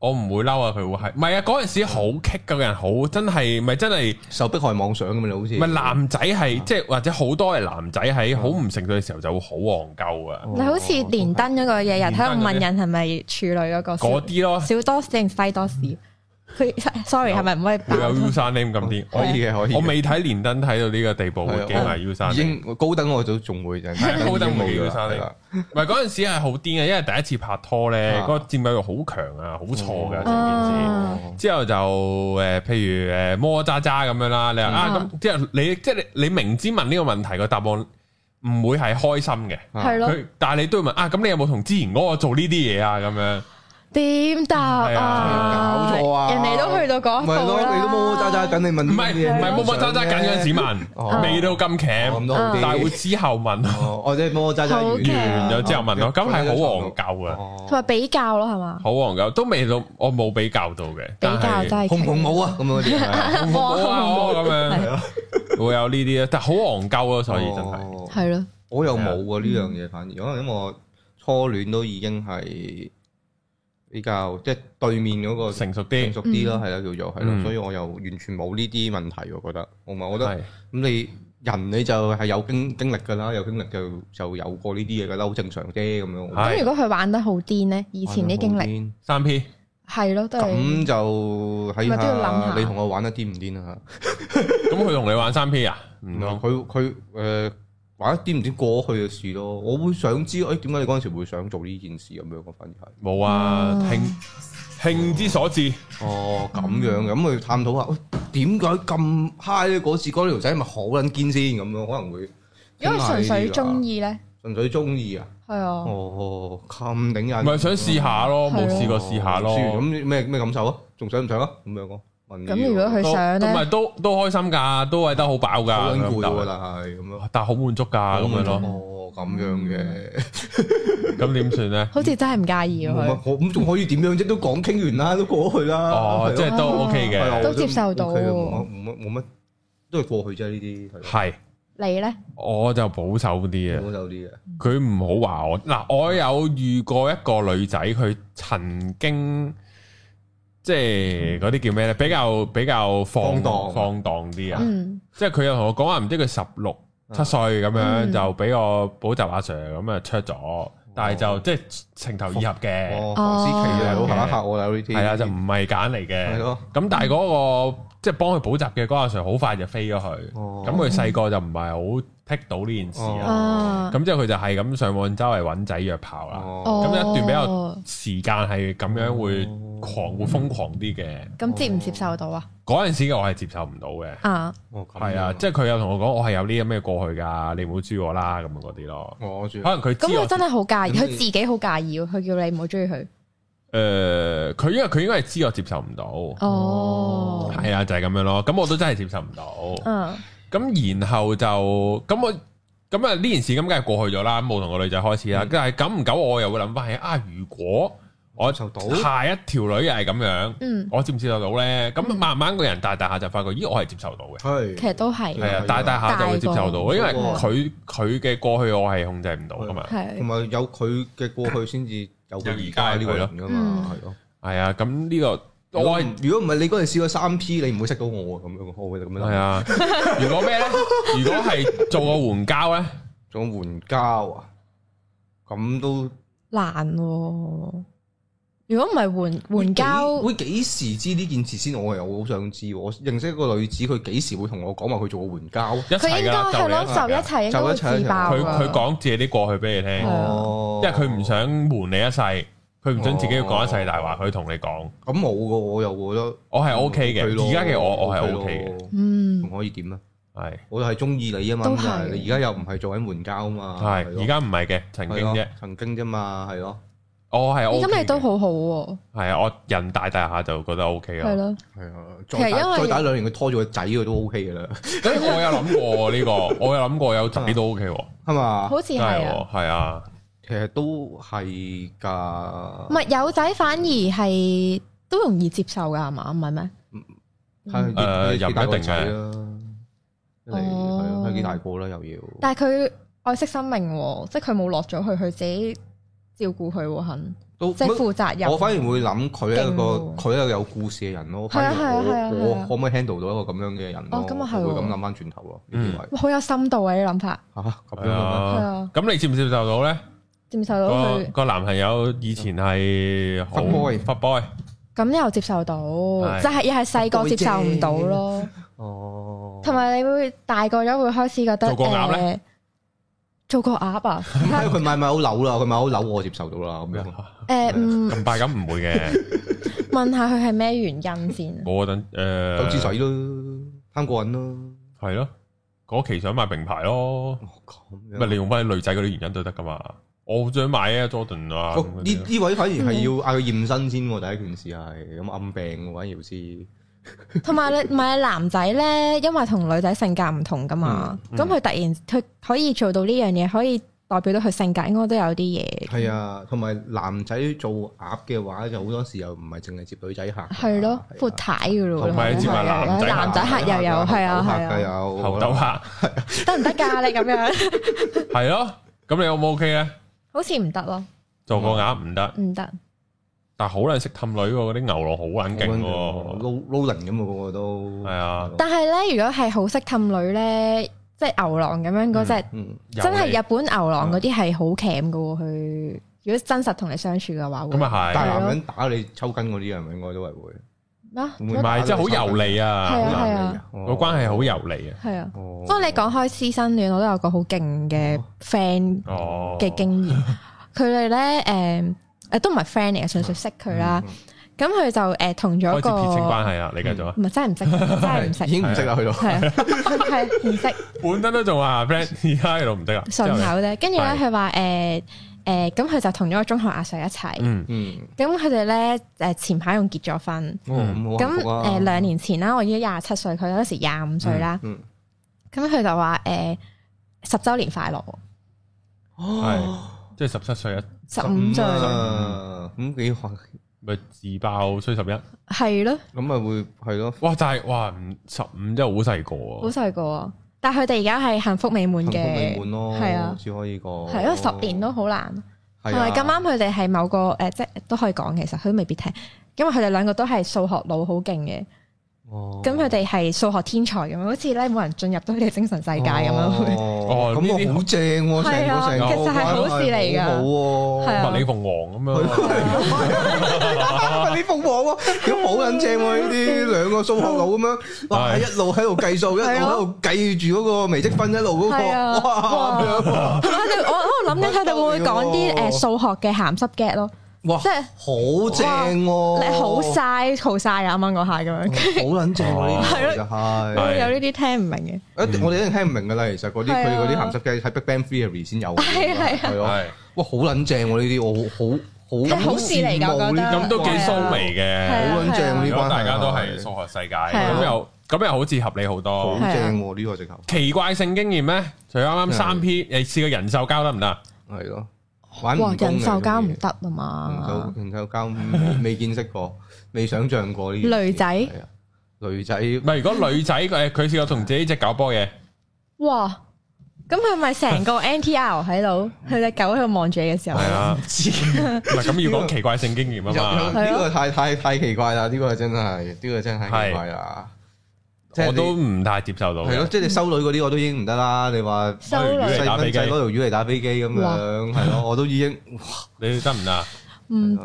Speaker 1: 我唔會嬲啊，佢會係，唔係啊嗰陣時好棘嘅人好真係咪真係。
Speaker 2: 受迫害妄想咁你好似
Speaker 1: 唔係男仔係即係或者好多係男仔喺好唔成熟嘅時候就會好戇鳩啊，
Speaker 2: 哦
Speaker 5: 你好似連登嗰個日日喺度問人
Speaker 1: 連
Speaker 5: 係咪處女嗰個小
Speaker 1: 嗰啲
Speaker 3: 啊
Speaker 1: 咯，
Speaker 5: 小多士定西多士？佢 sorry 係咪唔可以爆
Speaker 1: 會有 U 三 name 咁啲。
Speaker 2: 可以嘅，可以嘅。
Speaker 1: 我未睇連登睇到呢個地步，會啊
Speaker 2: 嗯啊係
Speaker 1: 記
Speaker 2: 我
Speaker 1: 埋 U 三
Speaker 2: 已
Speaker 1: name。
Speaker 2: 經高登我都仲 會嘅，
Speaker 1: 係高登
Speaker 2: 已經
Speaker 1: 會
Speaker 2: 冇
Speaker 1: 要生
Speaker 2: 㗎
Speaker 1: 你
Speaker 2: 啦。
Speaker 1: 唔係嗰陣時係好癲嘅，因為第一次拍拖咧，
Speaker 2: 啊
Speaker 1: 嗰個佔有欲好強啊，好錯㗎成件事。
Speaker 5: 啊？
Speaker 1: 之後就誒、呃譬如誒摩渣渣咁樣啦，你話啊咁，即係你即係你你明知問呢個問題個答案唔會係開心嘅，
Speaker 5: 係咯，
Speaker 1: 佢但係你都要問啊，咁你有冇同之前嗰個做呢啲嘢啊咁樣？
Speaker 5: 點答
Speaker 1: 係
Speaker 5: 啊
Speaker 1: 啊？
Speaker 2: 搞錯啊
Speaker 5: 人哋都去到嗰
Speaker 2: 唔
Speaker 5: 一步啊
Speaker 2: 係咯，
Speaker 5: 啦
Speaker 2: 你都摸摸揸揸緊，你問
Speaker 1: 唔係唔係摸摸揸揸緊嗰陣時
Speaker 2: 哦
Speaker 1: 問，未到咁
Speaker 2: 咁
Speaker 1: 鉗，
Speaker 2: 都好啲，
Speaker 1: 但係會之後問，
Speaker 2: 哦，我即係摸摸揸揸
Speaker 5: 好嘅
Speaker 1: 完
Speaker 2: 完
Speaker 1: 咗之後問咯，咁係好戇鳩啊，
Speaker 2: 哦
Speaker 5: 同埋比較咯，係嘛？
Speaker 1: 好戇鳩，都未到，我冇比較到嘅，
Speaker 5: 比較真係
Speaker 2: 紅唔紅帽啊咁 樣嗰啲係啊，
Speaker 1: 冇 啊
Speaker 5: 哇
Speaker 1: 咁
Speaker 2: 係
Speaker 1: 樣
Speaker 2: 啊，
Speaker 1: 會有呢啲啊，但係好戇鳩咯，所以真係
Speaker 2: 哦
Speaker 5: 係咯，
Speaker 2: 我又冇喎呢樣嘢，反而可能因為我初戀都已經係比較即係對面嗰個
Speaker 1: 成熟
Speaker 2: 成
Speaker 1: 啲，
Speaker 2: 熟啲咯，係啦叫做係
Speaker 1: 嗯
Speaker 2: 咯，所以我又完全冇呢啲問題，我覺得我咪覺得
Speaker 1: 係
Speaker 2: 咁你人你就係有經經歷㗎啦，有經歷就就有過呢啲嘢㗎啦，好正常啫咁樣。
Speaker 1: 係
Speaker 5: 咁如果佢玩得好癲咧，以前啲經歷
Speaker 2: 歷
Speaker 1: 三 P
Speaker 5: 係咯，都係
Speaker 2: 咁就睇
Speaker 5: 咪都要諗
Speaker 2: 下
Speaker 5: 下
Speaker 2: 你同我玩得癲唔癲啊？
Speaker 1: 咁佢同你玩三 P 啊？
Speaker 2: 嗯
Speaker 1: 唔通
Speaker 2: 佢佢誒玩得癲唔癲過去嘅事咯，我會想知誒點解你嗰陣時會想做呢件事咁樣，我反而係。
Speaker 1: 冇啊？
Speaker 5: 嗯
Speaker 1: 興興之所至，
Speaker 2: 哦，咁樣嘅，咁去探討下，喂，點解咁 high 咧？嗰次嗰條仔咪好撚堅先咁樣，可能會
Speaker 5: 如果佢純粹中
Speaker 2: 意，
Speaker 5: 意咧，
Speaker 2: 啊純粹中意啊！
Speaker 5: 係啊，
Speaker 2: 哦，咁頂
Speaker 1: 唔
Speaker 2: 癮，哦
Speaker 1: 係想試下咯，
Speaker 5: 係
Speaker 1: 冇
Speaker 5: 咯
Speaker 1: 試過試下咯。
Speaker 2: 咁咩咩感受啊？仲想唔想啊？咁樣咯。問呢
Speaker 5: 咁如果佢
Speaker 1: 都
Speaker 5: 想
Speaker 1: 同埋
Speaker 5: 咧，
Speaker 1: 都都開心㗎，都係得好飽
Speaker 2: 個好
Speaker 1: 㗎，
Speaker 2: 撚
Speaker 1: 咁
Speaker 2: 攰喎，
Speaker 1: 就
Speaker 2: 但係咁樣
Speaker 1: 但係好滿足㗎咁樣咯。
Speaker 2: 哦，咁樣嘅，
Speaker 1: 咁點算 咧？
Speaker 5: 好似真係唔介意啊
Speaker 2: 咁
Speaker 5: 佢，
Speaker 2: 啊我咁仲可以點樣啫？都講傾完啦，都過去啦。
Speaker 1: 哦，即係都
Speaker 5: 啊
Speaker 1: OK
Speaker 2: 係啊
Speaker 1: 嘅，
Speaker 5: 都接受到
Speaker 2: 我覺得 OK 啊冇乜冇乜冇乜，都係過去啫呢啲係咯，
Speaker 1: 係
Speaker 5: 你咧
Speaker 1: 我就保守啲啊。
Speaker 2: 保守啲嘅。
Speaker 1: 佢唔好話我嗱，我有遇過一個女仔，佢曾經即係嗰啲叫咩咧？比較比較放
Speaker 2: 放蕩
Speaker 1: 放蕩啲啊！
Speaker 5: 嗯
Speaker 1: 即係佢又同我講話，唔知佢十六七歲咁樣
Speaker 5: 嗯
Speaker 1: 就俾我補習阿 Sir 咁啊出咗，但係就即係情投意合嘅，
Speaker 2: 哦，唐詩琪啊，好嚇一嚇我啦呢啲。
Speaker 1: 係啊，就唔係揀嚟
Speaker 2: 係
Speaker 1: 嘅。
Speaker 2: 咯。
Speaker 1: 咁但係嗰個即係幫佢補習嘅嗰個阿 Sir 好快就飛咗佢。
Speaker 2: 哦
Speaker 1: 咁佢細個就唔係好剔到呢件事
Speaker 2: 哦
Speaker 1: 啊，
Speaker 5: 啊，
Speaker 1: 咁之後佢就係咁上網周圍揾仔約炮啦。
Speaker 2: 哦
Speaker 5: 哦
Speaker 1: 咁一段比較時間係咁樣會
Speaker 2: 哦
Speaker 1: 狂會瘋狂啲嘅，
Speaker 5: 咁接唔接受到啊？
Speaker 1: 嗰陣時嘅我係接受唔到嘅，
Speaker 5: 啊，
Speaker 2: 哦，咁
Speaker 1: 係啊，
Speaker 2: 樣
Speaker 1: 即係佢有同我講我係有呢啲咩過去㗎，你唔好追我啦咁樣嗰啲咯。
Speaker 2: 我住
Speaker 1: 可能佢
Speaker 5: 咁
Speaker 1: 知啊
Speaker 5: 佢
Speaker 1: 我
Speaker 5: 真係好介意，
Speaker 2: 咁
Speaker 5: 佢
Speaker 2: 你
Speaker 5: 自己好介意喎，佢叫你唔好追佢。
Speaker 1: 誒，呃佢因為佢應該係知我接受唔到，
Speaker 5: 哦，
Speaker 1: 係啊，就係咁樣咯。咁我都真係接受唔到。
Speaker 5: 嗯，
Speaker 1: 咁然後就咁我咁啊呢件事咁梗係過去咗啦，冇同個女仔開始啦。但係久唔久我又會諗翻起啊，如果我
Speaker 2: 受到
Speaker 1: 下一條女又係咁樣，
Speaker 5: 嗯
Speaker 1: 我接唔接受到咧？咁慢慢個人大大下就發覺，咦，我係接受到嘅，
Speaker 2: 係
Speaker 5: 其實都係
Speaker 2: 係
Speaker 1: 係啊，大大下就會接受到，因為
Speaker 2: 大個
Speaker 1: 佢佢嘅過去我係控制唔到噶嘛，
Speaker 2: 同
Speaker 5: 係
Speaker 2: 埋有佢嘅過去先至有佢而家呢個人噶嘛，係
Speaker 5: 嗯
Speaker 2: 咯。
Speaker 1: 係啊，咁呢個
Speaker 2: 我
Speaker 1: 我係
Speaker 2: 係如果唔係你嗰陣試過三 P，你唔會識到我啊咁樣，我會咁樣
Speaker 1: 係
Speaker 2: 諗。
Speaker 1: 啊，如果咩咧？如果係做個援交咧，
Speaker 2: 仲有援交啊，咁都
Speaker 5: 難喎。如果唔係援援交，
Speaker 2: 會幾時知呢件事先？我又好想知喎。我認識一個女子，佢幾時會同我講話佢做過援交？
Speaker 1: 一
Speaker 5: 佢
Speaker 1: 齊
Speaker 5: 應該
Speaker 1: 噶，
Speaker 5: 係
Speaker 1: 就
Speaker 5: 咯，
Speaker 1: 嚟
Speaker 5: 就一
Speaker 1: 齊㗎。
Speaker 5: 齊應該會自爆啊
Speaker 1: 佢
Speaker 5: 㗎
Speaker 1: 佢講自己啲過去俾你聽，
Speaker 5: 係啊
Speaker 2: 哦
Speaker 1: 因為佢唔想瞞你一世，佢唔想自己要講一世大話，佢同你講。
Speaker 2: 咁冇噶，我又覺得
Speaker 1: 我係 O K
Speaker 2: 佢咯
Speaker 1: 嘅，而家嘅我我係 O
Speaker 2: 佢
Speaker 1: K
Speaker 2: 咯
Speaker 5: 嗯
Speaker 2: 仲可以點啊？
Speaker 1: 嘅，係
Speaker 2: 我係中意你啊嘛，
Speaker 5: 都
Speaker 2: 咁
Speaker 5: 係
Speaker 2: 但係你而家又唔係做緊援交啊嘛，係
Speaker 1: 係
Speaker 2: 咯
Speaker 1: 而家唔係嘅，曾經
Speaker 2: 係
Speaker 1: 啫
Speaker 2: 咯。曾經啫嘛，係咯，
Speaker 1: 我係 O，
Speaker 3: 咦咁你都好好喎，
Speaker 1: 係啊，我人大大下就覺得 O K 咯。
Speaker 3: 係咯，
Speaker 2: 系啊，
Speaker 3: 其
Speaker 2: 再
Speaker 3: 實因
Speaker 2: 打
Speaker 3: 為
Speaker 2: 再打兩年，佢拖住個仔佢都 OK 嘅啦，
Speaker 1: 誒我有諗過 喎呢個，我有諗過有仔都 O K 喎，
Speaker 2: 係嘛？
Speaker 3: 好似
Speaker 1: 真
Speaker 3: 係
Speaker 1: 係
Speaker 3: 啊，
Speaker 1: 喎，係啊，
Speaker 2: 其實都係㗎，
Speaker 3: 唔係有仔反而係都容易接受㗎係嘛？唔係咩？
Speaker 1: 嗯
Speaker 3: 嗯
Speaker 2: 係
Speaker 1: 誒
Speaker 2: 幾
Speaker 1: 又唔一定嘅
Speaker 2: 幾大個仔啦，一嚟係咯
Speaker 3: 哦
Speaker 2: 睇幾大個啦又要，
Speaker 3: 但係佢愛惜生命喎，即係佢冇落咗去，佢自己照顧佢喎，肯
Speaker 2: 都
Speaker 3: 即係負責任。
Speaker 2: 我反而會諗佢係一個
Speaker 3: 勁喎
Speaker 2: 佢係一個有故事嘅人咯，
Speaker 3: 係
Speaker 2: 反
Speaker 3: 啊
Speaker 2: 而
Speaker 3: 係啊係啊
Speaker 2: 我
Speaker 3: 係啊
Speaker 2: 我可唔可以 handle 到一個咁樣嘅人咯
Speaker 3: 哦？咁啊係喎
Speaker 2: 我會咁諗翻轉頭咯，呢啲位
Speaker 3: 哇好有深度啊！啲諗法
Speaker 1: 嗯
Speaker 2: 嚇咁
Speaker 1: 係
Speaker 2: 樣嘅咩
Speaker 3: 係
Speaker 1: 啊
Speaker 3: 啊。
Speaker 1: 咁你接唔接受到咧？
Speaker 3: 接受到
Speaker 1: 個
Speaker 3: 佢，
Speaker 1: 個男朋友以前係好
Speaker 2: Fuck boy
Speaker 1: 忽 boy，
Speaker 3: 咁又接受到，就係又係細個接受唔到咯。
Speaker 2: 哦，
Speaker 3: 同埋你會大個咗會開始覺得
Speaker 1: 做過鴨呢
Speaker 3: 誒做過 鴨啊？
Speaker 2: 唔係佢買買好樓啦，佢買好樓我接受到啦咁
Speaker 1: 啊
Speaker 2: 樣。
Speaker 3: 誒，唔
Speaker 1: 咁快咁唔 會嘅。
Speaker 3: 呃嗯問下佢係咩原因先？
Speaker 1: 我嗰陣
Speaker 2: 斗智
Speaker 1: 誒
Speaker 2: 水咯，貪過癮咯，
Speaker 1: 係咯，嗰期想買名牌咯，
Speaker 2: 哦咁樣
Speaker 1: 咪你用翻女仔嗰啲原因都得噶嘛。我好想買啊 Jordan 啊，
Speaker 2: 哦
Speaker 1: 咁嗰
Speaker 2: 呢
Speaker 1: 啲咯
Speaker 2: 呢位反而係要嗌佢驗身先喎，第一件事係咁暗病喎，反而要知。
Speaker 3: 同埋你唔係男仔咧，因為同女仔性格唔同噶嘛，
Speaker 1: 嗯嗯
Speaker 3: 咁佢突然佢可以做到呢樣嘢，可以代表到佢性格應該都有啲嘢。
Speaker 2: 係啊，同埋男仔做鴨嘅話，就好多時又唔係淨係接女仔啊客㗎。
Speaker 3: 係咯，闊太噶咯喎，
Speaker 1: 同埋接埋男仔客
Speaker 3: 啊男仔客又有，係啊係
Speaker 2: 客
Speaker 3: 啊，
Speaker 2: 又有
Speaker 1: 後斗客
Speaker 3: 得唔得㗎？你咁 樣
Speaker 1: 係咯。咁你 O 唔 OK 咧？
Speaker 3: 好似唔得咯，
Speaker 1: 做個鴨唔得，
Speaker 3: 唔得。
Speaker 1: 但係好撚識氹女喎，嗰啲牛郎好撚勁喎。
Speaker 2: 撈撈零咁啊，個個都
Speaker 1: 係啊
Speaker 3: 但係咧，如果係好識氹女咧，即係牛郎咁樣嗰只，
Speaker 2: 嗯
Speaker 1: 有
Speaker 3: 真係
Speaker 1: 你
Speaker 3: 日本牛郎嗰啲係好鉗噶喎。佢如果真實同你相處嘅話，會
Speaker 1: 咁啊
Speaker 2: 但
Speaker 1: 係
Speaker 2: 係男人打你抽筋嗰啲人，應該都係會。
Speaker 3: 啊，
Speaker 2: 會唔
Speaker 1: 唔
Speaker 2: 會
Speaker 1: 係，真係好油膩
Speaker 3: 係
Speaker 1: 啊！
Speaker 3: 啊
Speaker 1: 個關係好油膩啊。
Speaker 3: 係啊。
Speaker 2: 哦。
Speaker 3: 不過你講開師生戀，我都有個好勁嘅 friend
Speaker 1: 哦，
Speaker 3: 嘅 經驗。佢哋咧誒誒都唔係 friend 嚟嘅，純粹識佢啦。咁佢就誒同咗
Speaker 1: 開
Speaker 3: 一
Speaker 1: 始
Speaker 3: 個
Speaker 1: 撇清關係啦，你繼續啊。
Speaker 3: 唔係真係唔識，真係唔識
Speaker 2: 已，經唔識啦，去到。
Speaker 3: 係啊係唔識。
Speaker 1: 本身都仲話 friend，而家喺度唔得啦。
Speaker 3: 順口啫。跟住咧，
Speaker 1: 係
Speaker 3: 佢話誒誒，咁佢就同咗個中學阿 Sir 一齊。
Speaker 1: 嗯，
Speaker 2: 嗯，
Speaker 3: 咁佢哋咧誒前排仲結咗婚。
Speaker 2: 哦咁好
Speaker 3: 咁
Speaker 2: 幸福啊
Speaker 3: 誒兩年前啦，我已經廿七歲，佢嗰時廿五歲啦。
Speaker 2: 嗯
Speaker 3: 咁佢就話誒十週年快樂，
Speaker 1: 係即係十七歲一
Speaker 3: 十五歲
Speaker 2: 啊咁幾好
Speaker 1: 咪自爆衰十一，
Speaker 3: 係咯，
Speaker 2: 咁咪會係咯，
Speaker 1: 哇！但係哇，唔十五真係好細個
Speaker 3: 好
Speaker 1: 喎，
Speaker 3: 細個啊。但係佢哋而家係幸福美滿
Speaker 2: 幸福美
Speaker 3: 嘅，
Speaker 2: 滿咯，
Speaker 3: 係啊
Speaker 2: 只可以講
Speaker 3: 係因為十年都好難。
Speaker 2: 係
Speaker 3: 同
Speaker 2: 啊
Speaker 3: 埋咁啱佢哋係某個誒、呃即係都可以講其實佢都未必聽，因為佢哋兩個都係數學腦好勁嘅。
Speaker 2: 哦
Speaker 3: 咁佢哋係數學天才咁樣，好似咧冇人進入到佢哋精神世界咁 樣。
Speaker 2: 哦
Speaker 1: 哦
Speaker 2: 咁
Speaker 1: 呢啲
Speaker 2: 我好正喎，成
Speaker 3: 係
Speaker 2: 個
Speaker 3: 啊
Speaker 2: 成個
Speaker 3: 其實係好事嚟㗎
Speaker 2: 好喎，
Speaker 3: 係啊
Speaker 1: 物理鳳凰咁 樣咯。
Speaker 2: 啊！你服我喎，屌好撚正喎！呢 啲兩個數學佬咁樣，哇！
Speaker 1: 係
Speaker 2: 一路喺度計數，一路
Speaker 3: 係咯
Speaker 2: 喺度計住嗰個微積分，一路嗰
Speaker 3: 係啊
Speaker 2: 個哇
Speaker 3: 哇
Speaker 2: 咁樣喎，
Speaker 3: 佢哋我我諗緊佢哋會唔會講啲誒數學嘅鹹濕 get 咯，
Speaker 2: 哇！
Speaker 3: 即係
Speaker 2: 好正喎，
Speaker 3: 你好
Speaker 2: 好
Speaker 3: 嘥好嘥啊！啱啱嗰下咁樣，
Speaker 2: 撚正喎！呢
Speaker 3: 係咯
Speaker 2: 啲就係
Speaker 1: 係
Speaker 3: 有呢啲聽唔明嘅。
Speaker 2: 一定我哋一定聽唔明㗎啦。其實嗰啲
Speaker 3: 係
Speaker 2: 佢
Speaker 3: 啊
Speaker 2: 嗰啲鹹濕嘅喺 Big Bang Theory 先有㗎，
Speaker 3: 係啊係
Speaker 2: 係咯。
Speaker 1: 係
Speaker 2: 哇！好撚正喎！呢啲我好好
Speaker 3: 係好事嚟
Speaker 2: 羨
Speaker 3: 㗎
Speaker 2: 慕
Speaker 3: 我覺得
Speaker 2: 呢啲
Speaker 1: 咁都幾
Speaker 3: 係
Speaker 1: 蘇
Speaker 3: 啊
Speaker 1: 眉嘅
Speaker 3: 係。
Speaker 2: 好
Speaker 3: 啊
Speaker 2: 撚正喎呢
Speaker 1: 如果
Speaker 2: 班，
Speaker 1: 大家都係數學世界，
Speaker 3: 啊
Speaker 1: 咁又咁又好似合理好
Speaker 2: 好嗯
Speaker 1: 多。
Speaker 3: 係啊
Speaker 2: 正喎！呢個直頭
Speaker 1: 奇怪性經驗咧，除咗啱啱三 P，你試過人獸交得唔得？
Speaker 2: 係咯，玩
Speaker 3: 哇！
Speaker 2: 唔公
Speaker 3: 人
Speaker 2: 嘅
Speaker 3: 獸
Speaker 2: 呢啲
Speaker 3: 交唔
Speaker 2: 嘢
Speaker 3: 得啊嘛，
Speaker 2: 人手交未見識過，未想像過呢件事
Speaker 3: 女仔
Speaker 2: 係啊女仔
Speaker 1: 唔係，如果女仔誒佢試過同自己只狗波嘢，
Speaker 3: 哇！咁佢咪 成個 NTR 喺度，佢只狗喺度望住你嘅時候，
Speaker 1: 係啊，
Speaker 2: 知
Speaker 1: 唔係咁要講奇怪性經驗
Speaker 2: 有
Speaker 1: 啊
Speaker 2: 有
Speaker 1: 嘛。
Speaker 2: 呢個太太太奇怪啦！呢個真係，呢個真係奇怪啦！即係
Speaker 1: 我
Speaker 2: 你
Speaker 1: 都唔太接受到嘅。
Speaker 2: 係咯，即係你收女嗰啲我都已經唔得啦。你話
Speaker 3: 收
Speaker 1: 我以
Speaker 3: 女
Speaker 1: 為打
Speaker 2: 細
Speaker 1: 飛
Speaker 2: 蚊
Speaker 1: 機
Speaker 2: 仔攞條魚嚟打飛機咁
Speaker 3: 哇
Speaker 2: 樣，係咯，我都已經
Speaker 1: 你得唔得啊？
Speaker 3: 嗯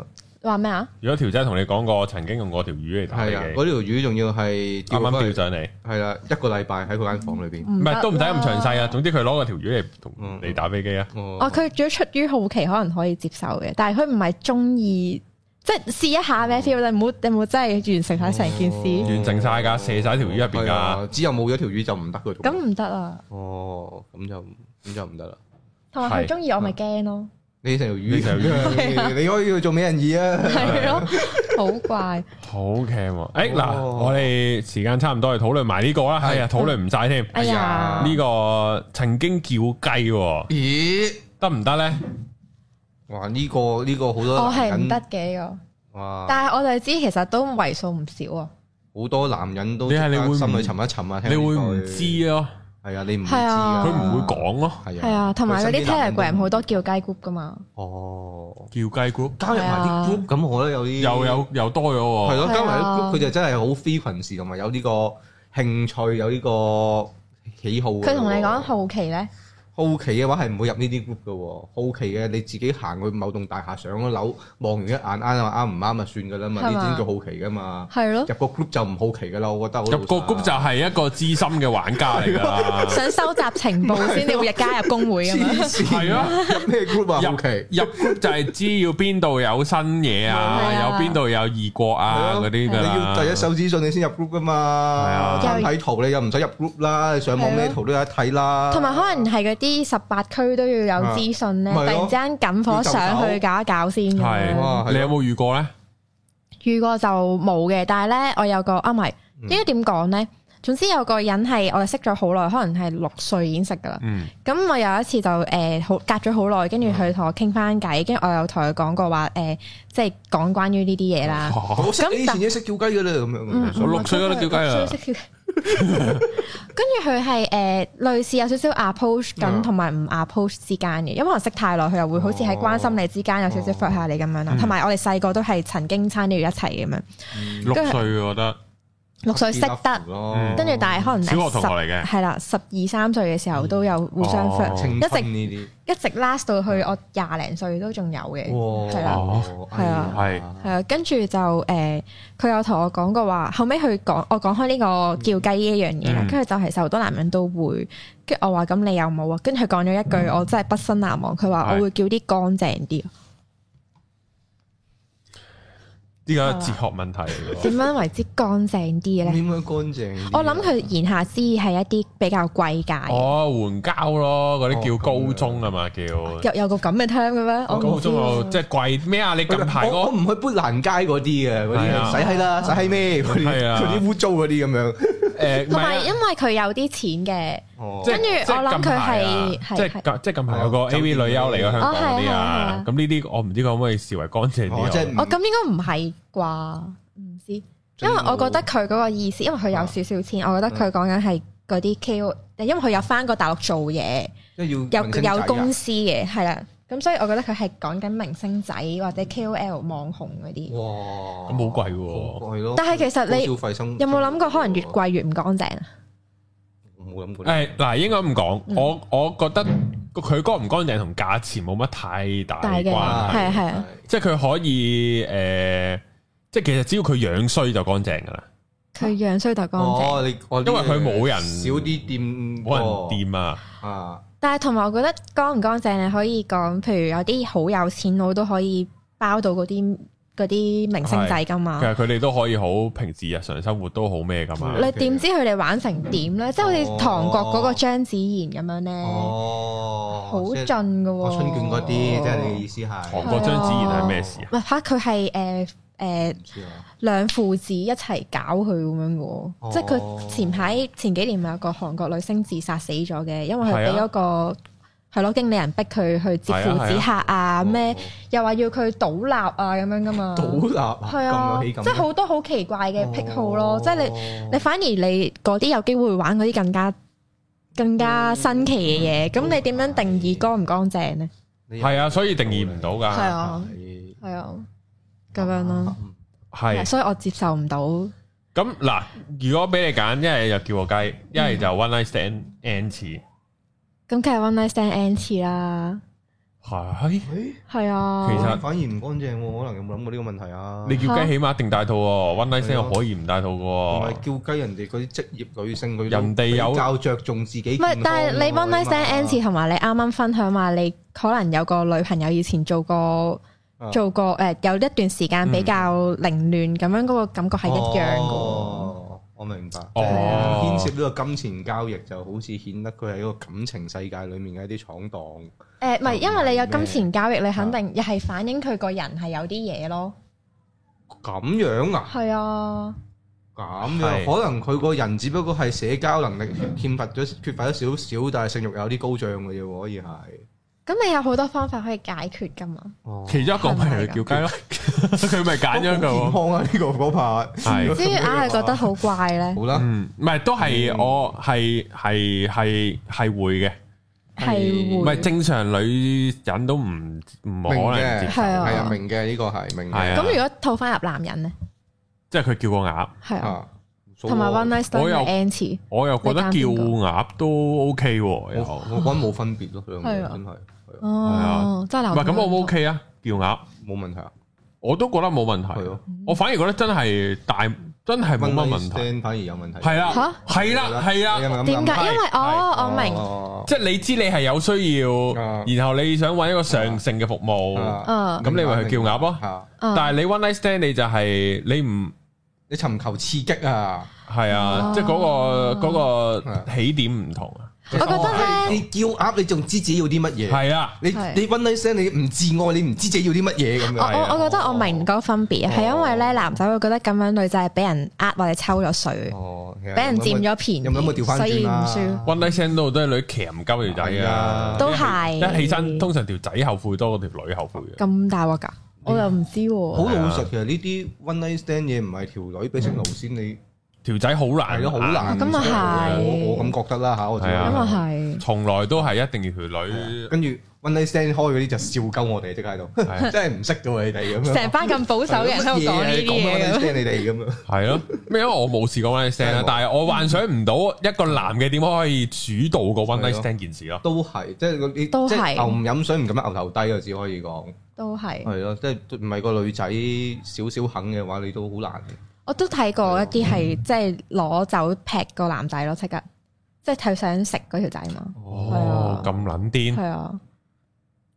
Speaker 3: 話咩啊？
Speaker 1: 如果條仔同你講過，我曾經用過條魚嚟打飛
Speaker 2: 係啊！嗰
Speaker 1: 機，
Speaker 2: 條魚仲要係
Speaker 1: 啱
Speaker 2: 吊
Speaker 1: 啱
Speaker 2: 返
Speaker 1: 吊
Speaker 2: 去
Speaker 1: 上嚟，
Speaker 2: 係啦，一個禮拜喺佢間房裏邊。
Speaker 1: 唔
Speaker 3: 唔
Speaker 1: 係
Speaker 3: 係
Speaker 1: 都唔使咁詳細啊。。總之佢攞個條魚嚟同
Speaker 2: 嗯
Speaker 1: 你打飛機啊。
Speaker 3: 哦，
Speaker 2: 哦
Speaker 3: 佢主要出於好奇，可能可以接受嘅，但係佢唔係中意，即係試一下
Speaker 2: 嗯
Speaker 3: 咩 feel 你唔好你唔好真係完成晒成件事，
Speaker 1: 完成晒㗎射晒條魚入邊㗎
Speaker 2: 哦係啊之後冇咗條魚就唔得佢。
Speaker 3: 咁唔得啊！
Speaker 2: 哦，咁就咁就唔得啦。
Speaker 3: 同埋佢中意我咪驚咯，
Speaker 2: 你成條
Speaker 1: 你
Speaker 2: 魚
Speaker 1: 成條
Speaker 2: 咁樣， 你可以去做美人魚啊！
Speaker 3: 係咯，好怪。
Speaker 1: 好嘅喎，誒嗱，
Speaker 2: 哦
Speaker 1: 我哋時間差唔多，去討論埋呢個啦，
Speaker 2: 係嗯
Speaker 1: 係啊，討論唔晒添。
Speaker 3: 哎呀，
Speaker 1: 呢個曾經叫雞喎
Speaker 2: 咦？
Speaker 1: 得唔得咧？
Speaker 2: 哇！呢個呢個好多
Speaker 3: 我哦係
Speaker 2: 男
Speaker 3: 唔
Speaker 2: 人
Speaker 3: 得嘅呢個，
Speaker 2: 哇，
Speaker 3: 但係我就知其實都為數唔少啊。
Speaker 2: 好多男人都
Speaker 1: 你係你會唔
Speaker 2: 心裏沉一沉啊！
Speaker 1: 你會唔知咯？
Speaker 2: 係啊，你唔會知
Speaker 3: 係
Speaker 2: 啊
Speaker 3: 啊
Speaker 1: 佢唔會講咯。
Speaker 2: 係
Speaker 3: 係啊，同埋嗰
Speaker 2: 佢身
Speaker 3: 啲
Speaker 2: 邊男人都
Speaker 3: Telegram 好多叫雞 group 噶嘛。
Speaker 2: 哦，
Speaker 1: 叫雞 group
Speaker 3: 啊
Speaker 2: 加入埋啲 group 咁，我覺得有啲
Speaker 1: 又有又多咗喎。
Speaker 2: 係咯，
Speaker 3: 係啊
Speaker 2: 加埋啲 group 佢就真係好 frequency 同埋有呢個興趣，有呢個喜好㗎喎。
Speaker 3: 佢同你講好奇咧，
Speaker 2: 好奇嘅話係唔會入呢啲 group 嘅喎，好奇嘅你自己行去某棟大廈上咗樓，望完一眼啱啊啱唔啱啊算噶啦嘛，呢
Speaker 3: 係嘛
Speaker 2: 啲叫好奇噶嘛。
Speaker 3: 係咯
Speaker 2: 入，個 group 就唔好奇噶啦，我覺得好老實啊。
Speaker 1: 入個 group 就係一個資深嘅玩家嚟㗎啦。
Speaker 3: 想收集情報 先，你會加入工會咁樣。
Speaker 2: 黐線，
Speaker 1: 係啊，
Speaker 2: 入咩 group 啊？
Speaker 1: 入
Speaker 2: 好奇
Speaker 1: 入 group 就係知要邊度有新嘢啊，
Speaker 3: 係啊
Speaker 1: 有邊度有異國啊
Speaker 2: 係
Speaker 1: 嗰
Speaker 2: 咯
Speaker 1: 啲
Speaker 2: 你
Speaker 1: 㗎啦。
Speaker 2: 要第一手資訊你先入 group 噶嘛，
Speaker 1: 係
Speaker 3: 啊
Speaker 2: 睇圖你又唔使入 group 啦，你上網咩圖都有得睇啦。
Speaker 3: 啊同埋可能係嗰啲十八區都要有資訊咧，
Speaker 2: 啊
Speaker 3: 突
Speaker 2: 咪
Speaker 3: 然
Speaker 2: 咯
Speaker 3: 之間緊火上去搞一搞先咁
Speaker 1: 係
Speaker 3: 樣。
Speaker 2: 哇係啊
Speaker 1: 你有冇遇過咧？
Speaker 3: 遇過就冇嘅，但係咧我有個啊唔係，
Speaker 2: 嗯
Speaker 3: 應該點講咧？總之有個人係我哋識咗好耐，可能係六歲已經識噶啦。
Speaker 1: 嗯，
Speaker 3: 咁我有一次就誒好、隔咗好耐，跟住佢同我傾翻偈，跟住我有同佢講過話誒、即係講關於呢啲嘢啦。
Speaker 2: 我識
Speaker 3: 咁
Speaker 2: 你以前已經識叫雞噶啦，咁
Speaker 3: 嗯
Speaker 2: 樣
Speaker 1: 我嗯六歲都叫雞啊啦
Speaker 3: 六歲識叫雞 跟住佢係誒類似有少少 approach
Speaker 1: 嗯
Speaker 3: 緊同埋唔 approach 之間嘅，因為可能識太耐，佢又會好似喺關心你之間有少少 f 下你咁樣
Speaker 1: 嗯
Speaker 3: 啦。同埋我哋細個都係曾經差啲要一齊咁樣，
Speaker 1: 六歲我覺得
Speaker 3: 嗯六歲識得，
Speaker 2: 咯，
Speaker 3: 跟住但係可能
Speaker 1: 小學同學嚟嘅
Speaker 3: 係啦，十二三歲嘅時候都有互相 f
Speaker 1: 哦
Speaker 2: 青
Speaker 3: 一直
Speaker 2: 春呢
Speaker 3: 一直 last 到去我廿零歲都仲有嘅，
Speaker 2: 啲，
Speaker 3: 係啦。
Speaker 1: 哦
Speaker 2: 哦
Speaker 3: 係啊
Speaker 2: 哎呀
Speaker 3: 係啊，跟住就誒，呃佢、有同我講過話，後尾佢講我講開呢個叫雞呢一樣嘢啦
Speaker 1: 嗯，
Speaker 3: 跟住、就其實好多男人都會，跟住我話咁你有冇啊？跟住佢講咗一句，我真係畢生難忘。佢話
Speaker 1: 嗯係
Speaker 3: 我會叫啲乾淨 啲，
Speaker 1: 呢個係哲學問題嚟嘅
Speaker 3: 點樣為之乾淨
Speaker 1: 嗯
Speaker 3: 啲咧？
Speaker 2: 點樣乾淨啲啊？
Speaker 3: 我諗佢言下之意係一啲比較貴價
Speaker 1: 喎。
Speaker 3: 嘅，
Speaker 1: 哦，援交咯，嗰啲叫高中啊
Speaker 3: 哦
Speaker 1: 嘛，叫
Speaker 3: 有有個咁嘅 term 嘅咩？我
Speaker 1: 高
Speaker 3: 唔知
Speaker 1: 中又
Speaker 3: 喎
Speaker 1: 即係貴咩啊？你近排
Speaker 2: 我我
Speaker 1: 嗰
Speaker 2: 唔去砵蘭街嗰啲嘅，嗰啲
Speaker 1: 係啊
Speaker 2: 洗閪啦，洗閪咩嗰啲，
Speaker 1: 係啊
Speaker 2: 嗰啲污糟嗰啲咁樣。
Speaker 1: 誒，唔
Speaker 3: 同
Speaker 1: 係
Speaker 3: 埋
Speaker 1: 啊
Speaker 3: 因為佢有啲錢嘅，
Speaker 2: 哦
Speaker 1: 即係
Speaker 3: 跟住
Speaker 1: 即係
Speaker 3: 我諗
Speaker 1: 近
Speaker 3: 佢
Speaker 1: 排啊
Speaker 3: 係係
Speaker 1: 即係近即係近排有個
Speaker 2: 哦
Speaker 1: A.V. 女優嚟嘅香港嗰啲啊
Speaker 3: 哦係啊係啊，
Speaker 1: 咁呢啲我唔知可唔可以視為乾淨啲
Speaker 2: 哦即係
Speaker 1: 啊？
Speaker 2: 唔
Speaker 3: 我咁應該唔係啩？唔知。因為我覺得佢嗰個意思，因為
Speaker 2: 啊
Speaker 3: 佢有少少錢，
Speaker 2: 嗯
Speaker 3: 我覺得佢講緊係嗰啲 KO，因為佢有翻過大陸做嘢，
Speaker 2: 即係要明星仔
Speaker 3: 有
Speaker 2: 啊
Speaker 3: 有公司嘅，係啦。咁所以我覺得佢係講緊明星仔或者 KOL 網紅嗰
Speaker 2: 哦
Speaker 3: 啲。
Speaker 2: 哇，
Speaker 1: 咁好貴喎
Speaker 2: 係咯。
Speaker 3: 但係其實你
Speaker 2: 高消費生
Speaker 3: 有冇諗過可能越？貴越唔乾淨啊？
Speaker 2: 冇諗過。
Speaker 1: 誒嗱，應該咁講，
Speaker 3: 嗯
Speaker 1: 我我覺得佢乾唔乾淨同價錢冇乜太大
Speaker 3: 大嘅
Speaker 1: 關係，
Speaker 3: 係係啊
Speaker 1: 即係佢可以誒，即係其實只要佢樣衰就乾淨噶啦，
Speaker 3: 佢樣衰就乾淨，
Speaker 2: 哦，你我呢
Speaker 1: 因為佢冇人
Speaker 2: 少啲掂過，
Speaker 1: 冇人掂啊，
Speaker 2: 啊。
Speaker 3: 但係同埋我覺得乾唔乾淨，你可以講，譬如有啲好有錢佬都可以包到嗰啲嗰啲明星仔噶嘛
Speaker 1: 其。實佢哋都可以好平時日常生活都好咩噶嘛，
Speaker 2: 嗯
Speaker 3: 你點知佢哋玩成點咧？即係好似韓國嗰個張子賢咁樣咧。
Speaker 2: 哦，
Speaker 3: 好
Speaker 2: 即係
Speaker 3: 盡嘅
Speaker 2: 哦
Speaker 3: 喎，
Speaker 2: 春卷嗰啲，即係你嘅意思係
Speaker 1: 韓國張子賢係咩事啊？
Speaker 3: 喂嚇，佢係誒誒
Speaker 2: 唔知啊
Speaker 3: 兩父子一齊搞佢咁樣嘅喎，
Speaker 2: 哦
Speaker 3: 即係佢前排前幾年咪有個韓國女星自殺死咗嘅，因為佢
Speaker 1: 係啊
Speaker 3: 俾嗰個係咯經理人逼佢去接父子客啊咩，又話要佢倒立啊咁樣噶嘛
Speaker 2: 哦，倒立啊，
Speaker 3: 係啊，
Speaker 2: 咁有
Speaker 3: 即
Speaker 2: 喜感
Speaker 3: 係好多好奇怪嘅癖好咯，
Speaker 2: 哦
Speaker 3: 即係你你反而你嗰啲有機會玩嗰啲更加更
Speaker 2: 嗯
Speaker 3: 加新奇嘅嘢，咁你點樣定義乾唔乾淨呢？
Speaker 2: 你
Speaker 1: 係啊，所以定義唔到㗎，
Speaker 3: 係啊係啊，咁樣咯。
Speaker 2: 嗯
Speaker 1: 係
Speaker 3: 所以我接受唔到。我
Speaker 1: 咁嗱，如果俾你揀，一係就叫個雞，
Speaker 3: 嗯
Speaker 1: 一係就 one night stand n 次，
Speaker 3: 咁梗係 one night stand n 次啦，
Speaker 1: 係
Speaker 2: 誒
Speaker 3: 係啊。
Speaker 1: 其實
Speaker 2: 反而唔乾淨喎，可能有冇諗過呢個問題啊？
Speaker 1: 你叫雞起碼一定戴套喎，one night stand 可以唔戴套嘅
Speaker 2: 唔
Speaker 1: 喎
Speaker 2: 係。叫雞人哋嗰啲職業女性，佢
Speaker 1: 人哋有
Speaker 2: 較着重自己
Speaker 3: 唔係，但係你 one night stand
Speaker 1: 啊
Speaker 3: n 次同埋你啱啱分享話，你可能有個女朋友以前做過
Speaker 2: 啊
Speaker 3: 做
Speaker 1: 嗯
Speaker 3: 過誒、有一段時間比較凌亂咁樣，嗰、個感覺係一樣嘅喎。
Speaker 2: 嘅。我明白。
Speaker 1: 哦
Speaker 2: 牽涉呢個金錢交易就好似顯得佢係一個感情世界裏面嘅一啲闖蕩。
Speaker 3: 誒唔係，因為你有
Speaker 2: 咩
Speaker 3: 金錢交易，你肯
Speaker 1: 啊
Speaker 3: 定又係反映佢個人係有啲嘢咯。
Speaker 2: 咁樣啊？
Speaker 3: 係
Speaker 1: 嗯
Speaker 3: 啊，
Speaker 2: 咁
Speaker 1: 係
Speaker 2: 樣可能佢個人只不過係社交能力欠乏咗、缺乏咗少少，但係性慾有啲高漲嘅啫喎，可以係。
Speaker 3: 咁你有好多方法可以解決㗎嘛。
Speaker 2: 哦
Speaker 1: 其中一個咪去叫雞咯，佢咪揀咗一個
Speaker 2: 健
Speaker 1: 喎。
Speaker 2: 康啊！呢個嗰排
Speaker 1: 係
Speaker 3: 至於硬係覺得好怪咧，
Speaker 2: 好啦，
Speaker 1: 嗯，唔係都係
Speaker 2: 嗯
Speaker 1: 我係係係係會嘅，
Speaker 3: 係
Speaker 1: 唔
Speaker 3: 會
Speaker 1: 係正常女人都唔唔可
Speaker 2: 明
Speaker 1: 能
Speaker 2: 嘅，
Speaker 1: 接受，
Speaker 3: 係啊
Speaker 2: 係啊，明嘅呢個係明
Speaker 1: 係
Speaker 2: 嘅
Speaker 1: 啊
Speaker 3: 咁如果套翻入男人咧，
Speaker 1: 即係佢叫個鴨，
Speaker 3: 係啊，
Speaker 2: 啊，
Speaker 3: 同埋 one night
Speaker 1: 我
Speaker 3: stand
Speaker 1: 又
Speaker 3: 嘅 N 次，
Speaker 1: 我又覺得叫
Speaker 3: 你揀邊
Speaker 1: 鴨都 OK 喎，
Speaker 2: 我
Speaker 1: 又
Speaker 2: 我覺得冇分別咯，兩個
Speaker 3: 係啊
Speaker 2: 真係係啊
Speaker 3: 哦，真係
Speaker 1: 唔
Speaker 3: 男。
Speaker 1: 係咁我 OK 啊，叫鴨
Speaker 2: 冇問題啊，
Speaker 1: 我都覺得冇
Speaker 3: 啊
Speaker 1: 問
Speaker 2: 係咯
Speaker 1: 題，我反而覺得真係大真係冇乜
Speaker 2: One night
Speaker 1: 問題，
Speaker 2: stand 反而有問題，
Speaker 1: 係啦
Speaker 3: 嚇，
Speaker 1: 係啦，係啦
Speaker 2: 你係。咪咁諗啊
Speaker 3: 點解？
Speaker 1: 係
Speaker 3: 因為
Speaker 1: 係
Speaker 3: 哦，我明，
Speaker 2: 哦
Speaker 1: 即係你知你係有需
Speaker 2: 啊
Speaker 1: 要，然後你想揾一個上性嘅服務，
Speaker 2: 啊
Speaker 3: 嗯
Speaker 1: 咁你咪去叫鴨咯
Speaker 2: 啊
Speaker 3: 哦
Speaker 1: 但係你 one night stand 你就係你唔
Speaker 2: 你尋求刺激啊！
Speaker 1: 係啊，
Speaker 3: 哦
Speaker 1: 即係嗰個嗰
Speaker 2: 啊
Speaker 1: 個起點唔同啊，
Speaker 3: 我覺得
Speaker 2: 哦
Speaker 3: 咧
Speaker 2: 你叫鴨，你仲知自己要啲乜嘢？
Speaker 1: 係啊，
Speaker 2: 你
Speaker 3: 係
Speaker 2: 你 one night stand，你唔自愛，你唔知自己要啲乜嘢咁樣。
Speaker 3: 我我我覺
Speaker 2: 哦
Speaker 3: 得我明嗰個分別，啊係因為咧男仔會覺得咁樣女仔係俾人呃或者抽咗水，
Speaker 2: 哦，俾
Speaker 3: 俾人佔咗便宜，
Speaker 2: 有冇諗過調翻
Speaker 3: 所以
Speaker 2: 轉啊
Speaker 3: 唔
Speaker 2: 啦
Speaker 3: 輸，
Speaker 1: one night stand 都好多女騎唔鳩條仔
Speaker 2: 係
Speaker 1: 啊
Speaker 2: 啊，
Speaker 3: 都係
Speaker 1: 一起身通常條仔後悔多過條女後悔啊嘅，
Speaker 3: 咁大鑊㗎，我又唔知
Speaker 2: 好
Speaker 3: 喎。
Speaker 2: 老實，其實呢啲 one night stand 嘢唔係條女俾食路先，你
Speaker 1: 條仔好難，
Speaker 2: 係咯，好難。
Speaker 3: 咁啊係
Speaker 2: 我我咁覺得啦嚇，我自己
Speaker 1: 係啊
Speaker 3: 咁
Speaker 1: 因為
Speaker 3: 啊係，
Speaker 1: 從來都係一定要條女
Speaker 2: 跟住 one night stand 開嗰啲就笑鳩我哋， 即刻喺度，
Speaker 1: 係
Speaker 2: 真係唔識到你哋咁樣。
Speaker 3: 成班咁保守嘅人喺度講呢啲嘢咁
Speaker 2: 聽啊你哋咁樣。
Speaker 1: 係咯，咩？因為我冇試過 one night stand 啦
Speaker 2: 真係冇，
Speaker 1: 但係我幻想唔到一個男嘅點可以主導個 one night stand 件事咯。
Speaker 2: 都係，即係嗰啲
Speaker 3: 都係
Speaker 2: 即係牛唔飲水唔咁樣牛頭低啊，只可以講
Speaker 3: 都係。
Speaker 2: 係咯，即係唔係個女仔少少肯嘅話，你都好難。
Speaker 3: 我都睇過一啲係即係攞走劈個男仔咯，即刻即係佢想食嗰條仔嘛，
Speaker 1: 哦，
Speaker 3: 係
Speaker 1: 咁撚癲！
Speaker 3: 係啊，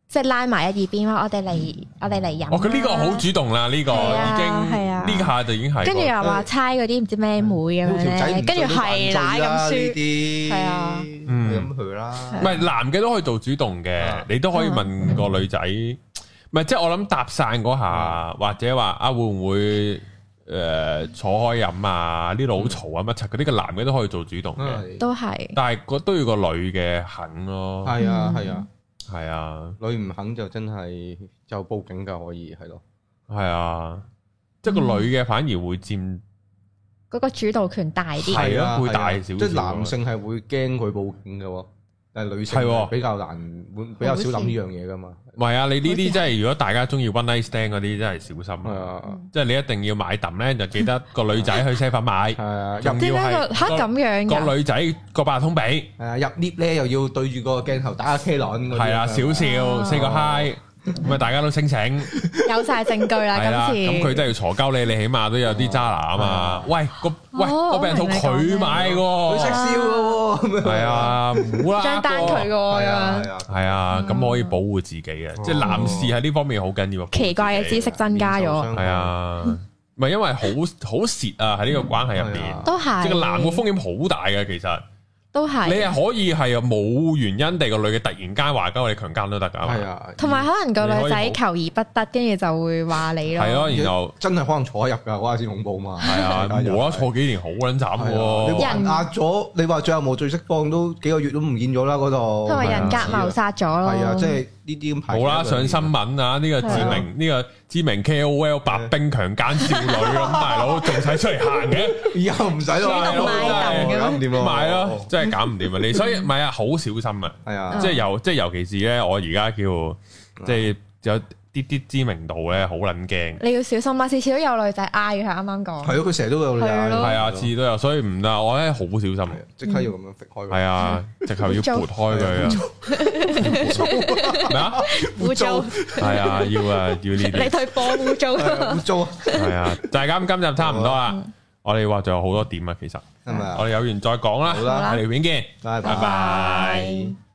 Speaker 3: 即係拉埋一二邊話我哋嚟我哋嚟飲啦。
Speaker 1: 哦，佢呢個好主動啦，呢個
Speaker 3: 係
Speaker 1: 已
Speaker 3: 啊係啊
Speaker 1: 經呢下就已經係
Speaker 3: 跟住
Speaker 1: 個
Speaker 3: 又話猜嗰啲唔知咩妹啊咁
Speaker 1: 嗯
Speaker 3: 樣
Speaker 2: 條仔
Speaker 3: 咧，
Speaker 2: 唔
Speaker 3: 跟住係
Speaker 2: 啦
Speaker 3: 奶
Speaker 1: 啊
Speaker 2: 呢
Speaker 3: 咁輸，
Speaker 2: 啲
Speaker 3: 係啊
Speaker 1: 嗯
Speaker 2: 咁佢啦
Speaker 1: 唔。係男嘅都可以做主動嘅
Speaker 2: 啊，
Speaker 1: 你都可以問個女仔，唔係即係我諗搭訕嗰下，或者話啊會唔會誒坐開飲啊？呢度好嘈啊乜柒，嗰啲個男嘅都可以做主動嘅，
Speaker 2: 係
Speaker 3: 都係
Speaker 1: 但係個都要個女嘅肯咯，
Speaker 2: 係啊係啊，
Speaker 1: 係啊
Speaker 2: 女唔肯就真係就報警㗎，可以係咯。
Speaker 1: 係啊，即係個女嘅反而會佔
Speaker 3: 嗰個主導權大啲。
Speaker 1: 係啊會
Speaker 2: 係
Speaker 1: 大少少
Speaker 2: 即係男性係會驚佢報警嘅喎，但係女性
Speaker 1: 係喎
Speaker 2: 比較難，會比較少諗呢樣嘢㗎嘛。
Speaker 1: 唔係啊！你呢啲真係，如果大家中意 one night stand 嗰啲，真係小心
Speaker 2: 係
Speaker 1: 啊！
Speaker 2: 啊
Speaker 1: 即係你一定要買揼咧，就記得個女仔去 set 粉買，
Speaker 2: 係啊，入
Speaker 1: 仲
Speaker 3: 點
Speaker 1: 要
Speaker 3: 解個嚇
Speaker 1: 係
Speaker 3: 咁樣
Speaker 1: 個
Speaker 3: 㗎？
Speaker 1: 個女仔個八達通俾，
Speaker 2: 係啊入 lift 咧又要對住個鏡頭打下車輪嗰啲。
Speaker 1: 係啦，少少
Speaker 3: 啊
Speaker 1: say 個 hi，咁啊大家都清醒，係
Speaker 3: 有晒證據
Speaker 1: 啦，
Speaker 3: 啦，今次
Speaker 1: 咁佢都要坐鳩你，你起碼都有啲渣男啊嘛！喂，個喂
Speaker 3: 哦
Speaker 1: 個病套
Speaker 3: 我明你講
Speaker 1: 佢
Speaker 3: 咩
Speaker 1: 買
Speaker 2: 佢
Speaker 1: 喎，
Speaker 2: 識笑嘅喎，咁樣
Speaker 1: 係啊，唔好啦，
Speaker 3: 張單佢
Speaker 1: 個
Speaker 3: 喎
Speaker 2: 係
Speaker 3: 咁樣，
Speaker 2: 啊
Speaker 1: 係啊，咁可以保護自己嘅，即係男士喺呢方面好緊要啊。
Speaker 3: 奇怪嘅知識增加咗，
Speaker 1: 係，啊，唔係因為好好蝕啊喺呢個關係入
Speaker 2: 係
Speaker 1: 邊
Speaker 2: 啊。
Speaker 3: 都
Speaker 1: 即
Speaker 3: 係
Speaker 1: 係個男嘅風險好大嘅，其實
Speaker 3: 都
Speaker 1: 你
Speaker 3: 係，
Speaker 1: 係可以係冇原因地個女嘅突然間話鳩你強姦都得㗎，
Speaker 2: 係，啊，
Speaker 3: 同埋可能個女
Speaker 1: 你
Speaker 3: 仔求
Speaker 1: 可
Speaker 3: 而不得，跟住就會話你咯。
Speaker 1: 係咯，然後
Speaker 2: 真係可能坐喺入㗎，嗰下先恐怖嘛。
Speaker 1: 係啊，
Speaker 2: 大家又
Speaker 1: 無啦啦坐幾年好撚慘
Speaker 2: 係啊你
Speaker 1: 喎，
Speaker 2: 還
Speaker 3: 人
Speaker 2: 壓咗，你話最後無罪釋放都幾個月都唔見咗啦，嗰度啊
Speaker 3: 同埋人格謀殺咗咯。
Speaker 2: 係啊，即係呢啲咁排
Speaker 1: 無啦啦上新聞啊，呢個知
Speaker 3: 係
Speaker 1: 名呢個知名 KOL 白冰強姦少女咁，大佬仲使出嚟行嘅，
Speaker 2: 以後唔使啊咯，
Speaker 1: 主動買凳咁樣
Speaker 2: 搞唔掂咯，
Speaker 1: 買咯，真係搞唔掂啊！你所以唔係啊，好小心啊！
Speaker 2: 係啊，
Speaker 1: 即係尤即係尤其是咧，我而家
Speaker 2: 嗯
Speaker 1: 叫即係有啲啲知名度咧，好撚驚。
Speaker 3: 你要小心啦，次次都有女仔嗌佢啱啱講，
Speaker 2: 係咯，佢成日都有你
Speaker 3: 係咯
Speaker 1: 係啊，次次都有，所以唔得，我咧好小心。
Speaker 2: 嗯係啊即刻要咁樣揈開佢
Speaker 1: 係，啊，直頭要撥開 佢啊！ 咩啊？
Speaker 3: 污糟，
Speaker 1: 係啊，要啊，要呢
Speaker 3: 你
Speaker 1: 啲
Speaker 3: 對波污糟，
Speaker 2: 係啊污糟啊，
Speaker 1: 係啊，就係咁，今集差唔多啦。
Speaker 2: 嗯
Speaker 1: 我哋話仲有好多點啊，其實
Speaker 2: 係咪
Speaker 1: 我
Speaker 2: 啊？
Speaker 1: 哋有緣再講啦。
Speaker 2: 好啦
Speaker 1: 我哋片見，
Speaker 2: 拜
Speaker 1: 拜
Speaker 2: 拜。
Speaker 1: 拜。